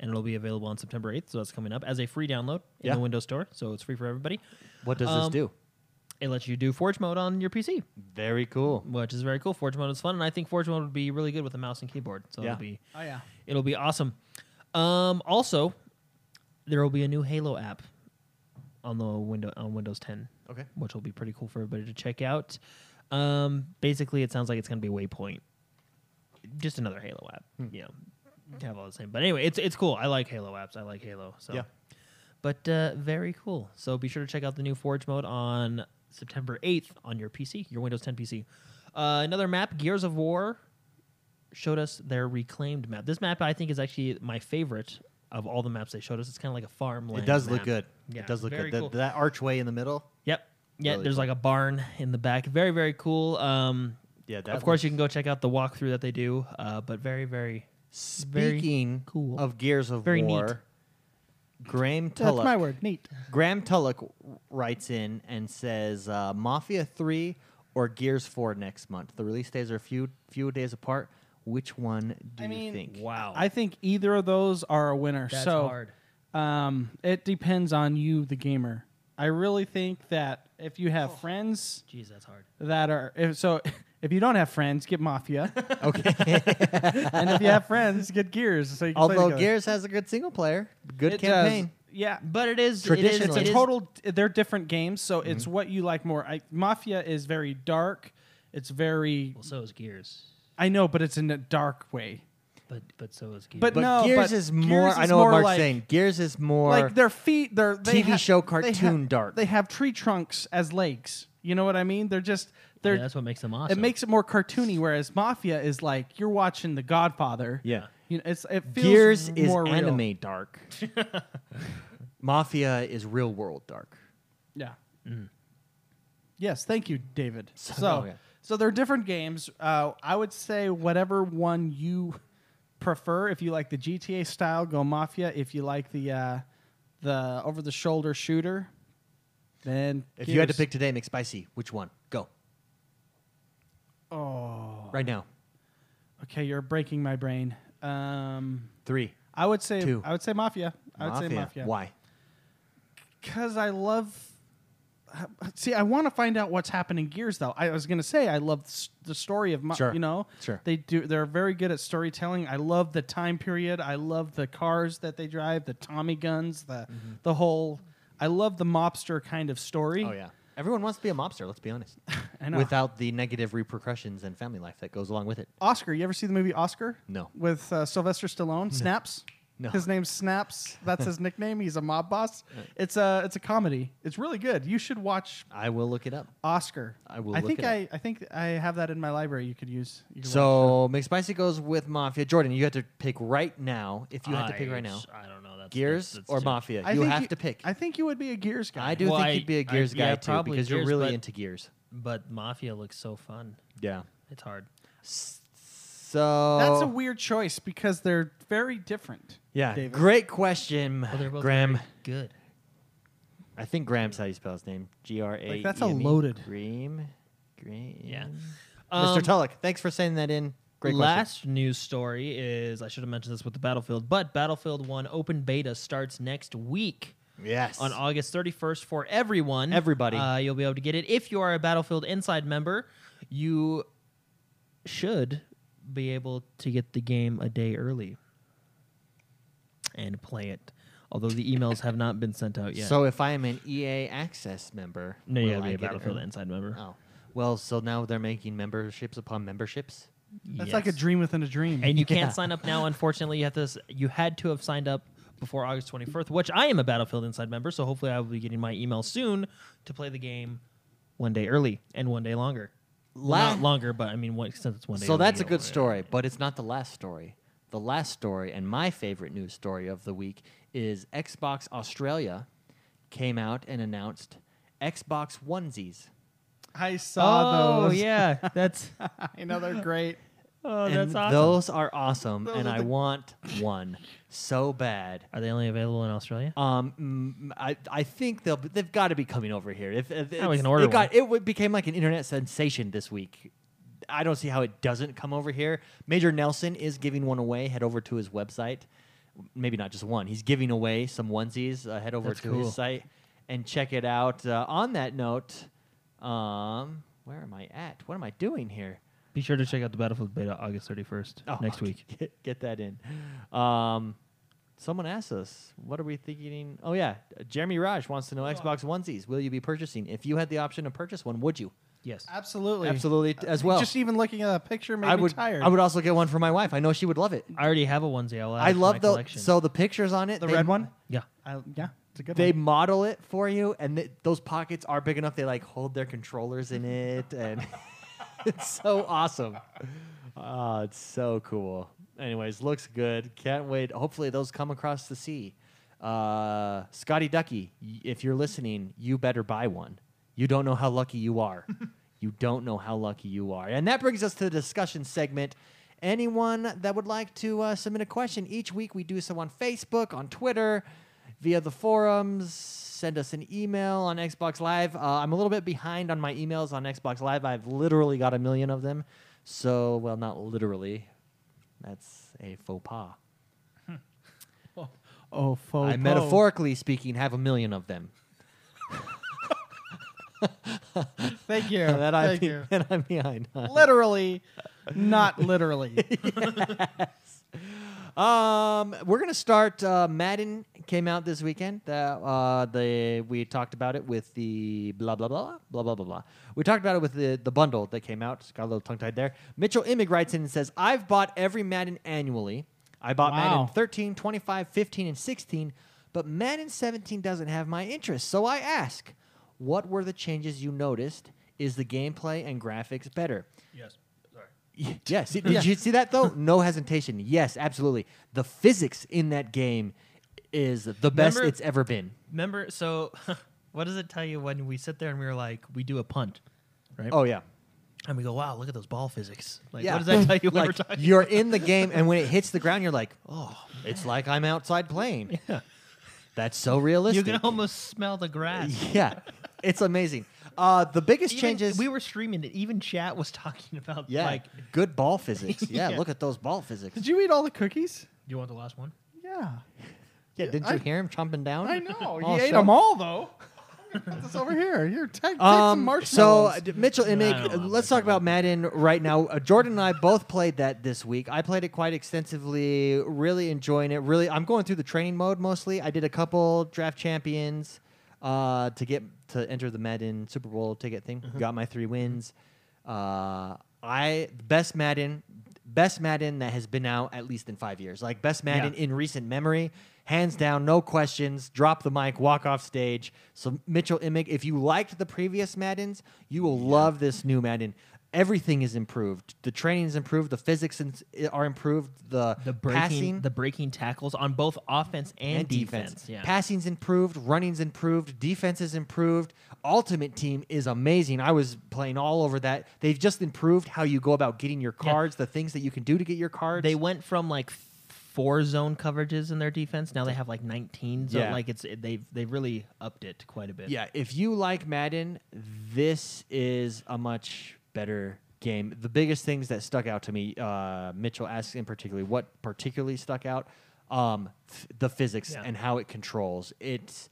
[SPEAKER 3] and it'll be available on September 8th. So that's coming up as a free download in
[SPEAKER 1] Yeah.
[SPEAKER 3] the Windows Store. So it's free for everybody.
[SPEAKER 1] what does this
[SPEAKER 3] um,
[SPEAKER 1] do?
[SPEAKER 3] It lets you do Forge mode on your PC,
[SPEAKER 1] Very cool.
[SPEAKER 3] which is very cool. Forge mode is fun, and I think Forge mode would be really good with a mouse and keyboard. So
[SPEAKER 1] Yeah.
[SPEAKER 3] it'll be
[SPEAKER 2] oh yeah.
[SPEAKER 3] it'll be awesome. Um, also, there will be a new Halo app on the window on Windows 10.
[SPEAKER 1] Okay.
[SPEAKER 3] which will be pretty cool for everybody to check out. Um, basically, it sounds like it's going to be Waypoint, just another Halo app.
[SPEAKER 1] Hmm.
[SPEAKER 3] You know, have all the same. But anyway, it's it's cool. I like Halo apps. I like Halo. So
[SPEAKER 1] Yeah.
[SPEAKER 3] But uh, very cool. So be sure to check out the new Forge mode on September 8th on your PC, your Windows 10 PC. Uh, another map, Gears of War showed us their reclaimed map. This map I think is actually my favorite of all the maps they showed us. It's kind of like a farmland.
[SPEAKER 1] It does look
[SPEAKER 3] map.
[SPEAKER 1] good.
[SPEAKER 3] Yeah,
[SPEAKER 1] it does look
[SPEAKER 3] very
[SPEAKER 1] good. That-
[SPEAKER 3] cool.
[SPEAKER 1] that archway in the middle.
[SPEAKER 3] Yep. Yeah,
[SPEAKER 1] Really
[SPEAKER 3] there's like a barn in the back. Very, very cool. Um,
[SPEAKER 1] Yeah, that
[SPEAKER 3] of course, you can go check out the walkthrough that they do, uh, but very, very. very
[SPEAKER 1] Speaking
[SPEAKER 3] cool.
[SPEAKER 1] of Gears of
[SPEAKER 3] Very neat.
[SPEAKER 1] War, Graham
[SPEAKER 2] That's
[SPEAKER 1] Tulloch.
[SPEAKER 2] my word. Neat.
[SPEAKER 1] Graham Tulloch writes in and says uh, Mafia 3 or Gears 4 next month. The release days are a few few days apart. Which one do
[SPEAKER 2] I
[SPEAKER 1] you
[SPEAKER 2] mean,
[SPEAKER 1] think? (laughs)
[SPEAKER 3] Wow.
[SPEAKER 2] I think either of those are a winner.
[SPEAKER 3] That's
[SPEAKER 2] so
[SPEAKER 3] hard.
[SPEAKER 2] Um, it depends on you, the gamer. I really think that if you have friends
[SPEAKER 3] Jeez, that's hard.
[SPEAKER 2] that are if so, (laughs) if you don't have friends, get Mafia. (laughs) okay. and if you have friends, get Gears. So you can play
[SPEAKER 1] Although
[SPEAKER 2] together.
[SPEAKER 1] Gears has a good single player, good
[SPEAKER 2] It does.
[SPEAKER 1] campaign.
[SPEAKER 2] Yeah.
[SPEAKER 3] But it is. It is
[SPEAKER 1] Traditionally.
[SPEAKER 2] It's
[SPEAKER 3] it
[SPEAKER 2] a
[SPEAKER 3] is-
[SPEAKER 2] total. They're different games, so it's what you like more. I, Mafia is very dark. It's very.
[SPEAKER 3] well, so is Gears.
[SPEAKER 2] I know, but it's in a dark way.
[SPEAKER 3] But but so is Gears.
[SPEAKER 2] But
[SPEAKER 1] But
[SPEAKER 2] no,
[SPEAKER 1] Gears
[SPEAKER 2] but
[SPEAKER 1] is more.
[SPEAKER 2] Gears
[SPEAKER 1] I
[SPEAKER 2] is
[SPEAKER 1] know what
[SPEAKER 2] more
[SPEAKER 1] Mark's
[SPEAKER 2] like-
[SPEAKER 1] saying. Gears is more.
[SPEAKER 2] like their feet they're they
[SPEAKER 1] TV show cartoon
[SPEAKER 2] they
[SPEAKER 1] dark.
[SPEAKER 2] they have tree trunks as legs you know what i mean they're just they're
[SPEAKER 3] Yeah, that's what makes them awesome.
[SPEAKER 2] it makes it more cartoony whereas mafia is like you're watching the godfather
[SPEAKER 1] yeah.
[SPEAKER 2] you know it's it feels
[SPEAKER 1] Gears is
[SPEAKER 2] more real.
[SPEAKER 1] anime
[SPEAKER 2] (laughs)
[SPEAKER 1] dark. Mafia is real world dark.
[SPEAKER 2] yeah yes thank you
[SPEAKER 1] (laughs)
[SPEAKER 2] david so so,
[SPEAKER 1] Mm. Oh, yeah.
[SPEAKER 2] they're different games uh, i would say whatever one you prefer if you like the gta style go mafia if you like the uh, the over the shoulder shooter then
[SPEAKER 1] If you had to
[SPEAKER 2] Gears.
[SPEAKER 1] pick today, McSpicy, which one? Go. Oh. Right now.
[SPEAKER 2] Okay, you're breaking my brain. Um,
[SPEAKER 1] Three.
[SPEAKER 2] I would say
[SPEAKER 1] Two.
[SPEAKER 2] I would say mafia. I would say mafia.
[SPEAKER 1] Why?
[SPEAKER 2] Because I love. See, I want to find out what's happening in Gears though. I was gonna say I love s- the story of Ma-
[SPEAKER 1] Sure.
[SPEAKER 2] you know
[SPEAKER 1] Sure.
[SPEAKER 2] they do they're very good at storytelling. I love the time period. I love the cars that they drive, the Tommy guns, the the whole. I love the mobster kind of story.
[SPEAKER 1] Mm-hmm.
[SPEAKER 2] uh,
[SPEAKER 1] Oh yeah. uh, Everyone wants to be a mobster. Let's be honest.
[SPEAKER 2] I know.
[SPEAKER 1] Without the negative repercussions and family life that goes along with it.
[SPEAKER 2] Oscar, you ever see the movie Oscar?
[SPEAKER 1] No.
[SPEAKER 2] With uh, Sylvester Stallone, Snaps.
[SPEAKER 1] No. Uh.
[SPEAKER 2] His name's Snaps.
[SPEAKER 1] (laughs)
[SPEAKER 2] That's his nickname. He's a mob boss. It's a it's a comedy. It's really good. You should watch
[SPEAKER 1] I will look it up.
[SPEAKER 2] Oscar.
[SPEAKER 1] I will
[SPEAKER 2] I
[SPEAKER 1] look
[SPEAKER 2] think
[SPEAKER 1] it
[SPEAKER 2] I I think I have that in my library. You could use. You could watch
[SPEAKER 1] So McSpicy goes with Mafia. Jordan, you have to pick right now. If you have to pick
[SPEAKER 3] I-
[SPEAKER 1] right now,
[SPEAKER 3] I don't know. That's,
[SPEAKER 1] Gears
[SPEAKER 3] that's- that's
[SPEAKER 1] or
[SPEAKER 3] too-
[SPEAKER 1] Mafia.
[SPEAKER 2] it. I
[SPEAKER 1] you
[SPEAKER 2] think
[SPEAKER 1] have to pick.
[SPEAKER 2] I think you would be a Gears guy.
[SPEAKER 1] I do
[SPEAKER 3] Well,
[SPEAKER 1] think
[SPEAKER 3] I-
[SPEAKER 1] you'd be
[SPEAKER 3] I-
[SPEAKER 1] a Gears
[SPEAKER 3] yeah,
[SPEAKER 1] guy too
[SPEAKER 3] probably
[SPEAKER 1] because you're
[SPEAKER 3] Gears,
[SPEAKER 1] really
[SPEAKER 3] but-
[SPEAKER 1] into Gears.
[SPEAKER 3] But Mafia looks so fun.
[SPEAKER 1] Yeah.
[SPEAKER 3] It's hard.
[SPEAKER 1] So
[SPEAKER 2] That's a weird choice because they're very different.
[SPEAKER 1] yeah,
[SPEAKER 2] David.
[SPEAKER 1] great question,
[SPEAKER 3] Well, they're both
[SPEAKER 1] Graham.
[SPEAKER 3] very good.
[SPEAKER 1] I think Graham's how you spell his name. G R A. E
[SPEAKER 2] Like, that's a loaded-
[SPEAKER 1] Graham. Graham.
[SPEAKER 3] Yeah.
[SPEAKER 1] Mr.
[SPEAKER 3] Um,
[SPEAKER 1] Tulloch, thanks for sending that in. Great question.
[SPEAKER 3] Last news story is I should have mentioned this with the Battlefield, but Battlefield 1 open beta starts next week
[SPEAKER 1] Yes.
[SPEAKER 3] on August 31st for everyone.
[SPEAKER 1] Everybody.
[SPEAKER 3] Uh, you'll be able to get it. If you are a Battlefield Inside member, you should be able to get the game a day early and play it. Although the emails have not been sent out yet.
[SPEAKER 1] So if I am an EA Access member,
[SPEAKER 3] no,
[SPEAKER 1] will
[SPEAKER 3] you gotta
[SPEAKER 1] I
[SPEAKER 3] be a
[SPEAKER 1] get it
[SPEAKER 3] Battlefield
[SPEAKER 1] early?
[SPEAKER 3] Inside member.
[SPEAKER 1] Oh, well, so now they're making memberships upon memberships.
[SPEAKER 2] That's like a
[SPEAKER 3] Yes.
[SPEAKER 2] dream within a dream.
[SPEAKER 3] and you
[SPEAKER 1] Yeah.
[SPEAKER 3] can't sign up now. Unfortunately, you have to. s- You had to have signed up before August 24th, which I am a Battlefield Inside member, so hopefully I will be getting my email soon to play the game one day early and one day longer. Well,
[SPEAKER 1] La-
[SPEAKER 3] Not longer, but I mean, one, since it's one day.
[SPEAKER 1] So
[SPEAKER 3] early,
[SPEAKER 1] that's a
[SPEAKER 3] you
[SPEAKER 1] good
[SPEAKER 3] know,
[SPEAKER 1] story, but it's not the last story. The last story and my favorite news story of the week is Xbox Australia came out and announced Xbox onesies.
[SPEAKER 2] I
[SPEAKER 3] Oh
[SPEAKER 2] saw those.
[SPEAKER 3] yeah, that's
[SPEAKER 2] (laughs) I know they're great.
[SPEAKER 3] (laughs) oh,
[SPEAKER 1] and
[SPEAKER 3] that's awesome.
[SPEAKER 1] those are awesome,
[SPEAKER 2] Those
[SPEAKER 1] and
[SPEAKER 2] are
[SPEAKER 1] I
[SPEAKER 2] the-
[SPEAKER 1] want one so bad.
[SPEAKER 3] Are they only available in Australia?
[SPEAKER 1] Um, mm, I, I think they'll be- they've got to be coming over here. If, if
[SPEAKER 3] Oh, we
[SPEAKER 1] it's-
[SPEAKER 3] can order
[SPEAKER 1] it got it w- became like an internet sensation this week. I don't see how it doesn't come over here. Major Nelson is giving one away. Head over to his website. Maybe not just one. He's giving away some onesies. Uh, head over
[SPEAKER 3] That's
[SPEAKER 1] to
[SPEAKER 3] cool.
[SPEAKER 1] his site and check it out. Uh, on that note, um, where am I at? What am I doing here?
[SPEAKER 3] Be sure to check out the Battlefield beta August 31st
[SPEAKER 1] Oh,
[SPEAKER 3] next
[SPEAKER 1] okay.
[SPEAKER 3] week.
[SPEAKER 1] (laughs) Get, get that in. Um, someone asked us, what are we thinking? Oh, yeah. Jeremy Raj wants to know Xbox onesies. Will you be purchasing? If you had the option to purchase one, would you?
[SPEAKER 3] Yes.
[SPEAKER 2] Absolutely.
[SPEAKER 1] Absolutely, t- as well.
[SPEAKER 2] Uh, Just even looking at that picture made
[SPEAKER 1] I
[SPEAKER 2] me
[SPEAKER 1] would.
[SPEAKER 2] tired.
[SPEAKER 1] I would also get one for my wife. I know she would love it.
[SPEAKER 3] I already have a onesie. I'll add
[SPEAKER 1] I
[SPEAKER 3] it to my
[SPEAKER 1] love the
[SPEAKER 3] collection.
[SPEAKER 1] so the pictures on it.
[SPEAKER 2] the
[SPEAKER 1] they-
[SPEAKER 2] red one.
[SPEAKER 3] yeah.
[SPEAKER 2] I, yeah, it's a good
[SPEAKER 1] They
[SPEAKER 2] one.
[SPEAKER 1] model it for you, and th- those pockets are big enough. They like hold their controllers in it, and (laughs) it's so awesome. Oh, it's so cool. Anyways, looks good. Can't wait. Hopefully, those come across the sea. Uh, Scotty Ducky, y- if you're listening, you better buy one. You don't know how lucky you
[SPEAKER 2] (laughs)
[SPEAKER 1] are. you don't know how lucky you are. And that brings us to the discussion segment. Anyone that would like to uh, submit a question, each week we do so on Facebook, on Twitter, via the forums. Send us an email on Xbox Live. Uh, I'm a little bit behind on my emails on Xbox Live. I've literally got a million of them. So, well, not literally. That's a faux pas.
[SPEAKER 2] Oh, faux
[SPEAKER 1] I
[SPEAKER 2] po.
[SPEAKER 1] metaphorically speaking have a million of them.
[SPEAKER 2] (laughs) Thank you.
[SPEAKER 1] (laughs) that, I'm
[SPEAKER 2] Thank you.
[SPEAKER 1] that I'm behind on.
[SPEAKER 2] literally,
[SPEAKER 1] (laughs)
[SPEAKER 2] not literally.
[SPEAKER 1] Um, we're gonna start. Uh, Madden came out this weekend. The, uh, the we talked about it with the blah blah blah blah blah blah blah. We talked about it with the the bundle that came out. Just got a little tongue tied there. Mitchell Imig writes in and says, "I've bought every Madden annually. I bought
[SPEAKER 2] Wow.
[SPEAKER 1] Madden 13, 25, 15, and 16, but Madden 17 doesn't have my interest. So I ask, what were the changes you noticed? Is the gameplay and graphics better?"
[SPEAKER 3] Yes. Sorry.
[SPEAKER 1] Y- Yes. Did you see that
[SPEAKER 3] (laughs)
[SPEAKER 1] though? No hesitation. Yes, absolutely. The physics in that game is the best
[SPEAKER 3] Remember-
[SPEAKER 1] it's ever been.
[SPEAKER 3] Remember, so (laughs) what does it tell you when we sit there and we were like, we do a punt, right?
[SPEAKER 1] Oh yeah.
[SPEAKER 3] And we go, wow, look at those ball physics. Like,
[SPEAKER 1] yeah.
[SPEAKER 3] what does that tell
[SPEAKER 1] (laughs)
[SPEAKER 3] you when
[SPEAKER 1] like,
[SPEAKER 3] we're talking? (laughs)
[SPEAKER 1] You're in the game, and when it hits the ground, you're like, oh, it's like I'm outside playing. Yeah. That's so
[SPEAKER 3] You
[SPEAKER 1] realistic.
[SPEAKER 3] can almost (laughs) smell the grass.
[SPEAKER 1] (laughs) Yeah. It's amazing. Uh, the biggest
[SPEAKER 3] Even-
[SPEAKER 1] changes.
[SPEAKER 3] We were streaming it. Even chat was (laughs) talking about,
[SPEAKER 1] yeah.
[SPEAKER 3] like,
[SPEAKER 1] good ball
[SPEAKER 3] (laughs)
[SPEAKER 1] physics. Yeah,
[SPEAKER 3] Yeah.
[SPEAKER 1] Look at those ball physics.
[SPEAKER 3] (laughs)
[SPEAKER 2] Did you eat all the cookies?
[SPEAKER 3] you want the last one?
[SPEAKER 2] Yeah.
[SPEAKER 1] yeah. Didn't
[SPEAKER 2] I-
[SPEAKER 1] you hear him chomping down?
[SPEAKER 2] I know.
[SPEAKER 1] Oh,
[SPEAKER 2] he ate
[SPEAKER 1] so-
[SPEAKER 2] them all, though. (laughs) I'm gonna put this over here. Here, take, take some
[SPEAKER 1] Um, so
[SPEAKER 2] marshmallows.
[SPEAKER 1] uh, d- Mitchell
[SPEAKER 3] I
[SPEAKER 1] Imig,
[SPEAKER 3] don't
[SPEAKER 1] uh,
[SPEAKER 3] know
[SPEAKER 1] let's
[SPEAKER 3] about
[SPEAKER 1] talk about Madden right now. Uh, Jordan and I both played that this week. I played it quite extensively, really enjoying it. Really, I'm going through the training mode mostly. I did a couple draft champions uh, to get to enter the Madden Super Bowl ticket thing.
[SPEAKER 2] Mm-hmm.
[SPEAKER 1] Got my three wins. Uh, I best Madden, best Madden that has been out at least in five years. Like best Madden
[SPEAKER 3] Yeah.
[SPEAKER 1] in recent memory, hands down, no questions. Drop the mic, walk off stage. So Mitchell Imig, if you liked the previous Maddens, you will love this new Madden. everything is improved. The training is improved. The physics ins- are improved. The,
[SPEAKER 3] The breaking,
[SPEAKER 1] passing
[SPEAKER 3] the breaking tackles on both offense and, defense. Yeah.
[SPEAKER 1] Passing's improved, running's improved, defense is improved. Ultimate Team is amazing. I was playing all over that. They've just improved how you go about getting your
[SPEAKER 3] Yeah.
[SPEAKER 1] cards, the things that you can do to get your cards.
[SPEAKER 3] they went from like four zone coverages in their defense. Now they have like 19. So
[SPEAKER 1] Yeah.
[SPEAKER 3] like it's it- they've they've really upped it quite a bit.
[SPEAKER 1] yeah, if you like Madden, this is a much better game. The biggest things that stuck out to me, uh, Mitchell asks in particularly what particularly stuck out, um, f- the physics
[SPEAKER 3] Yeah.
[SPEAKER 1] and how it controls. It's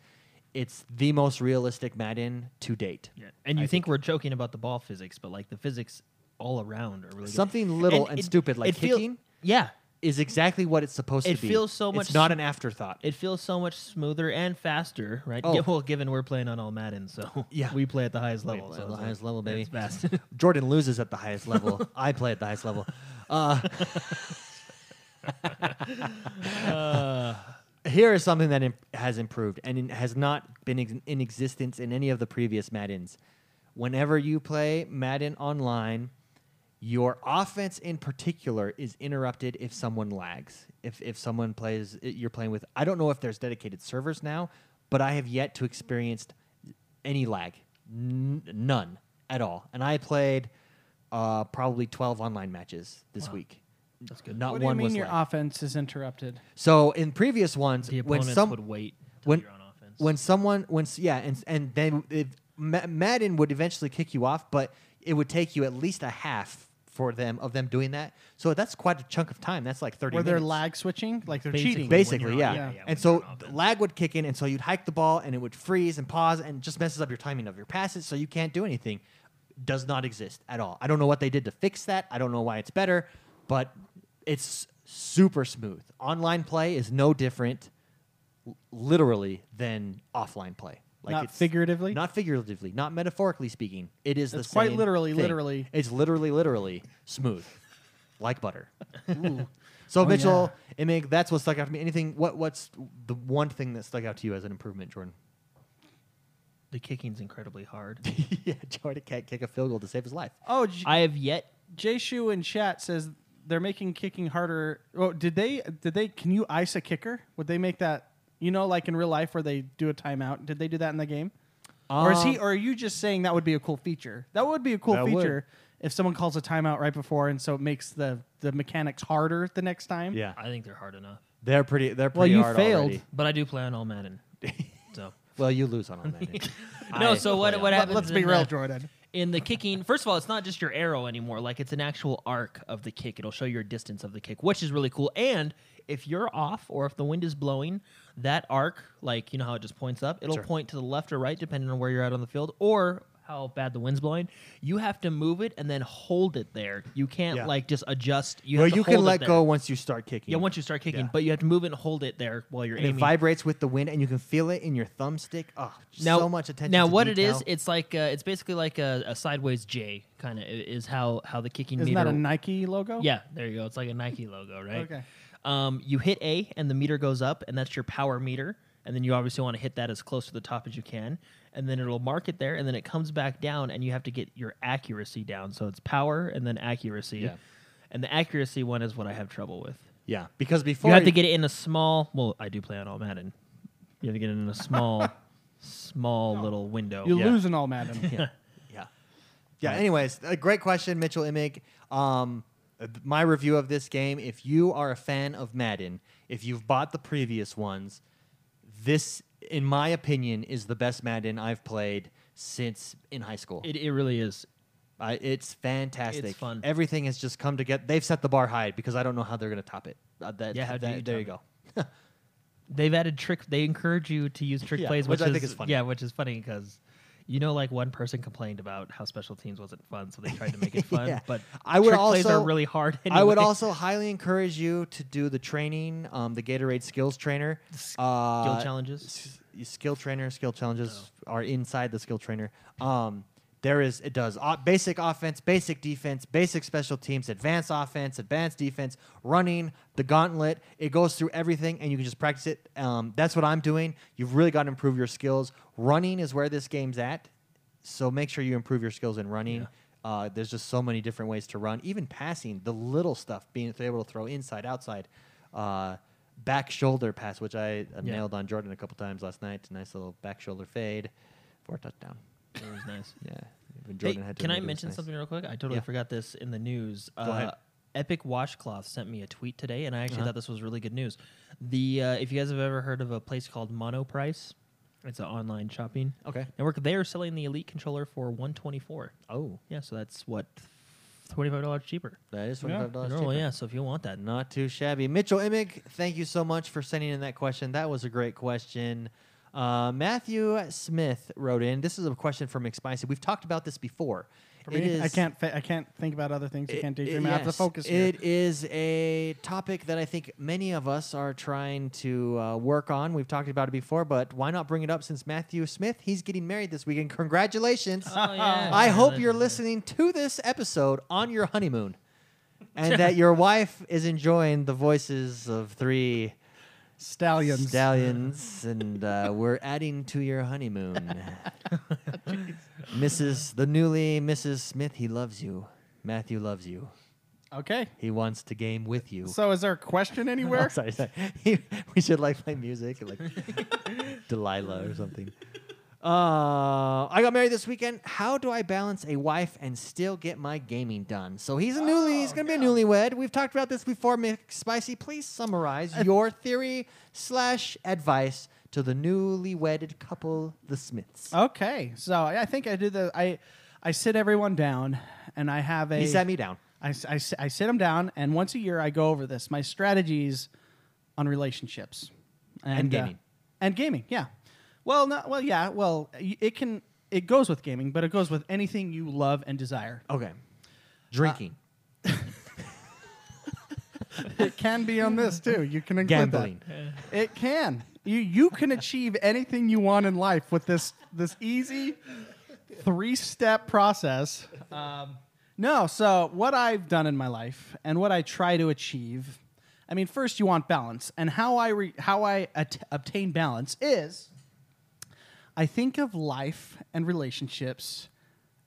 [SPEAKER 1] it's the most realistic Madden to date.
[SPEAKER 3] Yeah. And you think, we're joking about the ball physics, but like the physics all around are really good.
[SPEAKER 1] Something little and stupid like
[SPEAKER 3] it feel-
[SPEAKER 1] kicking?
[SPEAKER 3] yeah.
[SPEAKER 1] is exactly what it's supposed
[SPEAKER 3] It
[SPEAKER 1] to be.
[SPEAKER 3] feels so much
[SPEAKER 1] It's not
[SPEAKER 3] sm-
[SPEAKER 1] an afterthought.
[SPEAKER 3] It feels so much smoother and faster, right?
[SPEAKER 1] Oh.
[SPEAKER 3] (laughs) Well, given we're playing on all Madden, so
[SPEAKER 1] (laughs) Yeah.
[SPEAKER 3] we play at the highest level.
[SPEAKER 1] play
[SPEAKER 3] so
[SPEAKER 1] at the
[SPEAKER 3] it's like-
[SPEAKER 1] highest level, baby.
[SPEAKER 3] It's fast.
[SPEAKER 1] Jordan loses at the highest
[SPEAKER 3] (laughs)
[SPEAKER 1] level. I play at the highest level. Uh, here is something that imp- has improved and in- has not been ex- in existence in any of the previous Maddens. Whenever you play Madden online, your offense in particular is interrupted if someone lags. If if someone plays, you're playing with. I don't know if there's dedicated servers now, but I have yet to experience any lag, N- none at all. And I played uh, probably 12 online matches this week. (laughs) That's good. Not
[SPEAKER 2] What do you
[SPEAKER 1] one
[SPEAKER 2] mean
[SPEAKER 1] was
[SPEAKER 2] your
[SPEAKER 1] lag.
[SPEAKER 2] offense is interrupted?
[SPEAKER 1] So in previous ones,
[SPEAKER 3] (laughs) the
[SPEAKER 1] when
[SPEAKER 3] opponents
[SPEAKER 1] some
[SPEAKER 3] would wait till
[SPEAKER 1] when
[SPEAKER 3] you're on offense.
[SPEAKER 1] when someone when s- yeah, and and then it, Ma- Madden would eventually kick you off, but it would take you at least a half for them of them doing that. So that's quite a chunk of time. That's like thirty.
[SPEAKER 2] Where they're
[SPEAKER 1] minutes.
[SPEAKER 2] lag switching, like they're
[SPEAKER 3] Basically.
[SPEAKER 2] cheating.
[SPEAKER 3] Basi-
[SPEAKER 1] Basically,
[SPEAKER 3] when you're
[SPEAKER 1] yeah.
[SPEAKER 3] on- yeah, yeah, when
[SPEAKER 1] And
[SPEAKER 3] you're
[SPEAKER 1] so
[SPEAKER 3] on offense.
[SPEAKER 1] lag would kick in, and so you'd hike the ball, and it would freeze and pause, and just messes up your timing of your passes, so you can't do anything. Does not exist at all. I don't know what they did to fix that. I don't know why it's better, but it's super smooth. Online play is no different, l- literally, than offline play.
[SPEAKER 2] Not
[SPEAKER 1] it's-
[SPEAKER 2] figuratively?
[SPEAKER 1] Not figuratively. Not metaphorically speaking. It is
[SPEAKER 2] That's
[SPEAKER 1] the
[SPEAKER 2] quite
[SPEAKER 1] same
[SPEAKER 2] literally,
[SPEAKER 1] thing.
[SPEAKER 2] literally.
[SPEAKER 1] It's literally, literally smooth, like butter. So Mitchell, it make that's what stuck out to me. Anything? What? What's the one thing that stuck out to you as an improvement, Jordan?
[SPEAKER 3] the kicking's incredibly hard.
[SPEAKER 1] (laughs) yeah, Jordan can't kick a field goal to save his life.
[SPEAKER 2] (laughs) Oh, J-
[SPEAKER 3] I have yet
[SPEAKER 2] Jay Shu in chat says they're making kicking harder. Oh, did they? Did they? Can you ice a kicker? Would they make that? You know, like in real life where they do a timeout. Did they do that in the game? or is he? Or are you just saying that would be a cool feature? That would be a cool
[SPEAKER 1] Um, That would.
[SPEAKER 2] feature if someone calls a timeout right before, and so it makes the the mechanics harder the next time.
[SPEAKER 1] Yeah,
[SPEAKER 3] I think they're hard enough.
[SPEAKER 1] they're pretty. They're pretty
[SPEAKER 2] Well, you
[SPEAKER 1] hard
[SPEAKER 2] failed.
[SPEAKER 1] already.
[SPEAKER 3] But I do play on
[SPEAKER 1] (laughs)
[SPEAKER 3] all Madden. So
[SPEAKER 1] Well, you lose on all
[SPEAKER 3] (laughs)
[SPEAKER 1] that.
[SPEAKER 3] no,
[SPEAKER 1] I
[SPEAKER 3] so
[SPEAKER 1] play
[SPEAKER 3] what
[SPEAKER 1] on
[SPEAKER 3] what
[SPEAKER 1] all
[SPEAKER 3] happens?
[SPEAKER 2] Let, us
[SPEAKER 3] in
[SPEAKER 2] be real,
[SPEAKER 3] the-
[SPEAKER 2] Jordan.
[SPEAKER 3] in the kicking first of all it's not just your arrow anymore like it's an actual arc of the kick it'll show your distance of the kick which is really cool and if you're off or if the wind is blowing that arc like you know how it just points up it'll point to the left or right depending on where you're at on the field or how bad the wind's blowing you have to move it and then hold it there you can't
[SPEAKER 1] Yeah.
[SPEAKER 3] like just adjust you
[SPEAKER 1] well,
[SPEAKER 3] have to
[SPEAKER 1] you can
[SPEAKER 3] hold it
[SPEAKER 1] let
[SPEAKER 3] there.
[SPEAKER 1] go once you start kicking.
[SPEAKER 3] yeah once you start kicking
[SPEAKER 1] Yeah.
[SPEAKER 3] but you have to move it and hold it there while you're
[SPEAKER 1] and it
[SPEAKER 3] aiming
[SPEAKER 1] vibrates with the wind, and you can feel it in your thumbstick. Oh, so much attention.
[SPEAKER 3] Now,
[SPEAKER 1] to
[SPEAKER 3] what
[SPEAKER 1] detail.
[SPEAKER 3] it is, it's like uh, it's basically like a, a sideways J kind of is how how the kicking
[SPEAKER 2] Isn't
[SPEAKER 3] meter.
[SPEAKER 2] that a Nike logo?
[SPEAKER 3] yeah, there you go. It's like a Nike logo, right?
[SPEAKER 2] Okay.
[SPEAKER 3] Um, you hit A and the meter goes up, and that's your power meter. And then you obviously want to hit that as close to the top as you can, and then it'll mark it there, and then it comes back down, and you have to get your accuracy down. So it's power and then accuracy,
[SPEAKER 1] Yeah.
[SPEAKER 3] and the accuracy one is what I have trouble with.
[SPEAKER 1] yeah, because before
[SPEAKER 3] You have to get it in a small. Well, I do play on all Madden. You have to get it in
[SPEAKER 1] (laughs)
[SPEAKER 3] a small, small little window.
[SPEAKER 2] You
[SPEAKER 1] Yeah.
[SPEAKER 2] lose in all Madden.
[SPEAKER 1] (laughs) yeah. Yeah. Yeah. Anyways, a great question, Mitchell Imig. Um, uh, my review of this game: If you are a fan of Madden, if you've bought the previous ones, this, in my opinion, is the best Madden I've played since in high school.
[SPEAKER 3] It, it really is.
[SPEAKER 1] I, it's fantastic.
[SPEAKER 3] It's fun.
[SPEAKER 1] Everything has just come together. They've set the bar high because I don't know how they're going to top it. Uh, that,
[SPEAKER 3] Yeah, how do
[SPEAKER 1] that-
[SPEAKER 3] you
[SPEAKER 1] there
[SPEAKER 3] top
[SPEAKER 1] you
[SPEAKER 3] it?
[SPEAKER 1] go.
[SPEAKER 3] They've added trick. They encourage you to use trick
[SPEAKER 1] Yeah,
[SPEAKER 3] plays,
[SPEAKER 1] which
[SPEAKER 3] which,
[SPEAKER 1] I think
[SPEAKER 3] is,
[SPEAKER 1] is funny.
[SPEAKER 3] Yeah, which is funny because, you know, like one person complained about how special teams wasn't fun, so they tried to
[SPEAKER 1] (laughs)
[SPEAKER 3] make it fun.
[SPEAKER 1] Yeah.
[SPEAKER 3] But
[SPEAKER 1] I would
[SPEAKER 3] trick plays are
[SPEAKER 1] also-
[SPEAKER 3] really hard.
[SPEAKER 1] I would
[SPEAKER 3] anyway.
[SPEAKER 1] also highly encourage you to do the training, um, the Gatorade skills trainer. Uh,
[SPEAKER 3] challenges?
[SPEAKER 1] s- y- skill trainer, skill challenges are inside the skill trainer. Um, there is, it does uh, basic offense, basic defense, basic special teams, advanced offense, advanced defense, running, the gauntlet. It goes through everything and you can just practice it. Um, that's what I'm doing. You've really got to improve your skills. Running is where this game's at. So make sure you improve your skills in running. Uh, there's just so many different ways to run. Even passing, the little stuff, being able to throw inside, outside, uh, back shoulder pass, which I uh,
[SPEAKER 3] Yeah.
[SPEAKER 1] nailed on Jordan a couple times last night. Nice little back shoulder fade for a touchdown.
[SPEAKER 3] (laughs) It was nice.
[SPEAKER 1] Yeah. Even
[SPEAKER 3] Hey,
[SPEAKER 1] Jordan had to
[SPEAKER 3] can I
[SPEAKER 1] admit it was
[SPEAKER 3] mention
[SPEAKER 1] nice.
[SPEAKER 3] something real quick? I totally
[SPEAKER 1] Yeah.
[SPEAKER 3] forgot this in the news. Uh,
[SPEAKER 1] Go ahead.
[SPEAKER 3] Epic Washcloth sent me a tweet today, and I actually
[SPEAKER 1] Uh-huh.
[SPEAKER 3] thought this was really good news. The uh, if you guys have ever heard of a place called Monoprice, it's an online shopping
[SPEAKER 1] Okay.
[SPEAKER 3] network. They are selling the Elite controller for one twenty four.
[SPEAKER 1] Oh,
[SPEAKER 3] Yeah, so that's what twenty five dollars cheaper.
[SPEAKER 1] that is
[SPEAKER 2] Yeah.
[SPEAKER 1] twenty-five dollars.
[SPEAKER 3] Normal, Oh, yeah. So if you want that,
[SPEAKER 1] Not too shabby. Mitchell Imig, thank you so much for sending in that question. That was a great question. Uh, Matthew Smith wrote in. This is a question from McSpicy. We've talked about this before.
[SPEAKER 2] For me, I can't. Fa- I can't think about other things. I
[SPEAKER 1] it-
[SPEAKER 2] can't daydream.
[SPEAKER 1] it-
[SPEAKER 2] I have to
[SPEAKER 1] yes,
[SPEAKER 2] focus. Here.
[SPEAKER 1] It is a topic that I think many of us are trying to uh, work on. We've talked about it before, but why not bring it up since Matthew Smith, he's getting married this weekend. Congratulations.
[SPEAKER 3] (laughs)
[SPEAKER 2] Ah.
[SPEAKER 3] Oh, (laughs) yeah.
[SPEAKER 1] I hope you're
[SPEAKER 3] Congratulations.
[SPEAKER 1] listening to this episode on your honeymoon and that
[SPEAKER 2] (laughs)
[SPEAKER 1] your wife is enjoying the voices of three
[SPEAKER 2] Stallions.
[SPEAKER 1] stallions and uh, we're adding to your
[SPEAKER 2] (laughs)
[SPEAKER 1] honeymoon. Mrs. the newly Mrs. Smith, he loves you. Matthew loves you.
[SPEAKER 2] okay.
[SPEAKER 1] He wants to game with you. (laughs)
[SPEAKER 2] So is there a question
[SPEAKER 1] Oh,
[SPEAKER 2] anywhere?
[SPEAKER 1] sorry, sorry. we should like play music, like
[SPEAKER 2] (laughs)
[SPEAKER 1] Delilah or something. Uh, I got married this weekend. How do I balance a wife and still get my gaming done? So he's a newly,
[SPEAKER 2] Oh,
[SPEAKER 1] he's gonna be a newlywed. We've talked about this before. Mick Spicy, please summarize your theory slash advice to the newly wedded couple, the Smiths.
[SPEAKER 2] Okay. So I I think I do the. I I sit everyone down, and I have a.
[SPEAKER 1] he sat me down.
[SPEAKER 2] I, s- I s- I sit them down, and once a year I go over this my strategies on relationships
[SPEAKER 1] And
[SPEAKER 2] uh,
[SPEAKER 1] gaming.
[SPEAKER 2] and gaming, yeah. Well, no, well, yeah. Well, y- it can it goes with gaming, but it goes with anything you love and desire.
[SPEAKER 1] Okay,
[SPEAKER 2] Uh,
[SPEAKER 1] drinking,
[SPEAKER 2] It can be on this too. You can include
[SPEAKER 1] gambling.
[SPEAKER 2] That. It can. You you can achieve anything you want in life with this this easy three step process. Um, no, so what I've done in my life and what I try to achieve, I mean, first you want balance, and how I re- how I at- obtain balance is, I think of life and relationships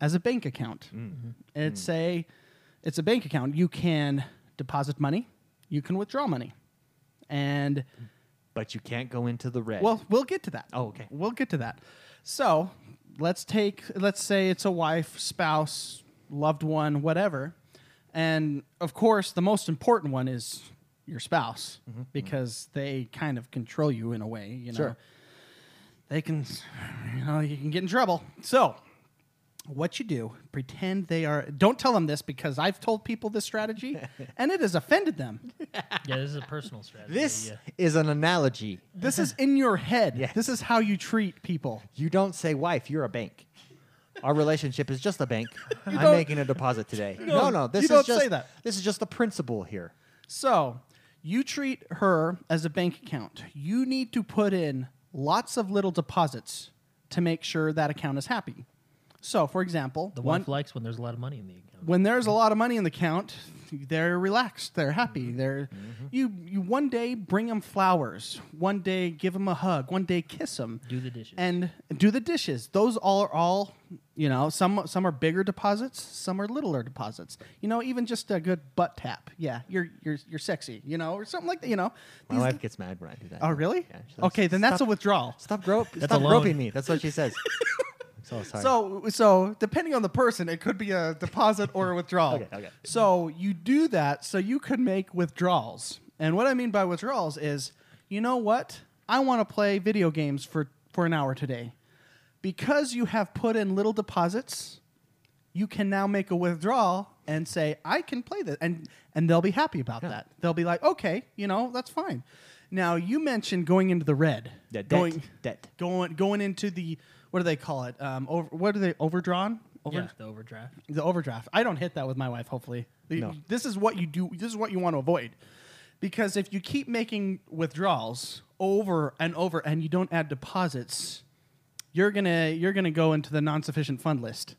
[SPEAKER 2] as a bank account. It's a it's a bank account. You can deposit money, you can withdraw money, and
[SPEAKER 1] But you can't go into the red.
[SPEAKER 2] well, we'll get to that.
[SPEAKER 1] Oh, okay.
[SPEAKER 2] We'll get to that. So let's take, let's say it's a wife, spouse, loved one, whatever. And of course, the most important one is your spouse because they kind of control you in a way, you know.
[SPEAKER 1] Mm-hmm, Sure.
[SPEAKER 2] They can, you know, you can get in trouble. So, what you do, pretend they are, don't tell them this because I've told people
[SPEAKER 1] (laughs)
[SPEAKER 2] this strategy and it has offended them.
[SPEAKER 3] yeah, this is a personal strategy.
[SPEAKER 1] this
[SPEAKER 3] yeah.
[SPEAKER 1] is an analogy.
[SPEAKER 2] This is in your head.
[SPEAKER 1] Yes.
[SPEAKER 2] This is how you treat people.
[SPEAKER 1] You don't say wife, you're a bank. Our relationship is just a
[SPEAKER 2] (laughs)
[SPEAKER 1] bank. I'm
[SPEAKER 2] don't-
[SPEAKER 1] making a deposit today. No,
[SPEAKER 2] don't-
[SPEAKER 1] no, this
[SPEAKER 2] you
[SPEAKER 1] is
[SPEAKER 2] don't
[SPEAKER 1] just
[SPEAKER 2] say that.
[SPEAKER 1] this is just the principle here.
[SPEAKER 2] So you treat her as a bank account. You need to put in lots of little deposits to make sure that account is happy. So, for example,
[SPEAKER 3] The
[SPEAKER 2] one,
[SPEAKER 3] wife likes when there's a lot of money in the account.
[SPEAKER 2] when there's a lot of money in the account, they're relaxed, they're
[SPEAKER 1] Mm-hmm.
[SPEAKER 2] happy. They're you. You one day bring them flowers, one day give them a hug, one day kiss them,
[SPEAKER 3] Do the dishes.
[SPEAKER 2] and do the dishes. Those all are all, you know, some some are bigger deposits, some are littler deposits. You know, even just a good butt tap. Yeah, you're you're you're sexy, you know, or something like that, you know.
[SPEAKER 1] My
[SPEAKER 2] These-
[SPEAKER 1] wife gets mad when I do that.
[SPEAKER 2] oh, really?
[SPEAKER 1] Yeah, she
[SPEAKER 2] okay,
[SPEAKER 1] likes-
[SPEAKER 2] then that's a withdrawal.
[SPEAKER 1] stop
[SPEAKER 2] (laughs)
[SPEAKER 1] grope stop
[SPEAKER 3] a loan.
[SPEAKER 1] groping me. That's what she says. I'm so sorry.
[SPEAKER 2] So so depending on the person, it could be a deposit or a withdrawal.
[SPEAKER 1] Okay, okay.
[SPEAKER 2] So you do that so you could make withdrawals. And what I mean by withdrawals is, you know what? I want to play video games for, for an hour today. Because you have put in little deposits, you can now make a withdrawal and say, I can play this. And, and they'll be happy about that. They'll be like, okay, you know, that's fine. Now, you mentioned going into the red.
[SPEAKER 1] Yeah, debt,
[SPEAKER 2] going,
[SPEAKER 1] debt.
[SPEAKER 2] Going, going into the, what do they call it? Um, over, what are they, overdrawn? Over,
[SPEAKER 3] yeah, the overdraft.
[SPEAKER 2] the overdraft. I don't hit that with my wife. Hopefully, The-
[SPEAKER 1] No.
[SPEAKER 2] this is what you do. This is what you want to avoid, because if you keep making withdrawals over and over and you don't add deposits, you're gonna you're gonna go into the non-sufficient fund
[SPEAKER 3] (laughs)
[SPEAKER 2] list,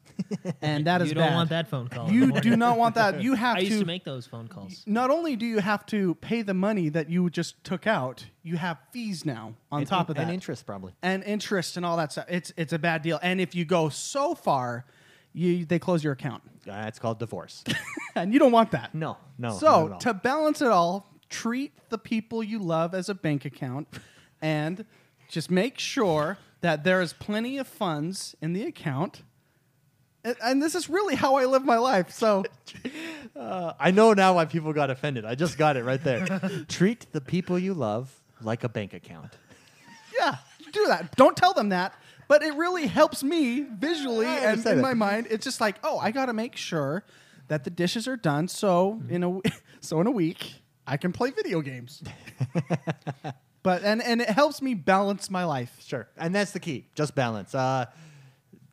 [SPEAKER 2] and that is
[SPEAKER 3] you don't
[SPEAKER 2] bad.
[SPEAKER 3] want that phone call. in the
[SPEAKER 2] You
[SPEAKER 3] morning.
[SPEAKER 2] do not want that. You have
[SPEAKER 3] (laughs) I used
[SPEAKER 2] to.
[SPEAKER 3] to make those
[SPEAKER 1] (laughs)
[SPEAKER 3] phone calls.
[SPEAKER 2] not only do you have to pay the money that you just took out, you have fees now on
[SPEAKER 1] And-
[SPEAKER 2] top of that
[SPEAKER 1] and interest probably.
[SPEAKER 2] and interest and all that stuff. It's it's a bad deal. And if you go so far, you they close your account, (laughs)
[SPEAKER 1] Uh, it's called divorce.
[SPEAKER 2] and you don't want that.
[SPEAKER 1] No, no.
[SPEAKER 2] So
[SPEAKER 1] not at all.
[SPEAKER 2] to balance it all, treat the people you love as a bank account, and just make sure that there is plenty of funds in the account. And, and this is really how I live my life. So
[SPEAKER 1] Uh, I know now why people got offended. I just got it right there. (laughs) Treat the people you love like a bank account.
[SPEAKER 2] yeah, do that. Don't tell them that. But it really helps me visually
[SPEAKER 1] I
[SPEAKER 2] and
[SPEAKER 1] understand
[SPEAKER 2] in
[SPEAKER 1] that.
[SPEAKER 2] my mind. It's just like, oh, I got to make sure that the dishes are done. So
[SPEAKER 1] Mm-hmm.
[SPEAKER 2] in a w- (laughs) so in a week, I can play
[SPEAKER 1] (laughs)
[SPEAKER 2] video games. but and and it helps me balance my life.
[SPEAKER 1] Sure, and that's the key. Just balance. Uh,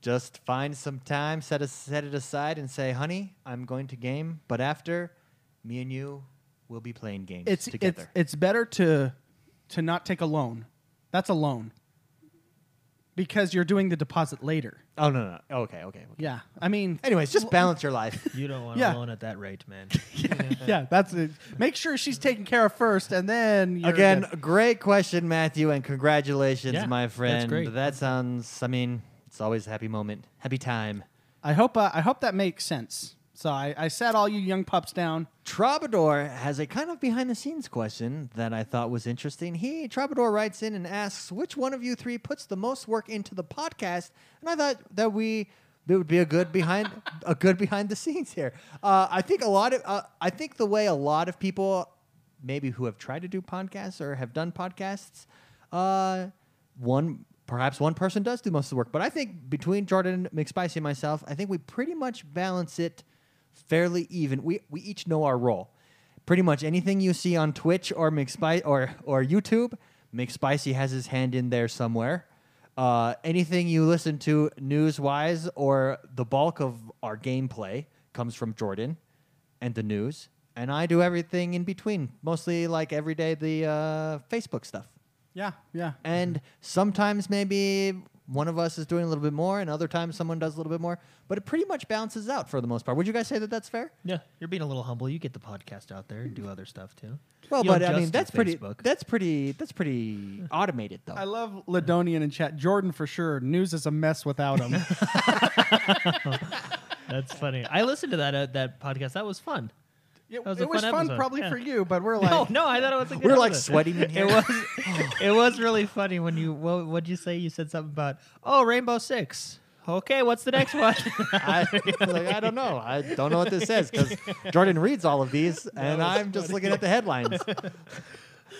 [SPEAKER 1] just find some time, set a, set it aside, and say, "Honey, I'm going to game, but after, me and you will be playing games
[SPEAKER 2] it's
[SPEAKER 1] together."
[SPEAKER 2] it's it's better to to not take a loan. That's a loan because you're doing the deposit later.
[SPEAKER 1] oh no, no, no. Okay, okay. okay.
[SPEAKER 2] Yeah, I mean,
[SPEAKER 1] Anyways, just balance your life.
[SPEAKER 3] You don't want to
[SPEAKER 2] Yeah.
[SPEAKER 3] loan at that rate, man.
[SPEAKER 2] (laughs) yeah, that's it. Make sure she's taken care of first, and then (laughs) you're
[SPEAKER 1] Again,
[SPEAKER 2] good.
[SPEAKER 1] great question, Matthew, and congratulations,
[SPEAKER 3] Yeah,
[SPEAKER 1] my
[SPEAKER 3] that's
[SPEAKER 1] friend.
[SPEAKER 3] great.
[SPEAKER 1] That sounds. I mean, it's always a happy moment, happy time.
[SPEAKER 2] I hope uh, I hope that makes sense. So I, I sat all you young pups down.
[SPEAKER 1] Troubadour has a kind of behind the scenes question that I thought was interesting. He, Troubadour, writes in and asks, Which one of you three puts the most work into the podcast? And I thought that we. There would be a good behind a good behind the scenes here. Uh, I think a lot of uh, I think the way a lot of people, maybe who have tried to do podcasts or have done podcasts, uh, one perhaps one person does do most of the work. But I think between Jordan McSpicy and myself, I think we pretty much balance it fairly even. We we each know our role. Pretty much anything you see on Twitch or McSpi- or or YouTube, McSpicy has his hand in there somewhere. Uh, anything you listen to news wise or the bulk of our gameplay comes from Jordan and the news. And I do everything in between, mostly like every day the uh, Facebook stuff.
[SPEAKER 2] Yeah, yeah.
[SPEAKER 1] And sometimes maybe one of us is doing a little bit more, and other times someone does a little bit more. But it pretty much balances out for the most part. Would you guys say that that's fair?
[SPEAKER 3] yeah, you're being a little humble. You get the podcast out there and do other stuff too.
[SPEAKER 1] Well,
[SPEAKER 3] You don't
[SPEAKER 1] but I
[SPEAKER 3] just
[SPEAKER 1] mean
[SPEAKER 3] do
[SPEAKER 1] that's pretty.
[SPEAKER 3] Facebook.
[SPEAKER 1] That's pretty. That's pretty automated though.
[SPEAKER 2] I love Ladonian in chat. Jordan for sure. News is a mess without
[SPEAKER 3] (laughs)
[SPEAKER 2] him.
[SPEAKER 3] That's funny. I listened to that uh, that podcast. That was (laughs) fun.
[SPEAKER 2] it
[SPEAKER 3] was
[SPEAKER 2] was,
[SPEAKER 3] a
[SPEAKER 2] it was
[SPEAKER 3] fun
[SPEAKER 2] fun,
[SPEAKER 3] episode.
[SPEAKER 2] probably
[SPEAKER 3] Yeah.
[SPEAKER 2] for you, but we're like,
[SPEAKER 3] (laughs) No, Oh, no, I thought it was. A good
[SPEAKER 1] We're like (laughs)
[SPEAKER 3] episode.
[SPEAKER 1] sweating in here.
[SPEAKER 3] It was. it was really funny when you. What would you say? You said something about oh Rainbow Six. Okay, what's the next one?
[SPEAKER 1] I, like, I don't know. I don't know what this says because Jordan reads all of these, and I'm just looking at the headlines.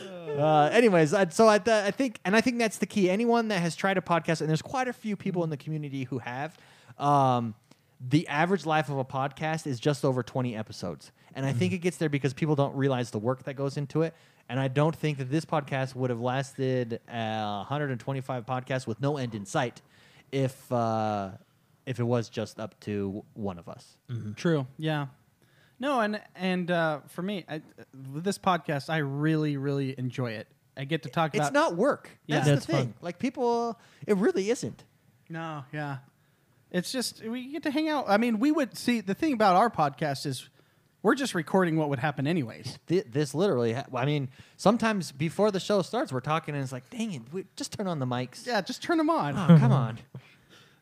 [SPEAKER 1] Uh, anyways, I, so I, th- I think, and I think that's the key. Anyone that has tried a podcast, and there's quite a few people in the community who have, um, the average life of a podcast is just over 20 episodes, and I think it gets there because people don't realize the work that goes into it. And I don't think that this podcast would have lasted uh, 125 podcasts with no end in sight if uh, if it was just up to one of us.
[SPEAKER 2] True. Yeah. No, and and uh, for me, I, with this podcast, I really, really enjoy it. I get to talk
[SPEAKER 1] It's
[SPEAKER 2] about.
[SPEAKER 1] not work.
[SPEAKER 2] Yeah.
[SPEAKER 1] That's,
[SPEAKER 3] That's
[SPEAKER 1] the
[SPEAKER 3] fun.
[SPEAKER 1] thing. Like people, it really isn't.
[SPEAKER 2] No, yeah. It's just we get to hang out. I mean, we would see the thing about our podcast is we're just recording what would happen anyways.
[SPEAKER 1] Th- this literally. Ha- I mean, sometimes before the show starts, we're talking and it's like, dang it, we- just turn on the mics.
[SPEAKER 2] Yeah, just turn them on.
[SPEAKER 1] Oh, come
[SPEAKER 2] (laughs)
[SPEAKER 1] on.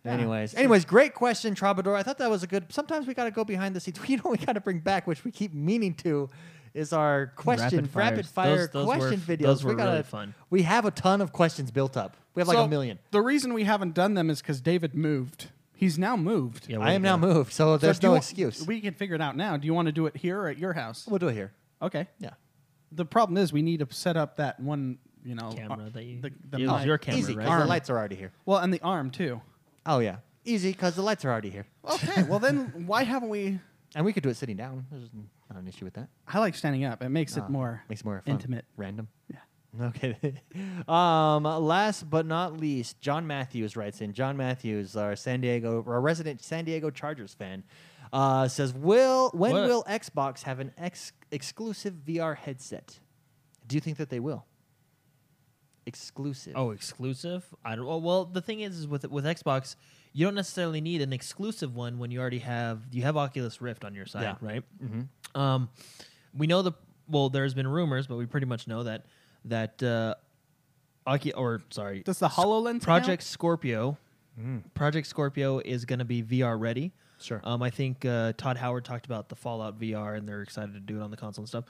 [SPEAKER 1] Anyways, anyways, great question, Troubadour. I thought that was a good. Sometimes we got to go behind the scenes. (laughs) You know, we got to bring back, which we keep meaning to, is our question
[SPEAKER 3] Rapid
[SPEAKER 1] rapid,
[SPEAKER 3] fires.
[SPEAKER 1] fire
[SPEAKER 3] Those- those were-
[SPEAKER 1] question videos.
[SPEAKER 3] those were
[SPEAKER 1] we gotta,
[SPEAKER 3] really fun.
[SPEAKER 1] We have a ton of questions built up. We have like
[SPEAKER 2] So,
[SPEAKER 1] a million.
[SPEAKER 2] The reason we haven't done them is because David moved. He's now moved.
[SPEAKER 3] (laughs) Yeah,
[SPEAKER 2] So
[SPEAKER 1] I am now moved, so there's
[SPEAKER 2] do
[SPEAKER 1] no
[SPEAKER 2] you wa-
[SPEAKER 1] excuse.
[SPEAKER 2] We can figure it out now. Do you want to do it here or at your house?
[SPEAKER 1] we'll do it here.
[SPEAKER 2] Okay.
[SPEAKER 1] Yeah.
[SPEAKER 2] The problem is we need to set up that one. You know,
[SPEAKER 3] camera
[SPEAKER 2] uh,
[SPEAKER 3] that you
[SPEAKER 2] the, the
[SPEAKER 3] use
[SPEAKER 2] mic.
[SPEAKER 3] your camera,
[SPEAKER 1] Easy,
[SPEAKER 3] right?
[SPEAKER 1] because the
[SPEAKER 2] Arm.
[SPEAKER 1] lights are already here.
[SPEAKER 2] well, and the
[SPEAKER 1] (laughs)
[SPEAKER 2] arm too.
[SPEAKER 1] Oh, yeah. Easy, because the lights are already here.
[SPEAKER 2] Okay. well, then why haven't we?
[SPEAKER 1] And we could do it sitting down. There's not an issue with that.
[SPEAKER 2] I like standing up. It makes
[SPEAKER 1] Ah,
[SPEAKER 2] it more
[SPEAKER 1] makes it more fun.
[SPEAKER 2] intimate.
[SPEAKER 1] Random.
[SPEAKER 2] Yeah.
[SPEAKER 1] (laughs) Okay. um, last but not least, John Matthews writes in. John Matthews, our San Diego, our resident San Diego Chargers fan, uh, says, "Will when
[SPEAKER 3] What?
[SPEAKER 1] will Xbox have an ex- exclusive VR headset? Do you think that they will? Exclusive.
[SPEAKER 3] Oh, exclusive? I don't. oh, Well, the thing is, is with with Xbox, you don't necessarily need an exclusive one when you already have you have Oculus Rift on your side,
[SPEAKER 1] Yeah.
[SPEAKER 3] right? Mm-hmm. Um, we know the well. There's been rumors, but we pretty much know that that uh, Ocu- or sorry,
[SPEAKER 2] Does the
[SPEAKER 1] Mm.
[SPEAKER 2] Hololens count?
[SPEAKER 3] Project Scorpio, Project Scorpio is going to be VR ready.
[SPEAKER 4] Sure.
[SPEAKER 3] Um, I think uh, Todd Howard talked about the Fallout VR, and they're excited to do it on the console and stuff.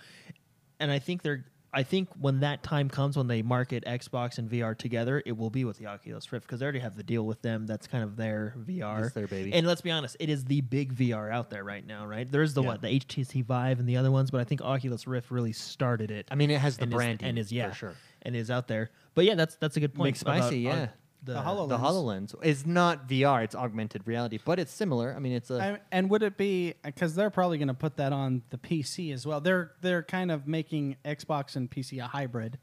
[SPEAKER 3] And I think they're. I think when that time comes, when they market Xbox and VR together, it will be with the Oculus Rift because they already have the deal with them. That's kind of their VR.
[SPEAKER 1] It's their baby.
[SPEAKER 3] And let's be honest, it is the big VR out there right now, right? There's the
[SPEAKER 1] Yeah.
[SPEAKER 3] what the HTC Vive and the other ones, but I think Oculus Rift really started it.
[SPEAKER 4] I mean, it has the
[SPEAKER 3] and is-
[SPEAKER 4] brand
[SPEAKER 3] and is yeah
[SPEAKER 4] for sure.
[SPEAKER 3] and is out there. But yeah, that's that's a good point.
[SPEAKER 4] Make spicy,
[SPEAKER 3] about, uh,
[SPEAKER 4] yeah.
[SPEAKER 3] The,
[SPEAKER 4] The Hololens is not VR; it's augmented reality, but it's similar. I mean, it's a
[SPEAKER 2] I, and would it be because they're probably going to put that on the PC as well? They're they're kind of making Xbox and PC a hybrid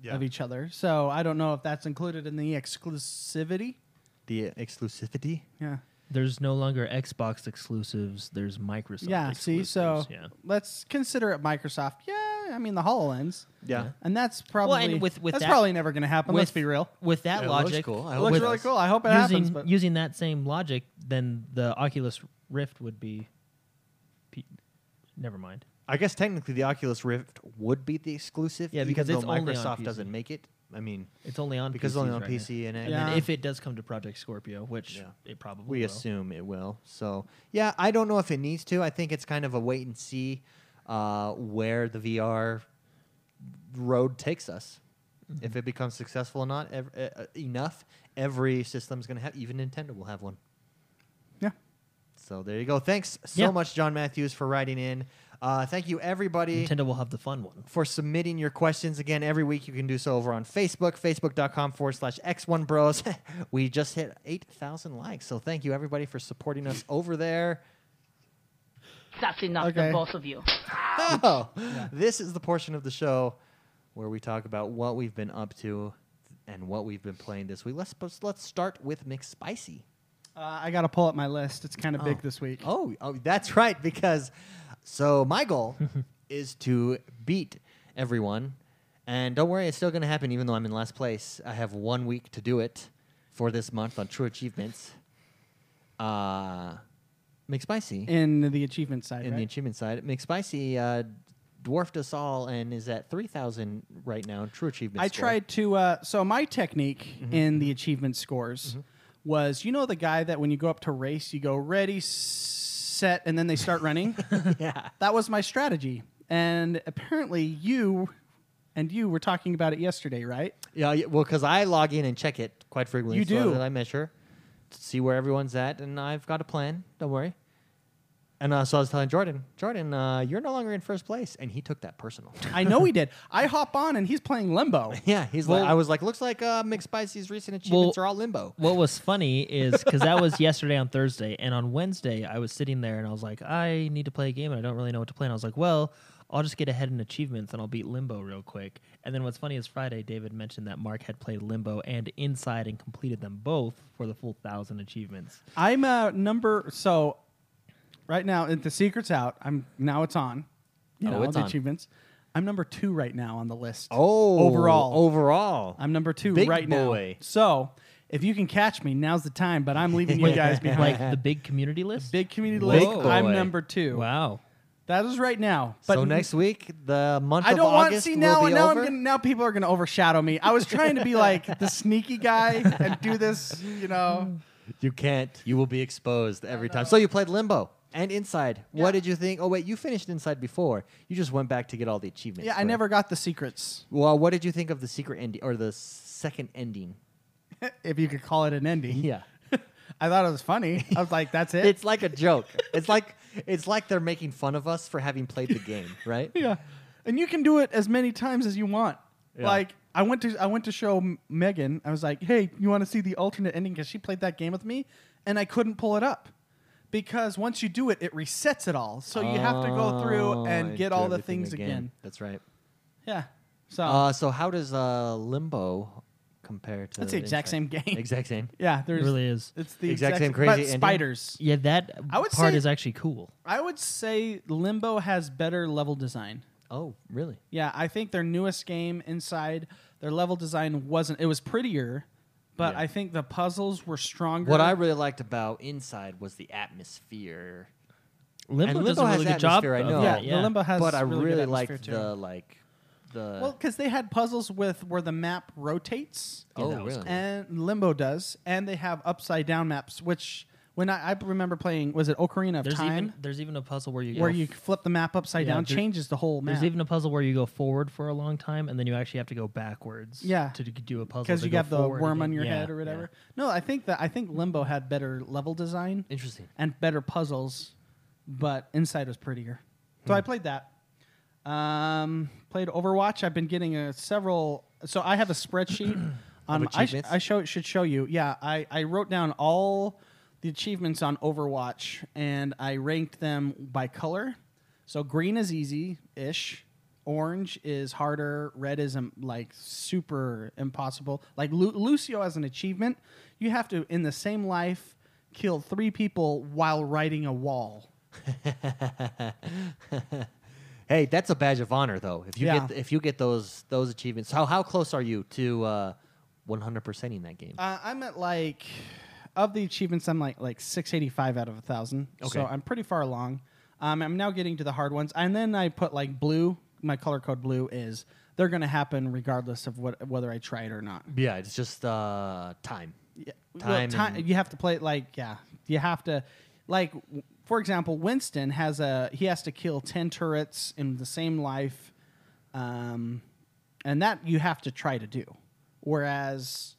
[SPEAKER 5] Yeah.
[SPEAKER 2] of each other. So I don't know if that's included in the exclusivity.
[SPEAKER 1] The exclusivity.
[SPEAKER 2] Yeah,
[SPEAKER 3] There's no longer Xbox exclusives. There's Microsoft.
[SPEAKER 2] yeah. See, so
[SPEAKER 3] exclusives, yeah.
[SPEAKER 2] let's consider it Microsoft. Yeah, I mean the Hololens,
[SPEAKER 1] Yeah.
[SPEAKER 2] and that's probably
[SPEAKER 3] with- with
[SPEAKER 2] that's
[SPEAKER 3] that-
[SPEAKER 2] probably never going to happen. let's
[SPEAKER 3] With-
[SPEAKER 2] be real.
[SPEAKER 3] With that
[SPEAKER 1] Yeah, it looks
[SPEAKER 3] logic,
[SPEAKER 1] cool. I
[SPEAKER 2] It looks
[SPEAKER 3] with-
[SPEAKER 2] really cool. I hope it
[SPEAKER 3] using
[SPEAKER 2] happens. But
[SPEAKER 3] using that same logic, then the Oculus Rift would be. P- Never mind.
[SPEAKER 1] I guess technically the Oculus Rift would be the exclusive.
[SPEAKER 3] Yeah,
[SPEAKER 1] even
[SPEAKER 3] because it's
[SPEAKER 1] though
[SPEAKER 3] only on
[SPEAKER 1] Microsoft
[SPEAKER 3] PC.
[SPEAKER 1] doesn't make it. I mean,
[SPEAKER 3] It's only on
[SPEAKER 1] because
[SPEAKER 3] PCs
[SPEAKER 1] only on
[SPEAKER 3] right now.
[SPEAKER 1] PC and
[SPEAKER 3] And then
[SPEAKER 2] Yeah.
[SPEAKER 3] if it does come to Project Scorpio, which
[SPEAKER 1] Yeah.
[SPEAKER 3] it probably
[SPEAKER 1] we
[SPEAKER 3] will.
[SPEAKER 1] assume it will. So yeah, I don't know if it needs to. I think it's kind of a wait and see uh, where the VR road takes us. If it becomes successful or not ev- uh, uh, enough, every system's going to have. Even Nintendo will have one.
[SPEAKER 2] yeah.
[SPEAKER 1] So there you go. Thanks so
[SPEAKER 3] Yeah.
[SPEAKER 1] much, John Matthews, for writing in. Uh, thank you, everybody.
[SPEAKER 3] Nintendo will have the fun one.
[SPEAKER 1] for submitting your questions. Again, every week you can do so over on Facebook, facebook.com forward slash X1 Bros. (laughs) we just hit 8,000 likes. So thank you, everybody, for supporting us over there.
[SPEAKER 6] That's enough,
[SPEAKER 2] Okay.
[SPEAKER 6] the both of you.
[SPEAKER 1] (laughs) Oh, this is the portion of the show where we talk about what we've been up to and what we've been playing this week. Let's, let's start with McSpicy.
[SPEAKER 2] Uh, I got to pull up my list. It's kind of big
[SPEAKER 1] Oh.
[SPEAKER 2] this week.
[SPEAKER 1] Oh, oh, that's right. Because so my
[SPEAKER 2] (laughs)
[SPEAKER 1] goal is to beat everyone, and don't worry, it's still going to happen. Even though I'm in last place, I have one week to do it for this month on True Achievements. Uh, McSpicy
[SPEAKER 2] In the achievement side,
[SPEAKER 1] in the
[SPEAKER 2] right?
[SPEAKER 1] achievement side, McSpicy uh, dwarfed us all and is at three thousand right now. in True Achievements.
[SPEAKER 2] I
[SPEAKER 1] score. Mm-hmm.
[SPEAKER 2] tried to. Uh, so my technique in the achievement scores was, you know, the guy that when you go up to race, you go ready, s- set, and then they
[SPEAKER 1] (laughs)
[SPEAKER 2] start running.
[SPEAKER 1] (laughs) Yeah.
[SPEAKER 2] That was my strategy, and apparently you and you were talking about it yesterday, right?
[SPEAKER 1] Yeah, y- well, because I log in and check it quite frequently.
[SPEAKER 2] You
[SPEAKER 1] so
[SPEAKER 2] do.
[SPEAKER 1] That I measure to see where everyone's at, and I've got a plan. Don't worry. And uh, so I was telling Jordan, Jordan, uh, you're no longer in first place, and he took that
[SPEAKER 2] (laughs)
[SPEAKER 1] personal.
[SPEAKER 2] I know he
[SPEAKER 1] (laughs)
[SPEAKER 2] did. I hop on and he's playing limbo.
[SPEAKER 1] yeah, he's like, I was like, looks like uh, McSpicy's recent achievements are all limbo.
[SPEAKER 3] what was funny is because that was yesterday on Thursday, and on Wednesday I was sitting there and I was like, I need to play a game and I don't really know what to play. And I was like, well, I'll just get ahead in achievements and I'll beat Limbo real quick. And then what's funny is Friday David mentioned that Mark had played Limbo and Inside and completed them both for the full
[SPEAKER 2] (laughs)
[SPEAKER 3] thousand achievements.
[SPEAKER 2] I'm uh, number so right now. it- The secret's out. I'm now it's on. You
[SPEAKER 1] Oh,
[SPEAKER 2] know
[SPEAKER 1] it's
[SPEAKER 2] the
[SPEAKER 1] on.
[SPEAKER 2] achievements. I'm number two right now on the list.
[SPEAKER 1] Oh,
[SPEAKER 2] overall,
[SPEAKER 1] overall,
[SPEAKER 2] I'm number two
[SPEAKER 1] Big
[SPEAKER 2] right
[SPEAKER 1] boy.
[SPEAKER 2] now. So if you can catch me, now's the time. But I'm leaving
[SPEAKER 1] (laughs)
[SPEAKER 2] you guys behind.
[SPEAKER 3] Like the big community list.
[SPEAKER 2] Big community
[SPEAKER 3] Whoa.
[SPEAKER 2] list.
[SPEAKER 3] Big
[SPEAKER 2] I'm
[SPEAKER 1] boy.
[SPEAKER 2] number two.
[SPEAKER 3] wow.
[SPEAKER 2] That is right now. But
[SPEAKER 1] so next week, the month
[SPEAKER 2] I
[SPEAKER 1] of
[SPEAKER 2] don't want to
[SPEAKER 1] August
[SPEAKER 2] see
[SPEAKER 1] will
[SPEAKER 2] now.
[SPEAKER 1] be
[SPEAKER 2] And
[SPEAKER 1] over.
[SPEAKER 2] now I'm gonna, now people are going to overshadow me. I was trying to be like the sneaky guy and do this. You know,
[SPEAKER 1] You can't. You will be exposed every time. So you played Limbo and Inside. What did you think? Oh wait, you finished Inside before. You just went back to get all the achievements.
[SPEAKER 2] yeah. I
[SPEAKER 1] correct?
[SPEAKER 2] never got the secrets,
[SPEAKER 1] Well, what did you think of the secret ending or the second ending?
[SPEAKER 2] if you could call it an ending.
[SPEAKER 1] Yeah.
[SPEAKER 2] (laughs) I thought it was funny. I was like, that's it.
[SPEAKER 1] It's like a joke. it's like it's like they're making fun of us for having played the game, right?
[SPEAKER 2] yeah. And you can do it as many times as you want.
[SPEAKER 1] Yeah.
[SPEAKER 2] Like I went to I went to show M- Megan. I was like, "Hey, you want to see the alternate ending?" Because she played that game with me, and I couldn't pull it up because once you do it, it resets it all. (laughs) So you have to go through
[SPEAKER 1] Oh,
[SPEAKER 2] and get
[SPEAKER 1] do
[SPEAKER 2] all the
[SPEAKER 1] everything
[SPEAKER 2] things again. Um,
[SPEAKER 1] That's right.
[SPEAKER 2] Yeah. So
[SPEAKER 1] Uh, so how does uh, Limbo compare to
[SPEAKER 2] That's the exact same
[SPEAKER 1] Inside?
[SPEAKER 2] game.
[SPEAKER 1] Exact same.
[SPEAKER 2] yeah,
[SPEAKER 3] It
[SPEAKER 2] there's
[SPEAKER 3] really is.
[SPEAKER 2] It's the
[SPEAKER 1] Exact
[SPEAKER 2] exact,
[SPEAKER 1] same
[SPEAKER 2] but
[SPEAKER 1] crazy ending?
[SPEAKER 2] spiders.
[SPEAKER 3] Yeah, that
[SPEAKER 2] I would
[SPEAKER 3] part
[SPEAKER 2] say-
[SPEAKER 3] is actually cool.
[SPEAKER 2] I would say Limbo has better level design.
[SPEAKER 1] Oh, really?
[SPEAKER 2] Yeah, I think their newest game inside their level design wasn't. It was prettier, but
[SPEAKER 1] Yeah.
[SPEAKER 2] I think the puzzles were stronger.
[SPEAKER 1] What I really liked about Inside was the atmosphere.
[SPEAKER 3] Limbo,
[SPEAKER 1] And
[SPEAKER 3] does
[SPEAKER 1] Limbo
[SPEAKER 3] a really
[SPEAKER 1] has
[SPEAKER 3] good job.
[SPEAKER 1] atmosphere, I
[SPEAKER 3] of
[SPEAKER 1] know.
[SPEAKER 2] yeah,
[SPEAKER 3] that,
[SPEAKER 2] the
[SPEAKER 3] yeah.
[SPEAKER 2] Limbo has.
[SPEAKER 1] but I
[SPEAKER 2] really,
[SPEAKER 1] really
[SPEAKER 2] good atmosphere,
[SPEAKER 1] liked
[SPEAKER 2] too.
[SPEAKER 1] the like the
[SPEAKER 2] Well, because they had puzzles with where the map rotates,
[SPEAKER 1] oh
[SPEAKER 3] that was
[SPEAKER 1] really
[SPEAKER 2] and Limbo does, and they have upside down maps, which When I, I remember playing, was it Ocarina of
[SPEAKER 3] There's
[SPEAKER 2] Time?
[SPEAKER 3] even there's even a puzzle where you
[SPEAKER 2] where
[SPEAKER 3] go
[SPEAKER 2] you flip the map upside
[SPEAKER 3] Yeah,
[SPEAKER 2] down,
[SPEAKER 3] there-
[SPEAKER 2] changes the whole map.
[SPEAKER 3] There's even a puzzle where you go forward for a long time, and then you actually have to go backwards.
[SPEAKER 2] Yeah.
[SPEAKER 3] to d- do a puzzle
[SPEAKER 2] because
[SPEAKER 3] to
[SPEAKER 2] you
[SPEAKER 3] go
[SPEAKER 2] got the
[SPEAKER 3] forward
[SPEAKER 2] worm on
[SPEAKER 3] again.
[SPEAKER 2] your
[SPEAKER 3] Yeah,
[SPEAKER 2] head or whatever. No, I think that I think Limbo had better level design
[SPEAKER 1] Interesting.
[SPEAKER 2] and better puzzles, but Inside was prettier. So I played that. Um, played Overwatch. I've been getting uh several. So I have a spreadsheet. on I, sh-
[SPEAKER 1] achievements?
[SPEAKER 2] I show should show you. Yeah, I I wrote down all the achievements on Overwatch and I ranked them by color. So green is easy ish. Orange is harder. Red is um, like super impossible. Like Lu- Lucio as an achievement, you have to in the same life kill three people while riding a wall.
[SPEAKER 1] Hey, that's a badge of honor, though. If you
[SPEAKER 2] Yeah.
[SPEAKER 1] get if you get those those achievements, how how close are you to uh, 100%ing that game?
[SPEAKER 2] Uh, I'm at like of the achievements, I'm like like 685 out of a thousand.
[SPEAKER 1] Okay.
[SPEAKER 2] So I'm pretty far along. Um, I'm now getting to the hard ones, and then I put like blue. My color code blue is they're going to happen regardless of what whether I try it or not.
[SPEAKER 1] yeah, it's just uh, time.
[SPEAKER 2] Yeah.
[SPEAKER 1] Time
[SPEAKER 2] well, ti-
[SPEAKER 1] and-
[SPEAKER 2] you have to play it like yeah. You have to like w- for example, Winston has a he has to kill ten turrets in the same life, um, and that you have to try to do. Whereas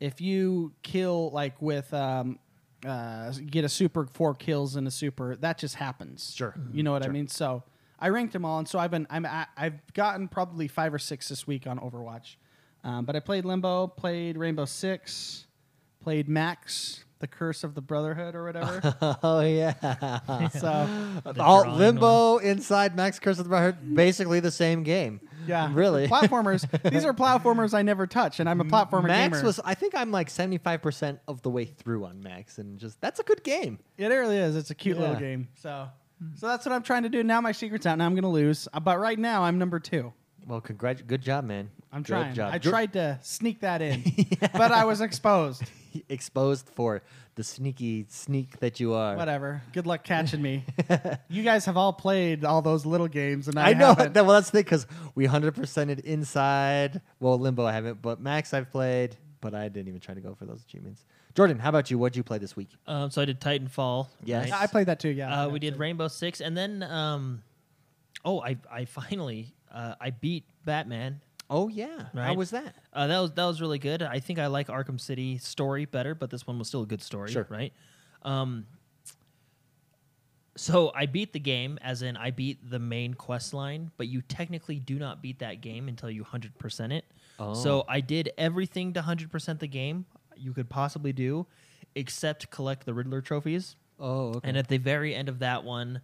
[SPEAKER 2] if you kill like with um, uh, get a super four kills in a super, that just happens.
[SPEAKER 1] Sure.
[SPEAKER 2] you know what I mean. So I ranked them all, and so I've been I'm I- I've gotten probably five or six this week on Overwatch, um, but I played Limbo, played Rainbow Six, played Max, The Curse of the Brotherhood or whatever.
[SPEAKER 1] (laughs) Oh (laughs) yeah,
[SPEAKER 2] so
[SPEAKER 3] the
[SPEAKER 1] all
[SPEAKER 3] drawing
[SPEAKER 1] limbo inside Max Curse of the Brotherhood, basically the same game.
[SPEAKER 2] yeah,
[SPEAKER 1] really.
[SPEAKER 2] platformers. these are platformers I never touch, and I'm a platformer
[SPEAKER 1] Max
[SPEAKER 2] gamer.
[SPEAKER 1] was. I think I'm like 75% of the way through on Max, and just that's a good game.
[SPEAKER 2] It really is. It's a cute little
[SPEAKER 1] Yeah. Hmm.
[SPEAKER 2] game. So, so that's what I'm trying to do. Now my secret's out. Now I'm gonna lose. Uh, But right now I'm number two.
[SPEAKER 1] Well, congrat, good job, man.
[SPEAKER 2] I'm
[SPEAKER 1] Good
[SPEAKER 2] trying.
[SPEAKER 1] Job.
[SPEAKER 2] I
[SPEAKER 1] Good-
[SPEAKER 2] tried to sneak
[SPEAKER 1] (laughs)
[SPEAKER 2] that in, but I was exposed.
[SPEAKER 1] exposed for the sneaky sneak that you are.
[SPEAKER 2] Whatever. Good luck catching
[SPEAKER 1] (laughs)
[SPEAKER 2] me. you guys have all played all those little games, and I,
[SPEAKER 1] I, know.
[SPEAKER 2] haven't.
[SPEAKER 1] That, (laughs) well, that's the thing because we hundred percented inside. Well, Limbo I haven't, but Max I've played, but I didn't even try to go for those achievements. Jordan, how about you? What'd you play this week?
[SPEAKER 3] Um, so I did Titanfall.
[SPEAKER 1] Yes.
[SPEAKER 2] Uh, I played that too. Yeah.
[SPEAKER 3] Uh, we did Rainbow Six, and then um, oh, I I finally uh, I beat Batman.
[SPEAKER 1] Oh yeah, how
[SPEAKER 3] Right.
[SPEAKER 1] was that?
[SPEAKER 3] Uh, that was that was really good. I think I like Arkham City story better, but this one was still a good story,
[SPEAKER 1] Sure.
[SPEAKER 3] right? Um, so I beat the game, as in I beat the main quest line, but you technically do not beat that game until you hundred percent it.
[SPEAKER 1] Oh.
[SPEAKER 3] So I did everything to hundred percent the game you could possibly do, except collect the Riddler trophies.
[SPEAKER 1] Oh, okay.
[SPEAKER 3] And at the very end of that one,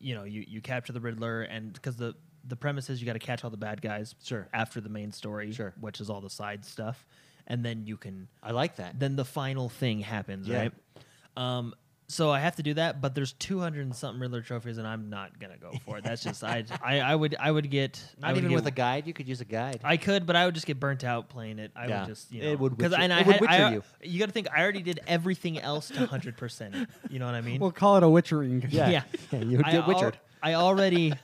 [SPEAKER 3] you know, you, you capture the Riddler, and because the the premise is you got to catch all the bad guys.
[SPEAKER 1] Sure.
[SPEAKER 3] After the main story,
[SPEAKER 1] Sure.
[SPEAKER 3] Which is all the side stuff, and then you can
[SPEAKER 1] I like that.
[SPEAKER 3] then the final thing happens,
[SPEAKER 1] Yeah.
[SPEAKER 3] right? Um, so I have to do that, but there's 200 and something Riddler trophies, and I'm not gonna go for it. That's just I, I I would I would get I
[SPEAKER 1] Not
[SPEAKER 3] would
[SPEAKER 1] even
[SPEAKER 3] get-
[SPEAKER 1] with a guide. You could use a guide.
[SPEAKER 3] I could, but I would just get burnt out playing it. I
[SPEAKER 1] Yeah.
[SPEAKER 3] would just, you know,
[SPEAKER 1] It would
[SPEAKER 3] 'cause-
[SPEAKER 1] witcher-
[SPEAKER 3] and I
[SPEAKER 1] it would
[SPEAKER 3] had-
[SPEAKER 1] witcher
[SPEAKER 3] I-
[SPEAKER 1] you.
[SPEAKER 3] You got to think I already did everything else to hundred percent. You know what
[SPEAKER 1] (laughs)
[SPEAKER 3] I mean?
[SPEAKER 2] we'll call it a witchering.
[SPEAKER 3] yeah. (laughs)
[SPEAKER 1] Yeah, you would
[SPEAKER 3] I
[SPEAKER 1] get
[SPEAKER 3] al-
[SPEAKER 1] witchered.
[SPEAKER 3] I already,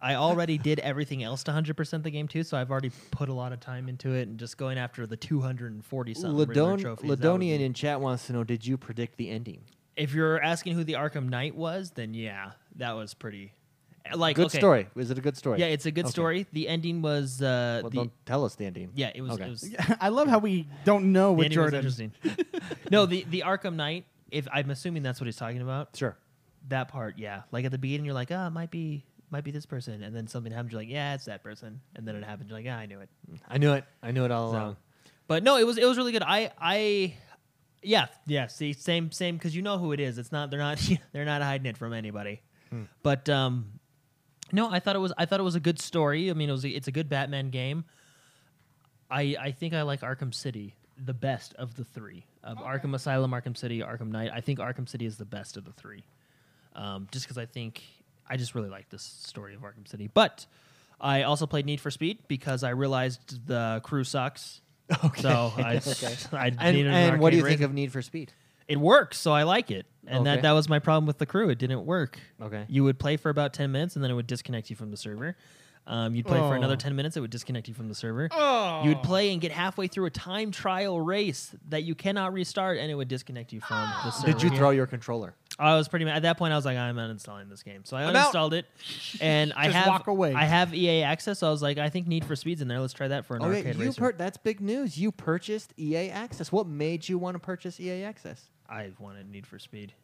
[SPEAKER 3] I already did everything else to 100 percent the game too. So I've already put a lot of time into it and just going after the 240 something Riddler
[SPEAKER 1] Ladon-
[SPEAKER 3] trophies. that would
[SPEAKER 1] Ladonian
[SPEAKER 3] be-
[SPEAKER 1] in chat wants to know: Did you predict the ending?
[SPEAKER 3] If you're asking who the Arkham Knight was, then yeah, that was pretty. eh, Like
[SPEAKER 1] Good
[SPEAKER 3] okay.
[SPEAKER 1] story. Is it a good story?
[SPEAKER 3] Yeah, it's a good
[SPEAKER 1] Okay.
[SPEAKER 3] story. The ending was uh,
[SPEAKER 1] Well,
[SPEAKER 3] the
[SPEAKER 1] don't tell us the ending.
[SPEAKER 3] yeah, it was
[SPEAKER 1] Okay.
[SPEAKER 3] it was
[SPEAKER 2] (laughs) I love how we don't know
[SPEAKER 3] the
[SPEAKER 2] with
[SPEAKER 3] ending was
[SPEAKER 2] Jordan.
[SPEAKER 1] (laughs)
[SPEAKER 3] interesting. no, the the Arkham Knight. If I'm assuming that's what he's talking about.
[SPEAKER 1] Sure.
[SPEAKER 3] that part, yeah. Like at the beginning, you're like, oh, it might be, might be this person, and then something happens. You're like, yeah, it's that person, and then it happens. You're like, yeah, I knew it.
[SPEAKER 1] I knew it. I knew it all
[SPEAKER 3] So-
[SPEAKER 1] along.
[SPEAKER 3] but no, it was it was really good. I I, yeah, yeah. See, same same because you know who it is. It's not they're not (laughs) they're not hiding it from anybody. But um, no, I thought it was I thought it was a good story. I mean, it was a, it's a good Batman game. I I think I like Arkham City the best of the three of Arkham Asylum, Arkham City, Arkham Knight. I think Arkham City is the best of the three, um, just because I think I just really like this story of Arkham City. But I also played Need for Speed because I realized the crew sucks. Okay. So
[SPEAKER 1] (laughs)
[SPEAKER 3] I, I
[SPEAKER 1] And,
[SPEAKER 3] needed an
[SPEAKER 1] and what do you
[SPEAKER 3] arcade
[SPEAKER 1] think
[SPEAKER 3] race.
[SPEAKER 1] of Need for Speed?
[SPEAKER 3] It works, so I like it, and
[SPEAKER 1] Okay.
[SPEAKER 3] that that was my problem with the crew. It didn't work.
[SPEAKER 1] Okay.
[SPEAKER 3] You would play for about ten minutes, and then it would disconnect you from the server. Um, you'd play for
[SPEAKER 1] Oh.
[SPEAKER 3] another 10 minutes. It would disconnect you from the server.
[SPEAKER 2] Oh.
[SPEAKER 3] You would play and get halfway through a time trial race that you cannot restart, and it would disconnect you from
[SPEAKER 1] (gasps)
[SPEAKER 3] the server.
[SPEAKER 1] Did you throw your controller?
[SPEAKER 3] I was pretty mad. At that point, I was like, I'm uninstalling this game. So I
[SPEAKER 1] I'm out.
[SPEAKER 3] uninstalled it, and
[SPEAKER 1] (laughs)
[SPEAKER 3] I
[SPEAKER 2] Just
[SPEAKER 3] have
[SPEAKER 2] walk away.
[SPEAKER 3] I have EA access. So I was like, I think Need for Speed's in there. Let's try that for an
[SPEAKER 1] Oh
[SPEAKER 3] arcade
[SPEAKER 1] wait, you
[SPEAKER 3] racer.
[SPEAKER 1] per- that's big news. You purchased EA Access. What made you want to purchase EA Access?
[SPEAKER 3] I wanted Need for Speed.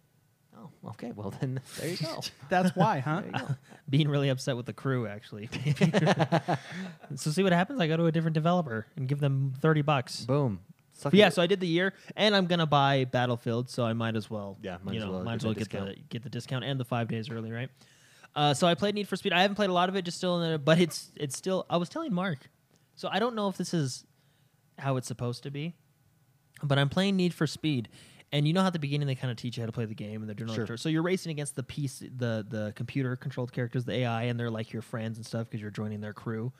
[SPEAKER 1] Oh, okay. Well then, (laughs) there you go.
[SPEAKER 2] That's why, huh?
[SPEAKER 3] Being really upset with the crew, actually. (laughs) so see what happens. I go to a different developer and give them 30 bucks.
[SPEAKER 1] Boom. Suck
[SPEAKER 3] But yeah,
[SPEAKER 1] it.
[SPEAKER 3] so I did the year, and I'm gonna buy Battlefield, so I might as well.
[SPEAKER 1] Yeah,
[SPEAKER 3] might
[SPEAKER 1] might
[SPEAKER 3] you
[SPEAKER 1] as
[SPEAKER 3] know,
[SPEAKER 1] well
[SPEAKER 3] might as
[SPEAKER 1] get
[SPEAKER 3] well
[SPEAKER 1] the
[SPEAKER 3] get the
[SPEAKER 1] discount.
[SPEAKER 3] get the discount and the five days early, right? Uh, so I played Need for Speed. I haven't played a lot of it, just still in the, but it's it's still. I was telling Mark, so I don't know if this is how it's supposed to be, but I'm playing Need for Speed, and you know how at the beginning they kind of teach you how to play the game, and they're doing all the tur- so you're racing against the piece, the the computer controlled characters, the AI, and they're like your friends and stuff because you're joining their crew.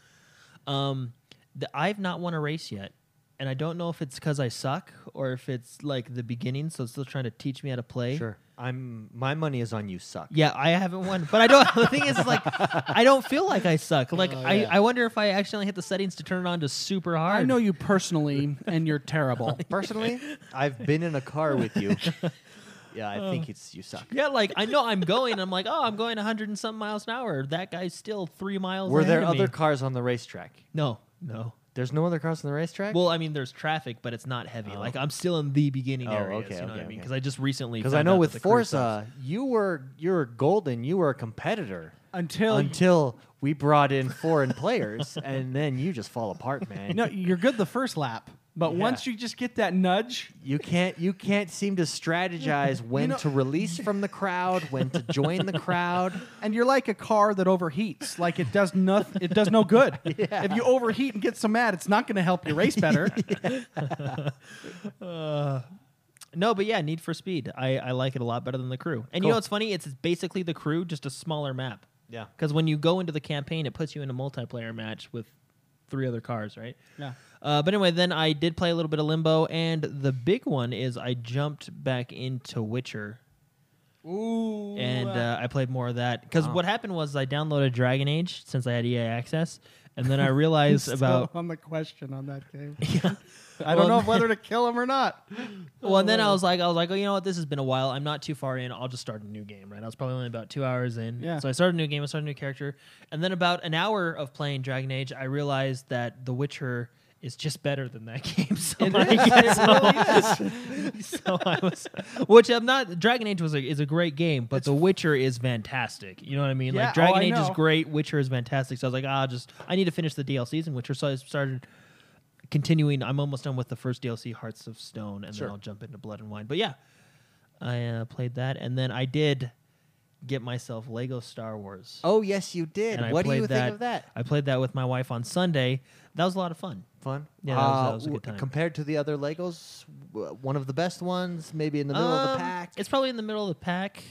[SPEAKER 3] Um, the, I've not won a race yet, and I don't know if it's because I suck or if it's like the beginning, so it's still trying to teach me how to play.
[SPEAKER 1] sure. I'm. My money is on you.
[SPEAKER 3] (laughs)
[SPEAKER 1] Suck.
[SPEAKER 3] Yeah, I haven't won, but I don't. (laughs) the thing is, is like, I don't feel like I suck. Like, I, I wonder if I accidentally hit the settings to turn it on to super hard.
[SPEAKER 2] I know you personally, and
[SPEAKER 1] (laughs)
[SPEAKER 2] you're terrible.
[SPEAKER 1] Personally, I've been in a car with
[SPEAKER 3] (laughs)
[SPEAKER 1] you. Yeah,
[SPEAKER 3] Oh.
[SPEAKER 1] I think it's you suck.
[SPEAKER 3] Yeah, like I know I'm going. I'm like, oh, I'm going 100 and some miles an hour. That guy's still three miles.
[SPEAKER 1] Were there
[SPEAKER 3] ahead of me.
[SPEAKER 1] other cars on the racetrack?
[SPEAKER 3] no, no.
[SPEAKER 1] There's no other cars on the racetrack.
[SPEAKER 3] Well, I mean, there's traffic, but it's not heavy. Like I'm still in the beginning
[SPEAKER 1] Oh,
[SPEAKER 3] areas.
[SPEAKER 1] okay,
[SPEAKER 3] you know what I
[SPEAKER 1] okay, okay.
[SPEAKER 3] mean? Because I just recently
[SPEAKER 1] because I
[SPEAKER 3] found
[SPEAKER 1] know
[SPEAKER 3] out
[SPEAKER 1] with
[SPEAKER 3] that the crew sucks.
[SPEAKER 1] Forza, you were you were golden. You were a competitor
[SPEAKER 2] Until
[SPEAKER 1] until we brought in foreign players, (laughs) and then you just fall apart, man.
[SPEAKER 2] no, you're good the first lap, but once you just get that nudge,
[SPEAKER 1] You can't you can't seem to strategize when
[SPEAKER 2] know-
[SPEAKER 1] to release from the crowd, when to join the (laughs) crowd.
[SPEAKER 2] and you're like a car that overheats. Like it does nothing. It does no
[SPEAKER 3] (laughs)
[SPEAKER 2] good. If you overheat and get so mad, it's not going to help you race
[SPEAKER 3] (laughs)
[SPEAKER 2] better.
[SPEAKER 3] No, but yeah, Need for Speed. I, I like it a lot better than the crew. And you know what's funny? It's basically the crew, just a smaller map.
[SPEAKER 1] Yeah.
[SPEAKER 3] Because when you go into the campaign, it puts you in a multiplayer match with three other cars, right?
[SPEAKER 2] Yeah.
[SPEAKER 3] Uh, but anyway, then I did play a little bit of Limbo, and the big one is I jumped back into Witcher,
[SPEAKER 2] Ooh.
[SPEAKER 3] and uh, I played more of that. Because what happened was I downloaded Dragon Age since I had EA access, and then
[SPEAKER 2] (laughs)
[SPEAKER 3] I realized about
[SPEAKER 2] on the question on that game.
[SPEAKER 3] (laughs) yeah.
[SPEAKER 2] I don't know
[SPEAKER 3] Well, (laughs)
[SPEAKER 2] whether to kill him or not.
[SPEAKER 3] Well, and
[SPEAKER 2] Um,
[SPEAKER 3] then I was like, I was like, oh, you know what? This has been a while. I'm not too far in. I'll just start a new game, right? I was probably only about two hours in.
[SPEAKER 2] Yeah.
[SPEAKER 3] So I started a new game. I started a new character, and then about an hour of playing Dragon Age, I realized that The Witcher is just better than that (laughs) game. So, like, so, (laughs) so I was, which I'm not. Dragon Age was a, is a great game, but The Witcher is fantastic. You know what I mean?
[SPEAKER 2] Yeah,
[SPEAKER 3] like Dragon
[SPEAKER 2] oh, I
[SPEAKER 3] Age is
[SPEAKER 2] know.
[SPEAKER 3] great. Witcher is fantastic. So I was like, ah, just I need to finish the DLCs in Witcher. So I started continuing. I'm almost done with the first DLC, Hearts of Stone, and then I'll jump into Blood and Wine. But yeah, I uh, played that, and then I did get myself Lego Star Wars.
[SPEAKER 1] Oh yes, you did.
[SPEAKER 3] and I
[SPEAKER 1] what do
[SPEAKER 3] played
[SPEAKER 1] you think of that?
[SPEAKER 3] I played that with my wife on Sunday. That was a lot of fun.
[SPEAKER 1] Fun. Uh,
[SPEAKER 3] Yeah, that was- that was a good
[SPEAKER 1] w-
[SPEAKER 3] time.
[SPEAKER 1] Compared to the other Legos, w- one of the best ones, maybe in the middle of the
[SPEAKER 3] Um,
[SPEAKER 1] pack.
[SPEAKER 3] It's probably in the middle of the pack.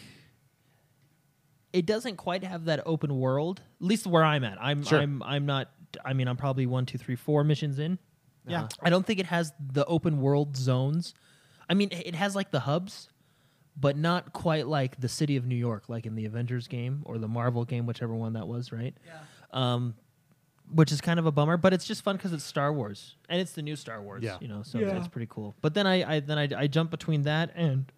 [SPEAKER 3] It doesn't quite have that open world. At least where I'm at, I'm
[SPEAKER 1] Sure.
[SPEAKER 3] I'm I'm not. I mean, I'm probably one, two, three, four missions in.
[SPEAKER 2] Yeah.
[SPEAKER 3] I don't think it has the open world zones. I mean, it has like the hubs, but not quite like the city of New York, like in the Avengers game or the Marvel game, whichever one that was, right? Yeah. Um, which is kind of a bummer, but it's just fun because it's Star Wars and it's the new Star Wars,
[SPEAKER 1] Yeah.
[SPEAKER 3] you know, so that's pretty cool. But then I, I then I, I jump between that and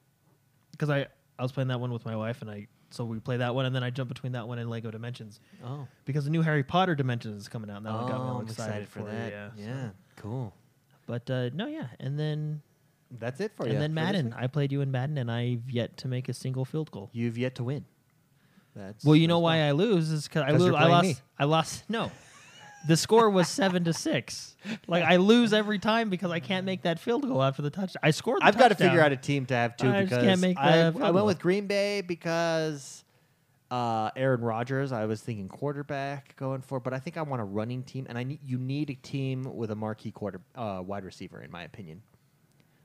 [SPEAKER 3] because I I was playing that one with my wife and I so we play that one and then I jump between that one and Lego Dimensions
[SPEAKER 1] oh,
[SPEAKER 3] because the new Harry Potter Dimensions is coming out and that one got me
[SPEAKER 1] Oh,
[SPEAKER 3] all
[SPEAKER 1] I'm
[SPEAKER 3] excited,
[SPEAKER 1] excited for that.
[SPEAKER 3] It, yeah, so-
[SPEAKER 1] cool.
[SPEAKER 3] but uh, no, yeah, and then
[SPEAKER 1] That's it for you.
[SPEAKER 3] and then
[SPEAKER 1] for this
[SPEAKER 3] Madden.
[SPEAKER 1] week.
[SPEAKER 3] I played you in Madden, and I've yet to make a single field goal.
[SPEAKER 1] You've yet to win. That's
[SPEAKER 3] Well, you know
[SPEAKER 1] that's
[SPEAKER 3] why I lose is because I
[SPEAKER 1] 'Cause
[SPEAKER 3] lose.
[SPEAKER 1] you're
[SPEAKER 3] I
[SPEAKER 1] playing
[SPEAKER 3] lost.
[SPEAKER 1] me.
[SPEAKER 3] I lost. (laughs) No, the score was seven to six. Like I lose every time because I can't make that field goal after the touchdown. I scored. The
[SPEAKER 1] I've got to
[SPEAKER 3] touchdown.
[SPEAKER 1] figure out a team to have two
[SPEAKER 3] I just
[SPEAKER 1] because
[SPEAKER 3] can't make
[SPEAKER 1] I,
[SPEAKER 3] the
[SPEAKER 1] I
[SPEAKER 3] field goal.
[SPEAKER 1] went with Green Bay because uh, Aaron Rodgers. I was thinking quarterback going for, but I think I want a running team, and I need you need a team with a marquee quarter uh, wide receiver, in my opinion.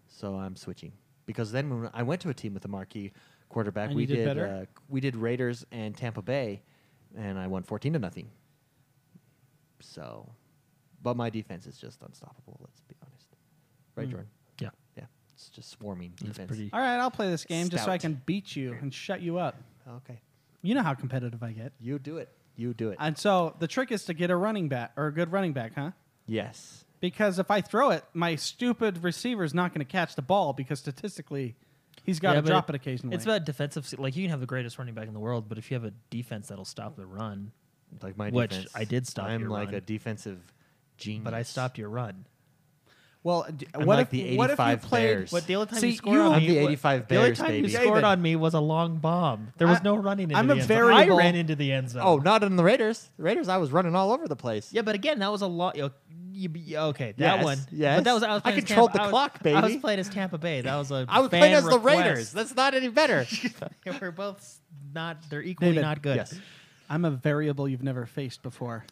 [SPEAKER 1] So I'm switching because then when I went to a team with a marquee quarterback,
[SPEAKER 2] And
[SPEAKER 1] we
[SPEAKER 2] you did
[SPEAKER 1] did
[SPEAKER 2] better?
[SPEAKER 1] uh, we did Raiders and Tampa Bay, and I won fourteen to nothing. So, but my defense is just unstoppable. Let's be honest, right, Jordan?
[SPEAKER 3] Hmm. Yeah,
[SPEAKER 1] Yeah, it's just swarming
[SPEAKER 3] that's
[SPEAKER 1] defense.
[SPEAKER 3] pretty.
[SPEAKER 2] All right, I'll play this game just so I
[SPEAKER 1] Stout.
[SPEAKER 2] can beat you and shut you up.
[SPEAKER 1] Okay.
[SPEAKER 2] You know how competitive I get.
[SPEAKER 1] You do it. You do it.
[SPEAKER 2] And so the trick is to get a running back or a good running back, huh?
[SPEAKER 1] yes.
[SPEAKER 2] Because if I throw it, my stupid receiver is not going to catch the ball because statistically, he's got
[SPEAKER 3] Yeah,
[SPEAKER 2] to
[SPEAKER 3] but
[SPEAKER 2] drop
[SPEAKER 3] it-
[SPEAKER 2] it occasionally.
[SPEAKER 3] It's about defensive. se- Like you can have the greatest running back in the world, but if you have a defense that'll stop the run,
[SPEAKER 1] Like my
[SPEAKER 3] Which
[SPEAKER 1] defense.
[SPEAKER 3] I did stop
[SPEAKER 1] I'm
[SPEAKER 3] your
[SPEAKER 1] like
[SPEAKER 3] run.
[SPEAKER 1] a defensive genius.
[SPEAKER 3] but I stopped your run.
[SPEAKER 2] well, d-
[SPEAKER 1] I'm
[SPEAKER 2] what
[SPEAKER 1] like
[SPEAKER 2] if
[SPEAKER 1] the
[SPEAKER 2] what if you
[SPEAKER 1] 85
[SPEAKER 2] played?
[SPEAKER 1] Bears.
[SPEAKER 3] But the only time
[SPEAKER 2] See,
[SPEAKER 3] you scored
[SPEAKER 2] you-
[SPEAKER 3] on
[SPEAKER 1] I'm
[SPEAKER 3] me,
[SPEAKER 1] the
[SPEAKER 3] wa-
[SPEAKER 1] 85
[SPEAKER 3] the only
[SPEAKER 1] Bears,
[SPEAKER 3] time
[SPEAKER 1] baby.
[SPEAKER 3] you scored
[SPEAKER 2] David.
[SPEAKER 3] on me was a long bomb. There was
[SPEAKER 2] I-
[SPEAKER 3] no running. Into
[SPEAKER 2] I'm
[SPEAKER 3] the
[SPEAKER 2] a
[SPEAKER 3] end zone.
[SPEAKER 2] variable-
[SPEAKER 3] I ran into the end zone.
[SPEAKER 1] Oh, not on the Raiders. Raiders, I was running all over the place.
[SPEAKER 3] Yeah, but again, that was a lot. You, you- okay, that
[SPEAKER 1] Yes,
[SPEAKER 3] one.
[SPEAKER 1] yes.
[SPEAKER 3] but that was I, was
[SPEAKER 1] I
[SPEAKER 3] playing as
[SPEAKER 1] controlled
[SPEAKER 3] Tampa-
[SPEAKER 1] the
[SPEAKER 3] I was-
[SPEAKER 1] clock,
[SPEAKER 3] I was
[SPEAKER 1] baby.
[SPEAKER 3] playing as Tampa Bay. That was a.
[SPEAKER 1] (laughs) I was
[SPEAKER 3] fan
[SPEAKER 1] playing as the
[SPEAKER 3] request.
[SPEAKER 1] Raiders. That's not any
[SPEAKER 3] (laughs)
[SPEAKER 1] better.
[SPEAKER 3] Yeah, We're both not. They're equally
[SPEAKER 2] David,
[SPEAKER 3] not good.
[SPEAKER 1] yes.
[SPEAKER 2] I'm a variable you've never faced before.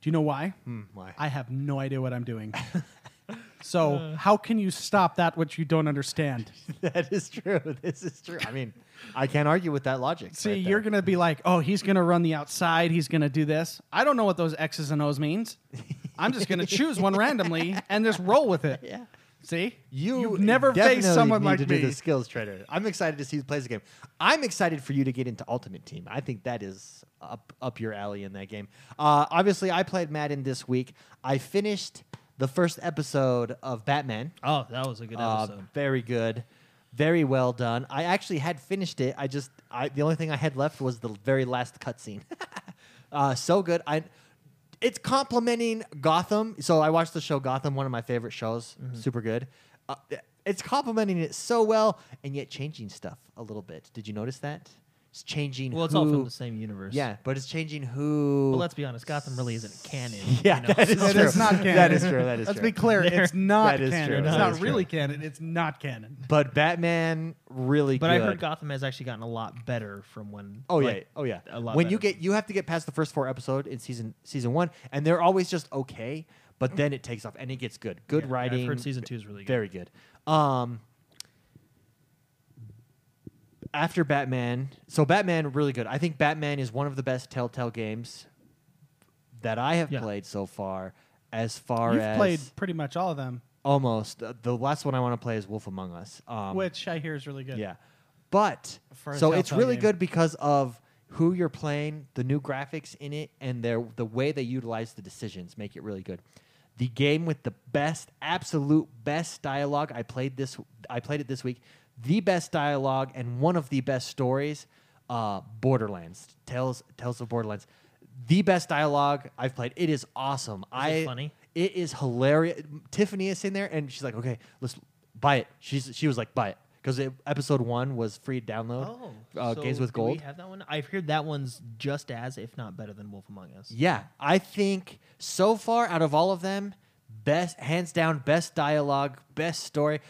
[SPEAKER 2] Do you know why?
[SPEAKER 1] why?
[SPEAKER 2] I have no idea what I'm doing. so
[SPEAKER 1] Uh.
[SPEAKER 2] how can you stop that which you
[SPEAKER 1] (laughs)
[SPEAKER 2] don't understand?
[SPEAKER 1] (laughs) that is true. This is true. I mean, I can't argue with that logic.
[SPEAKER 2] See,
[SPEAKER 1] right
[SPEAKER 2] you're
[SPEAKER 1] there.
[SPEAKER 2] gonna be like, oh, he's gonna run the outside. He's gonna do this. I don't know what those X's and O's means. I'm
[SPEAKER 1] (laughs)
[SPEAKER 2] just gonna choose one randomly and just roll with it. Yeah. See,
[SPEAKER 1] You
[SPEAKER 2] You've never
[SPEAKER 1] definitely
[SPEAKER 2] faced someone
[SPEAKER 1] need
[SPEAKER 2] like
[SPEAKER 1] to
[SPEAKER 2] me.
[SPEAKER 1] do the skills trader. I'm excited to see who plays the game. I'm excited for you to get into Ultimate Team. I think that is up up your alley in that game. Uh, obviously, I played Madden this week. I finished the first episode of Batman.
[SPEAKER 3] Oh, that was a good
[SPEAKER 1] Uh,
[SPEAKER 3] episode.
[SPEAKER 1] very good, very well done. I actually had finished it. I just I the only thing I had left was the very last cutscene. (laughs) uh, so good. I it's complimenting Gotham. So I watched the show Gotham, one of my favorite shows.
[SPEAKER 3] Mm-hmm.
[SPEAKER 1] Super good. Uh, it's complimenting it so well, and yet changing stuff a little bit. Did you notice that? It's changing.
[SPEAKER 3] well, it's
[SPEAKER 1] who,
[SPEAKER 3] all from the same universe.
[SPEAKER 1] Yeah, but it's changing who.
[SPEAKER 3] Well, let's be honest. Gotham really isn't canon.
[SPEAKER 1] (laughs) yeah,
[SPEAKER 3] you know?
[SPEAKER 1] that is
[SPEAKER 2] (laughs) That
[SPEAKER 1] true.
[SPEAKER 2] is not canon.
[SPEAKER 1] That is true. That is
[SPEAKER 2] Let's
[SPEAKER 1] true.
[SPEAKER 2] be clear, it's not
[SPEAKER 1] That is
[SPEAKER 2] canon.
[SPEAKER 1] true.
[SPEAKER 2] It's
[SPEAKER 1] That
[SPEAKER 2] not
[SPEAKER 1] is true.
[SPEAKER 2] really canon. It's not canon.
[SPEAKER 1] But Batman really
[SPEAKER 3] But
[SPEAKER 1] good.
[SPEAKER 3] I heard Gotham has actually gotten a lot better from when.
[SPEAKER 1] Oh
[SPEAKER 3] like,
[SPEAKER 1] yeah, oh yeah.
[SPEAKER 3] a lot
[SPEAKER 1] when you
[SPEAKER 3] better.
[SPEAKER 1] get you have to get past the first four episode in season season one, and they're always just okay, but then it takes off and it gets good. Good
[SPEAKER 3] Yeah,
[SPEAKER 1] writing.
[SPEAKER 3] I've heard season two is really good.
[SPEAKER 1] Very good. Um, after Batman, so Batman really good. I think Batman is one of the best Telltale games that I have
[SPEAKER 3] Yeah.
[SPEAKER 1] played so far. As far
[SPEAKER 2] You've
[SPEAKER 1] as
[SPEAKER 2] played pretty much all of them,
[SPEAKER 1] almost uh, the last one I want to play is Wolf Among Us. Um,
[SPEAKER 2] which I hear is really good.
[SPEAKER 1] yeah. But
[SPEAKER 2] For a
[SPEAKER 1] so it's
[SPEAKER 2] Telltale
[SPEAKER 1] really
[SPEAKER 2] game.
[SPEAKER 1] good because of who you're playing, the new graphics in it, and their the way they utilize the decisions make it really good. The game with the best, absolute best dialogue. I played this. I played it this week. The best dialogue and one of the best stories. Uh, Borderlands tells tells of Borderlands. The best dialogue I've played. It is awesome. I
[SPEAKER 3] it funny?
[SPEAKER 1] it is hilarious. Tiffany is in there and she's like, "Okay, let's buy it." She's she was like, "Buy it." Because episode one was free download.
[SPEAKER 3] Oh,
[SPEAKER 1] uh,
[SPEAKER 3] so
[SPEAKER 1] Games with
[SPEAKER 3] do we
[SPEAKER 1] Gold.
[SPEAKER 3] have that one. I've heard that one's just as, if not better, than Wolf Among Us.
[SPEAKER 1] yeah, I think so far out of all of them, best hands down, best dialogue, best story.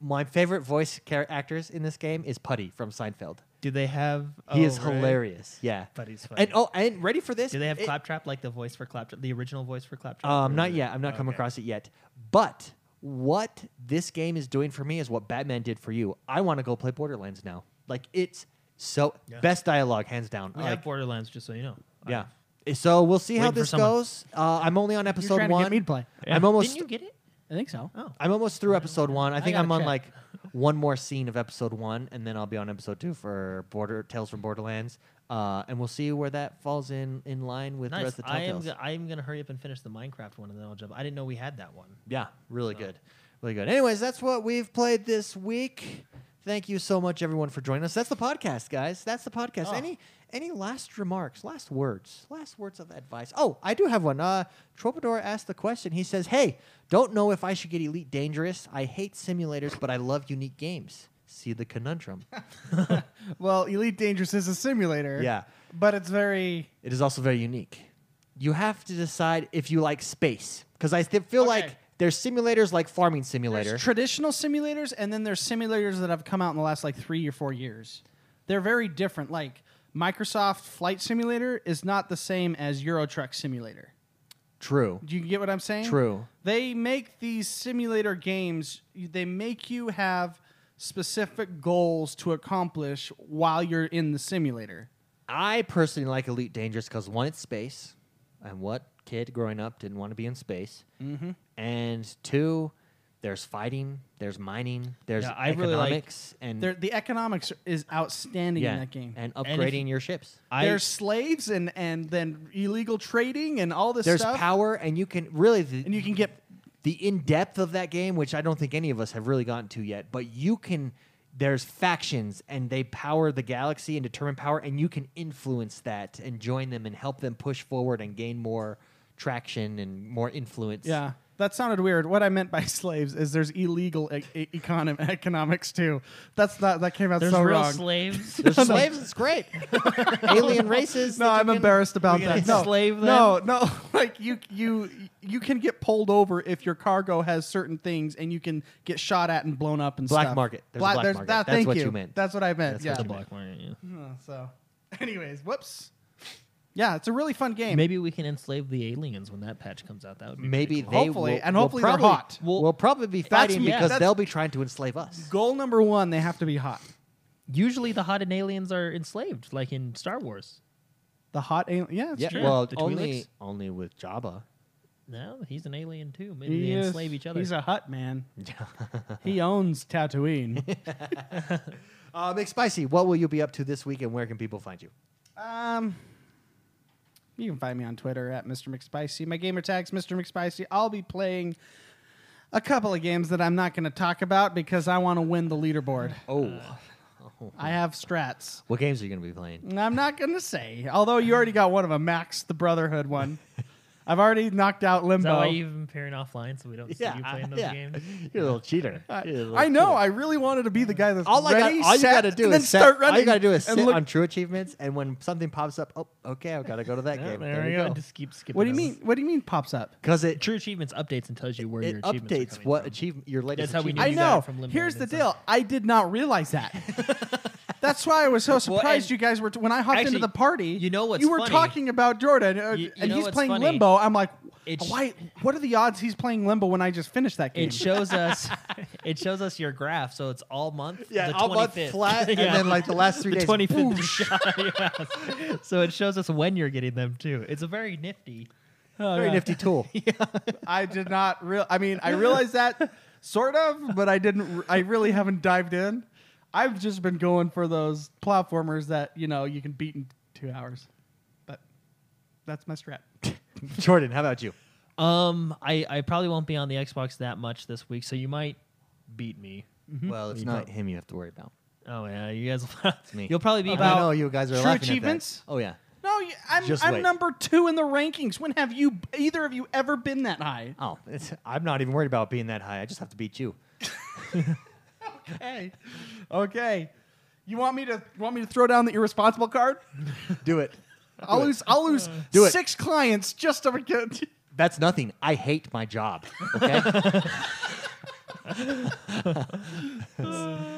[SPEAKER 1] My favorite voice char- actors in this game is Putty from Seinfeld.
[SPEAKER 3] Do they have?
[SPEAKER 1] He
[SPEAKER 3] oh,
[SPEAKER 1] is
[SPEAKER 3] right.
[SPEAKER 1] hilarious. Yeah,
[SPEAKER 3] Putty's funny.
[SPEAKER 1] And oh, and ready for this?
[SPEAKER 3] Do they have
[SPEAKER 1] It-
[SPEAKER 3] Claptrap like the voice for Claptrap, the original voice for Claptrap?
[SPEAKER 1] Um,
[SPEAKER 3] or
[SPEAKER 1] not
[SPEAKER 3] is it-
[SPEAKER 1] yet. I'm not coming
[SPEAKER 3] Oh, okay.
[SPEAKER 1] across it yet. But what this game is doing for me is what Batman did for you. I want to go play Borderlands now. Like it's so
[SPEAKER 3] Yeah.
[SPEAKER 1] best dialogue, hands down.
[SPEAKER 3] We
[SPEAKER 1] I
[SPEAKER 3] have
[SPEAKER 1] like-
[SPEAKER 3] Borderlands, just so you know.
[SPEAKER 1] yeah. So we'll see how
[SPEAKER 3] Waiting for
[SPEAKER 1] this
[SPEAKER 3] someone.
[SPEAKER 1] goes. Uh, I'm only on episode
[SPEAKER 2] trying to get
[SPEAKER 1] one.
[SPEAKER 2] me to play.
[SPEAKER 1] I'm almost.
[SPEAKER 3] Didn't you get it?
[SPEAKER 2] I think so.
[SPEAKER 3] Oh,
[SPEAKER 1] I'm almost through episode one. I think
[SPEAKER 3] gotta
[SPEAKER 1] I'm on
[SPEAKER 3] check.
[SPEAKER 1] like one more scene of episode one, and then I'll be on episode two for Border Tales from Borderlands. Uh, and we'll see where that falls in in line with the
[SPEAKER 3] nice.
[SPEAKER 1] rest of the
[SPEAKER 3] I am.
[SPEAKER 1] Telltales.
[SPEAKER 3] go- I am gonna hurry up and finish the Minecraft one, and then I'll jump. I didn't know we had that one.
[SPEAKER 1] Yeah, really good. Really good. Anyways, that's what we've played this week. Thank you so much everyone for joining us. That's the podcast, guys. That's the podcast.
[SPEAKER 2] Oh.
[SPEAKER 1] Any any last remarks, last words, last words of advice? Oh, I do have one. Uh Tropador asked the question. He says, "Hey, don't know if I should get Elite Dangerous. I hate simulators, but I love unique games." See the
[SPEAKER 2] (laughs)
[SPEAKER 1] conundrum.
[SPEAKER 2] Well, Elite Dangerous is a simulator.
[SPEAKER 1] Yeah.
[SPEAKER 2] But it's very
[SPEAKER 1] It is also very unique. You have to decide if you like space because I th- feel
[SPEAKER 2] Okay.
[SPEAKER 1] like there's simulators like farming simulator.
[SPEAKER 2] There's traditional simulators, and then there's simulators that have come out in the last like three or four years. They're very different. Like Microsoft Flight Simulator is not the same as Euro Truck Simulator.
[SPEAKER 1] True.
[SPEAKER 2] Do you get what I'm saying?
[SPEAKER 1] True.
[SPEAKER 2] They make these simulator games. They make you have specific goals to accomplish while you're in the simulator.
[SPEAKER 1] I personally like Elite Dangerous because one, it's space, and what kid growing up didn't want to be in space? Mm-hmm. And two, There's fighting. There's mining. There's
[SPEAKER 3] Yeah, I really like-
[SPEAKER 1] economics and
[SPEAKER 2] They're- the economics is outstanding
[SPEAKER 1] yeah,
[SPEAKER 2] in that game.
[SPEAKER 1] and
[SPEAKER 3] if-
[SPEAKER 1] upgrading your ships.
[SPEAKER 3] I-
[SPEAKER 2] there's slaves and and then illegal trading and all this
[SPEAKER 1] There's
[SPEAKER 2] stuff.
[SPEAKER 1] power, and you can really the,
[SPEAKER 2] and you can get
[SPEAKER 1] the in depth of that game, which I don't think any of us have really gotten to yet. But you can. There's factions, and they power the galaxy and determine power, and you can influence that and join them and help them push forward and gain more traction and more influence.
[SPEAKER 2] yeah. That sounded weird. What I meant by (laughs) slaves is there's illegal e- e- econom- economics too. That's not that came out
[SPEAKER 3] There's
[SPEAKER 1] (laughs)
[SPEAKER 2] so
[SPEAKER 3] real
[SPEAKER 2] wrong.
[SPEAKER 3] slaves.
[SPEAKER 1] There's slaves. It's great. Alien races.
[SPEAKER 2] (laughs) no,
[SPEAKER 1] that you
[SPEAKER 2] I'm
[SPEAKER 1] can-
[SPEAKER 2] embarrassed about
[SPEAKER 3] gonna
[SPEAKER 2] that. No,
[SPEAKER 3] enslave them?
[SPEAKER 2] no, no. (laughs) Like you, you, you can get pulled over if your cargo has certain things, and you can get shot at and blown up and
[SPEAKER 1] Black
[SPEAKER 2] stuff.
[SPEAKER 1] market. There's a black market.
[SPEAKER 2] That,
[SPEAKER 1] That's
[SPEAKER 2] thank
[SPEAKER 1] what you meant.
[SPEAKER 2] That's what I meant.
[SPEAKER 1] That's
[SPEAKER 2] yeah.
[SPEAKER 1] what
[SPEAKER 3] the black market. yeah.
[SPEAKER 2] Uh, So, (laughs) anyways, whoops. Yeah, it's a really fun game.
[SPEAKER 3] Maybe we can enslave the aliens when that patch comes out. That would be
[SPEAKER 1] Maybe
[SPEAKER 3] pretty
[SPEAKER 1] they
[SPEAKER 3] cool.
[SPEAKER 2] Hopefully-
[SPEAKER 1] will,
[SPEAKER 2] and
[SPEAKER 1] will
[SPEAKER 2] hopefully they're
[SPEAKER 1] probably,
[SPEAKER 2] hot.
[SPEAKER 1] We'll, probably be
[SPEAKER 2] That's-
[SPEAKER 1] fighting
[SPEAKER 2] yeah,
[SPEAKER 1] because
[SPEAKER 2] that's-
[SPEAKER 1] they'll be trying to enslave us.
[SPEAKER 2] Goal number one: they have to be hot.
[SPEAKER 3] usually the hot and aliens are enslaved, like in Star Wars.
[SPEAKER 2] The hot alien. Yeah, it's
[SPEAKER 1] Yeah,
[SPEAKER 2] true.
[SPEAKER 1] well,
[SPEAKER 3] The
[SPEAKER 1] only
[SPEAKER 3] Twi'leks.
[SPEAKER 1] only with Jabba.
[SPEAKER 3] No, he's an alien too. Maybe
[SPEAKER 2] He
[SPEAKER 3] they
[SPEAKER 2] is-
[SPEAKER 3] enslave each other.
[SPEAKER 2] He's a
[SPEAKER 1] (laughs)
[SPEAKER 2] hut man. he owns Tatooine.
[SPEAKER 1] Uh, McSpicy, what will you be up to this week, and where can people find you?
[SPEAKER 2] Um, you can find me on Twitter at Mr. McSpicy. My gamer tag's Mr. McSpicy. I'll be playing a couple of games that I'm not going to talk about because I want to win the leaderboard.
[SPEAKER 1] Oh,
[SPEAKER 2] Uh, I have strats.
[SPEAKER 1] what games are you going to be playing?
[SPEAKER 2] And I'm not going to say. Although you already got one of them, Max the
[SPEAKER 1] (laughs)
[SPEAKER 2] Brotherhood one. I've already knocked out
[SPEAKER 3] Is that
[SPEAKER 2] Limbo.
[SPEAKER 3] why you've been pairing offline so we don't see you playing those games?
[SPEAKER 1] (laughs)
[SPEAKER 3] Oh,
[SPEAKER 1] You're a little cheater. You're a little
[SPEAKER 2] I know.
[SPEAKER 1] cheater.
[SPEAKER 2] I really wanted to be the guy that's
[SPEAKER 1] All I got,
[SPEAKER 2] ready,
[SPEAKER 1] all you
[SPEAKER 2] set,
[SPEAKER 1] got to do
[SPEAKER 2] and then
[SPEAKER 1] is set,
[SPEAKER 2] start running.
[SPEAKER 1] all you got to do is
[SPEAKER 2] and
[SPEAKER 1] sit
[SPEAKER 2] look-
[SPEAKER 1] on True Achievements, and when something pops up, oh, okay, I've got to go to that
[SPEAKER 3] Yeah,
[SPEAKER 1] game.
[SPEAKER 3] there,
[SPEAKER 1] There,
[SPEAKER 3] we
[SPEAKER 1] you
[SPEAKER 3] go.
[SPEAKER 1] go.
[SPEAKER 3] Just keep skipping.
[SPEAKER 2] What do you
[SPEAKER 3] us.
[SPEAKER 2] mean? What do you mean? Pops up?
[SPEAKER 1] Because it
[SPEAKER 3] True achievements updates and tells you where your
[SPEAKER 1] it
[SPEAKER 3] achievements are
[SPEAKER 1] updates
[SPEAKER 3] coming
[SPEAKER 1] what
[SPEAKER 3] from.
[SPEAKER 1] achievement your latest.
[SPEAKER 3] how we
[SPEAKER 1] achievement
[SPEAKER 3] knew
[SPEAKER 2] I
[SPEAKER 3] you
[SPEAKER 1] is.
[SPEAKER 3] got
[SPEAKER 2] know.
[SPEAKER 3] it from Limbo
[SPEAKER 2] Here's
[SPEAKER 3] and
[SPEAKER 2] the
[SPEAKER 3] then
[SPEAKER 2] deal. I did not realize that.
[SPEAKER 3] (laughs)
[SPEAKER 2] That's why I was so surprised
[SPEAKER 3] and-
[SPEAKER 2] you guys were. T- when I hopped into
[SPEAKER 3] Actually,
[SPEAKER 2] the party,
[SPEAKER 3] you know what's
[SPEAKER 2] you were
[SPEAKER 3] funny?
[SPEAKER 2] talking about Jordan, uh,
[SPEAKER 3] You- you
[SPEAKER 2] and
[SPEAKER 3] know
[SPEAKER 2] he's
[SPEAKER 3] what's
[SPEAKER 2] playing
[SPEAKER 3] funny?
[SPEAKER 2] Limbo. I'm like,
[SPEAKER 3] It's-
[SPEAKER 2] why? What are the odds he's playing Limbo when I just finished that game?
[SPEAKER 3] It
[SPEAKER 1] (laughs)
[SPEAKER 3] shows us. it shows us your graph, so it's all month.
[SPEAKER 1] Yeah,
[SPEAKER 3] the
[SPEAKER 1] all
[SPEAKER 3] 25th.
[SPEAKER 1] month
[SPEAKER 3] (laughs)
[SPEAKER 1] flat, and
[SPEAKER 3] Yeah.
[SPEAKER 1] then like the last three
[SPEAKER 3] the
[SPEAKER 1] days.
[SPEAKER 3] twenty fifth shot. (laughs) yes. So it shows us when you're getting them too. It's a very nifty. Oh,
[SPEAKER 1] Very nifty
[SPEAKER 3] (laughs)
[SPEAKER 1] tool.
[SPEAKER 2] I did not real. I mean, I realized that sort of, but I didn't. r- I really haven't dived in. I've just been going for those platformers that you know you can beat in two hours. But that's my strat.
[SPEAKER 1] Jordan, how about you?
[SPEAKER 3] Um, I I probably won't be on the Xbox that much this week, so you might beat me.
[SPEAKER 1] Well, it's not him you have to worry about.
[SPEAKER 3] Oh yeah, you guys. will- (laughs)
[SPEAKER 1] me.
[SPEAKER 3] You'll probably be
[SPEAKER 1] Oh, I know
[SPEAKER 3] about.
[SPEAKER 1] you guys are
[SPEAKER 2] true
[SPEAKER 1] laughing at that.
[SPEAKER 2] achievements?
[SPEAKER 1] Oh yeah,
[SPEAKER 2] No, you- I'm,
[SPEAKER 1] Just
[SPEAKER 2] I'm
[SPEAKER 1] wait.
[SPEAKER 2] number two in the rankings. When have you, either of you, ever been that high?
[SPEAKER 1] Oh, (laughs) it's, I'm not even worried about being that high. I just have to beat you.
[SPEAKER 2] Hey, okay. You want me to want me to throw down the irresponsible (laughs) card?
[SPEAKER 1] Do it.
[SPEAKER 2] I'll lose. I'll lose
[SPEAKER 1] Do it.
[SPEAKER 2] six clients just to get. (laughs)
[SPEAKER 1] That's nothing. I hate my job.
[SPEAKER 3] (laughs)
[SPEAKER 1] Okay.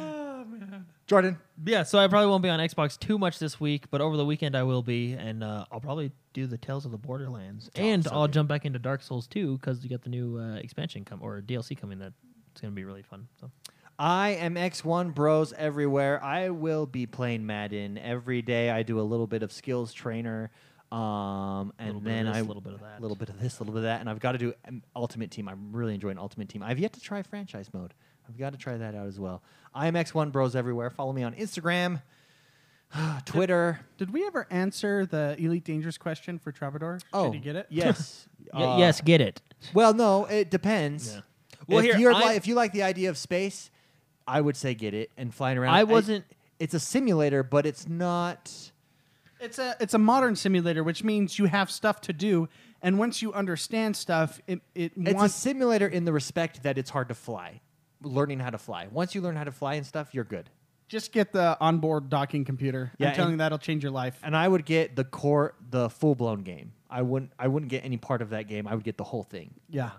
[SPEAKER 1] Jordan,
[SPEAKER 3] Yeah, so I probably won't be on Xbox too much this week, but over the weekend I will be, and uh, I'll probably do the Tales of the Borderlands, and I'll jump back into Dark Souls 2 because you got the new uh, expansion come or DLC coming that it's gonna be really fun. So
[SPEAKER 1] I am X1 Bros everywhere. I will be playing Madden every day. I do a little bit of skills trainer, um, and
[SPEAKER 3] Little bit of
[SPEAKER 1] then
[SPEAKER 3] this,
[SPEAKER 1] I
[SPEAKER 3] little bit of that.
[SPEAKER 1] little bit of this, a little bit of that, and I've got to do um, Ultimate Team. I'm really enjoying Ultimate Team. I've yet to try franchise mode. I've got to try that out as well. I am X1 Bros everywhere. Follow me on Instagram, (sighs) Twitter.
[SPEAKER 2] Did we ever answer the elite dangerous question for Travador?
[SPEAKER 1] oh,
[SPEAKER 2] Did you get it?
[SPEAKER 1] Yes.
[SPEAKER 3] (laughs) Y-
[SPEAKER 1] Uh,
[SPEAKER 3] yes, get it.
[SPEAKER 1] Well, no, it depends.
[SPEAKER 3] Yeah. Well,
[SPEAKER 1] Well, if,
[SPEAKER 3] here,
[SPEAKER 1] you're
[SPEAKER 3] I-
[SPEAKER 1] li- if you like the idea of space, I would say get it and flying around.
[SPEAKER 3] I wasn't-
[SPEAKER 1] it's a simulator, but it's not.
[SPEAKER 2] It's a it's a modern simulator, which means you have stuff to do, and once you understand stuff, it it
[SPEAKER 1] It's a
[SPEAKER 2] wants.
[SPEAKER 1] simulator in the respect that it's hard to fly. Learning how to fly. Once you learn how to fly and stuff, you're good.
[SPEAKER 2] Just get the onboard docking computer.
[SPEAKER 1] Yeah,
[SPEAKER 2] I'm telling
[SPEAKER 1] and-
[SPEAKER 2] you, that'll change your life.
[SPEAKER 1] And I would get the core, the full blown game. I wouldn't. I wouldn't get any part of that game. I would get the whole thing.
[SPEAKER 2] Yeah.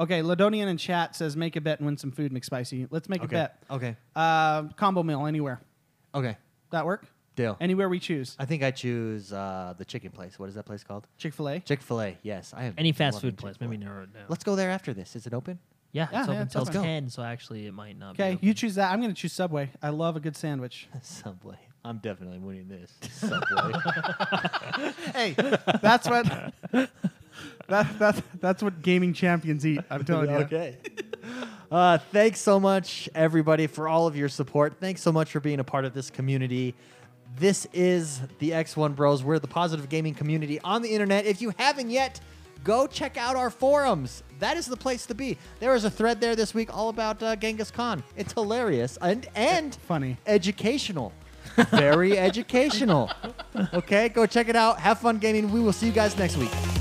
[SPEAKER 2] Okay, Ladonian in chat says make a bet and win some food, McSpicy. Let's make
[SPEAKER 1] Okay.
[SPEAKER 2] a bet.
[SPEAKER 1] Okay.
[SPEAKER 2] Uh, combo meal anywhere.
[SPEAKER 1] Okay.
[SPEAKER 2] That work?
[SPEAKER 1] Deal.
[SPEAKER 2] Anywhere we choose.
[SPEAKER 1] I think I choose uh, the chicken place. What is that place called?
[SPEAKER 2] Chick Fil A.
[SPEAKER 1] Chick Fil A. Yes, I am.
[SPEAKER 3] Any fast
[SPEAKER 1] loving
[SPEAKER 3] food place, maybe
[SPEAKER 1] Chick-fil-A.
[SPEAKER 3] narrow it down.
[SPEAKER 1] Let's go there after this. Is it open?
[SPEAKER 3] yeah,
[SPEAKER 2] Yeah,
[SPEAKER 3] it's
[SPEAKER 2] yeah,
[SPEAKER 3] open
[SPEAKER 2] it's
[SPEAKER 3] till
[SPEAKER 2] open.
[SPEAKER 3] ten, so actually it might not.
[SPEAKER 2] Okay,
[SPEAKER 3] be
[SPEAKER 2] you choose that. I'm going to choose Subway. I love a good sandwich.
[SPEAKER 1] Subway. I'm definitely winning this. Subway.
[SPEAKER 2] hey, that's what (laughs)
[SPEAKER 1] (laughs)
[SPEAKER 2] that, that's that's what gaming champions eat. I'm telling you.
[SPEAKER 1] okay. Uh, thanks so much, everybody, for all of your support. Thanks so much for being a part of this community. This is the X1 Bros. We're the positive gaming community on the internet. If you haven't yet, go check out our forums. That is the place to be. There was a thread there this week all about uh, Genghis Khan. It's hilarious and and
[SPEAKER 2] Funny.
[SPEAKER 1] educational. Very educational. Okay, go check it out. Have fun gaming. We will see you guys next week.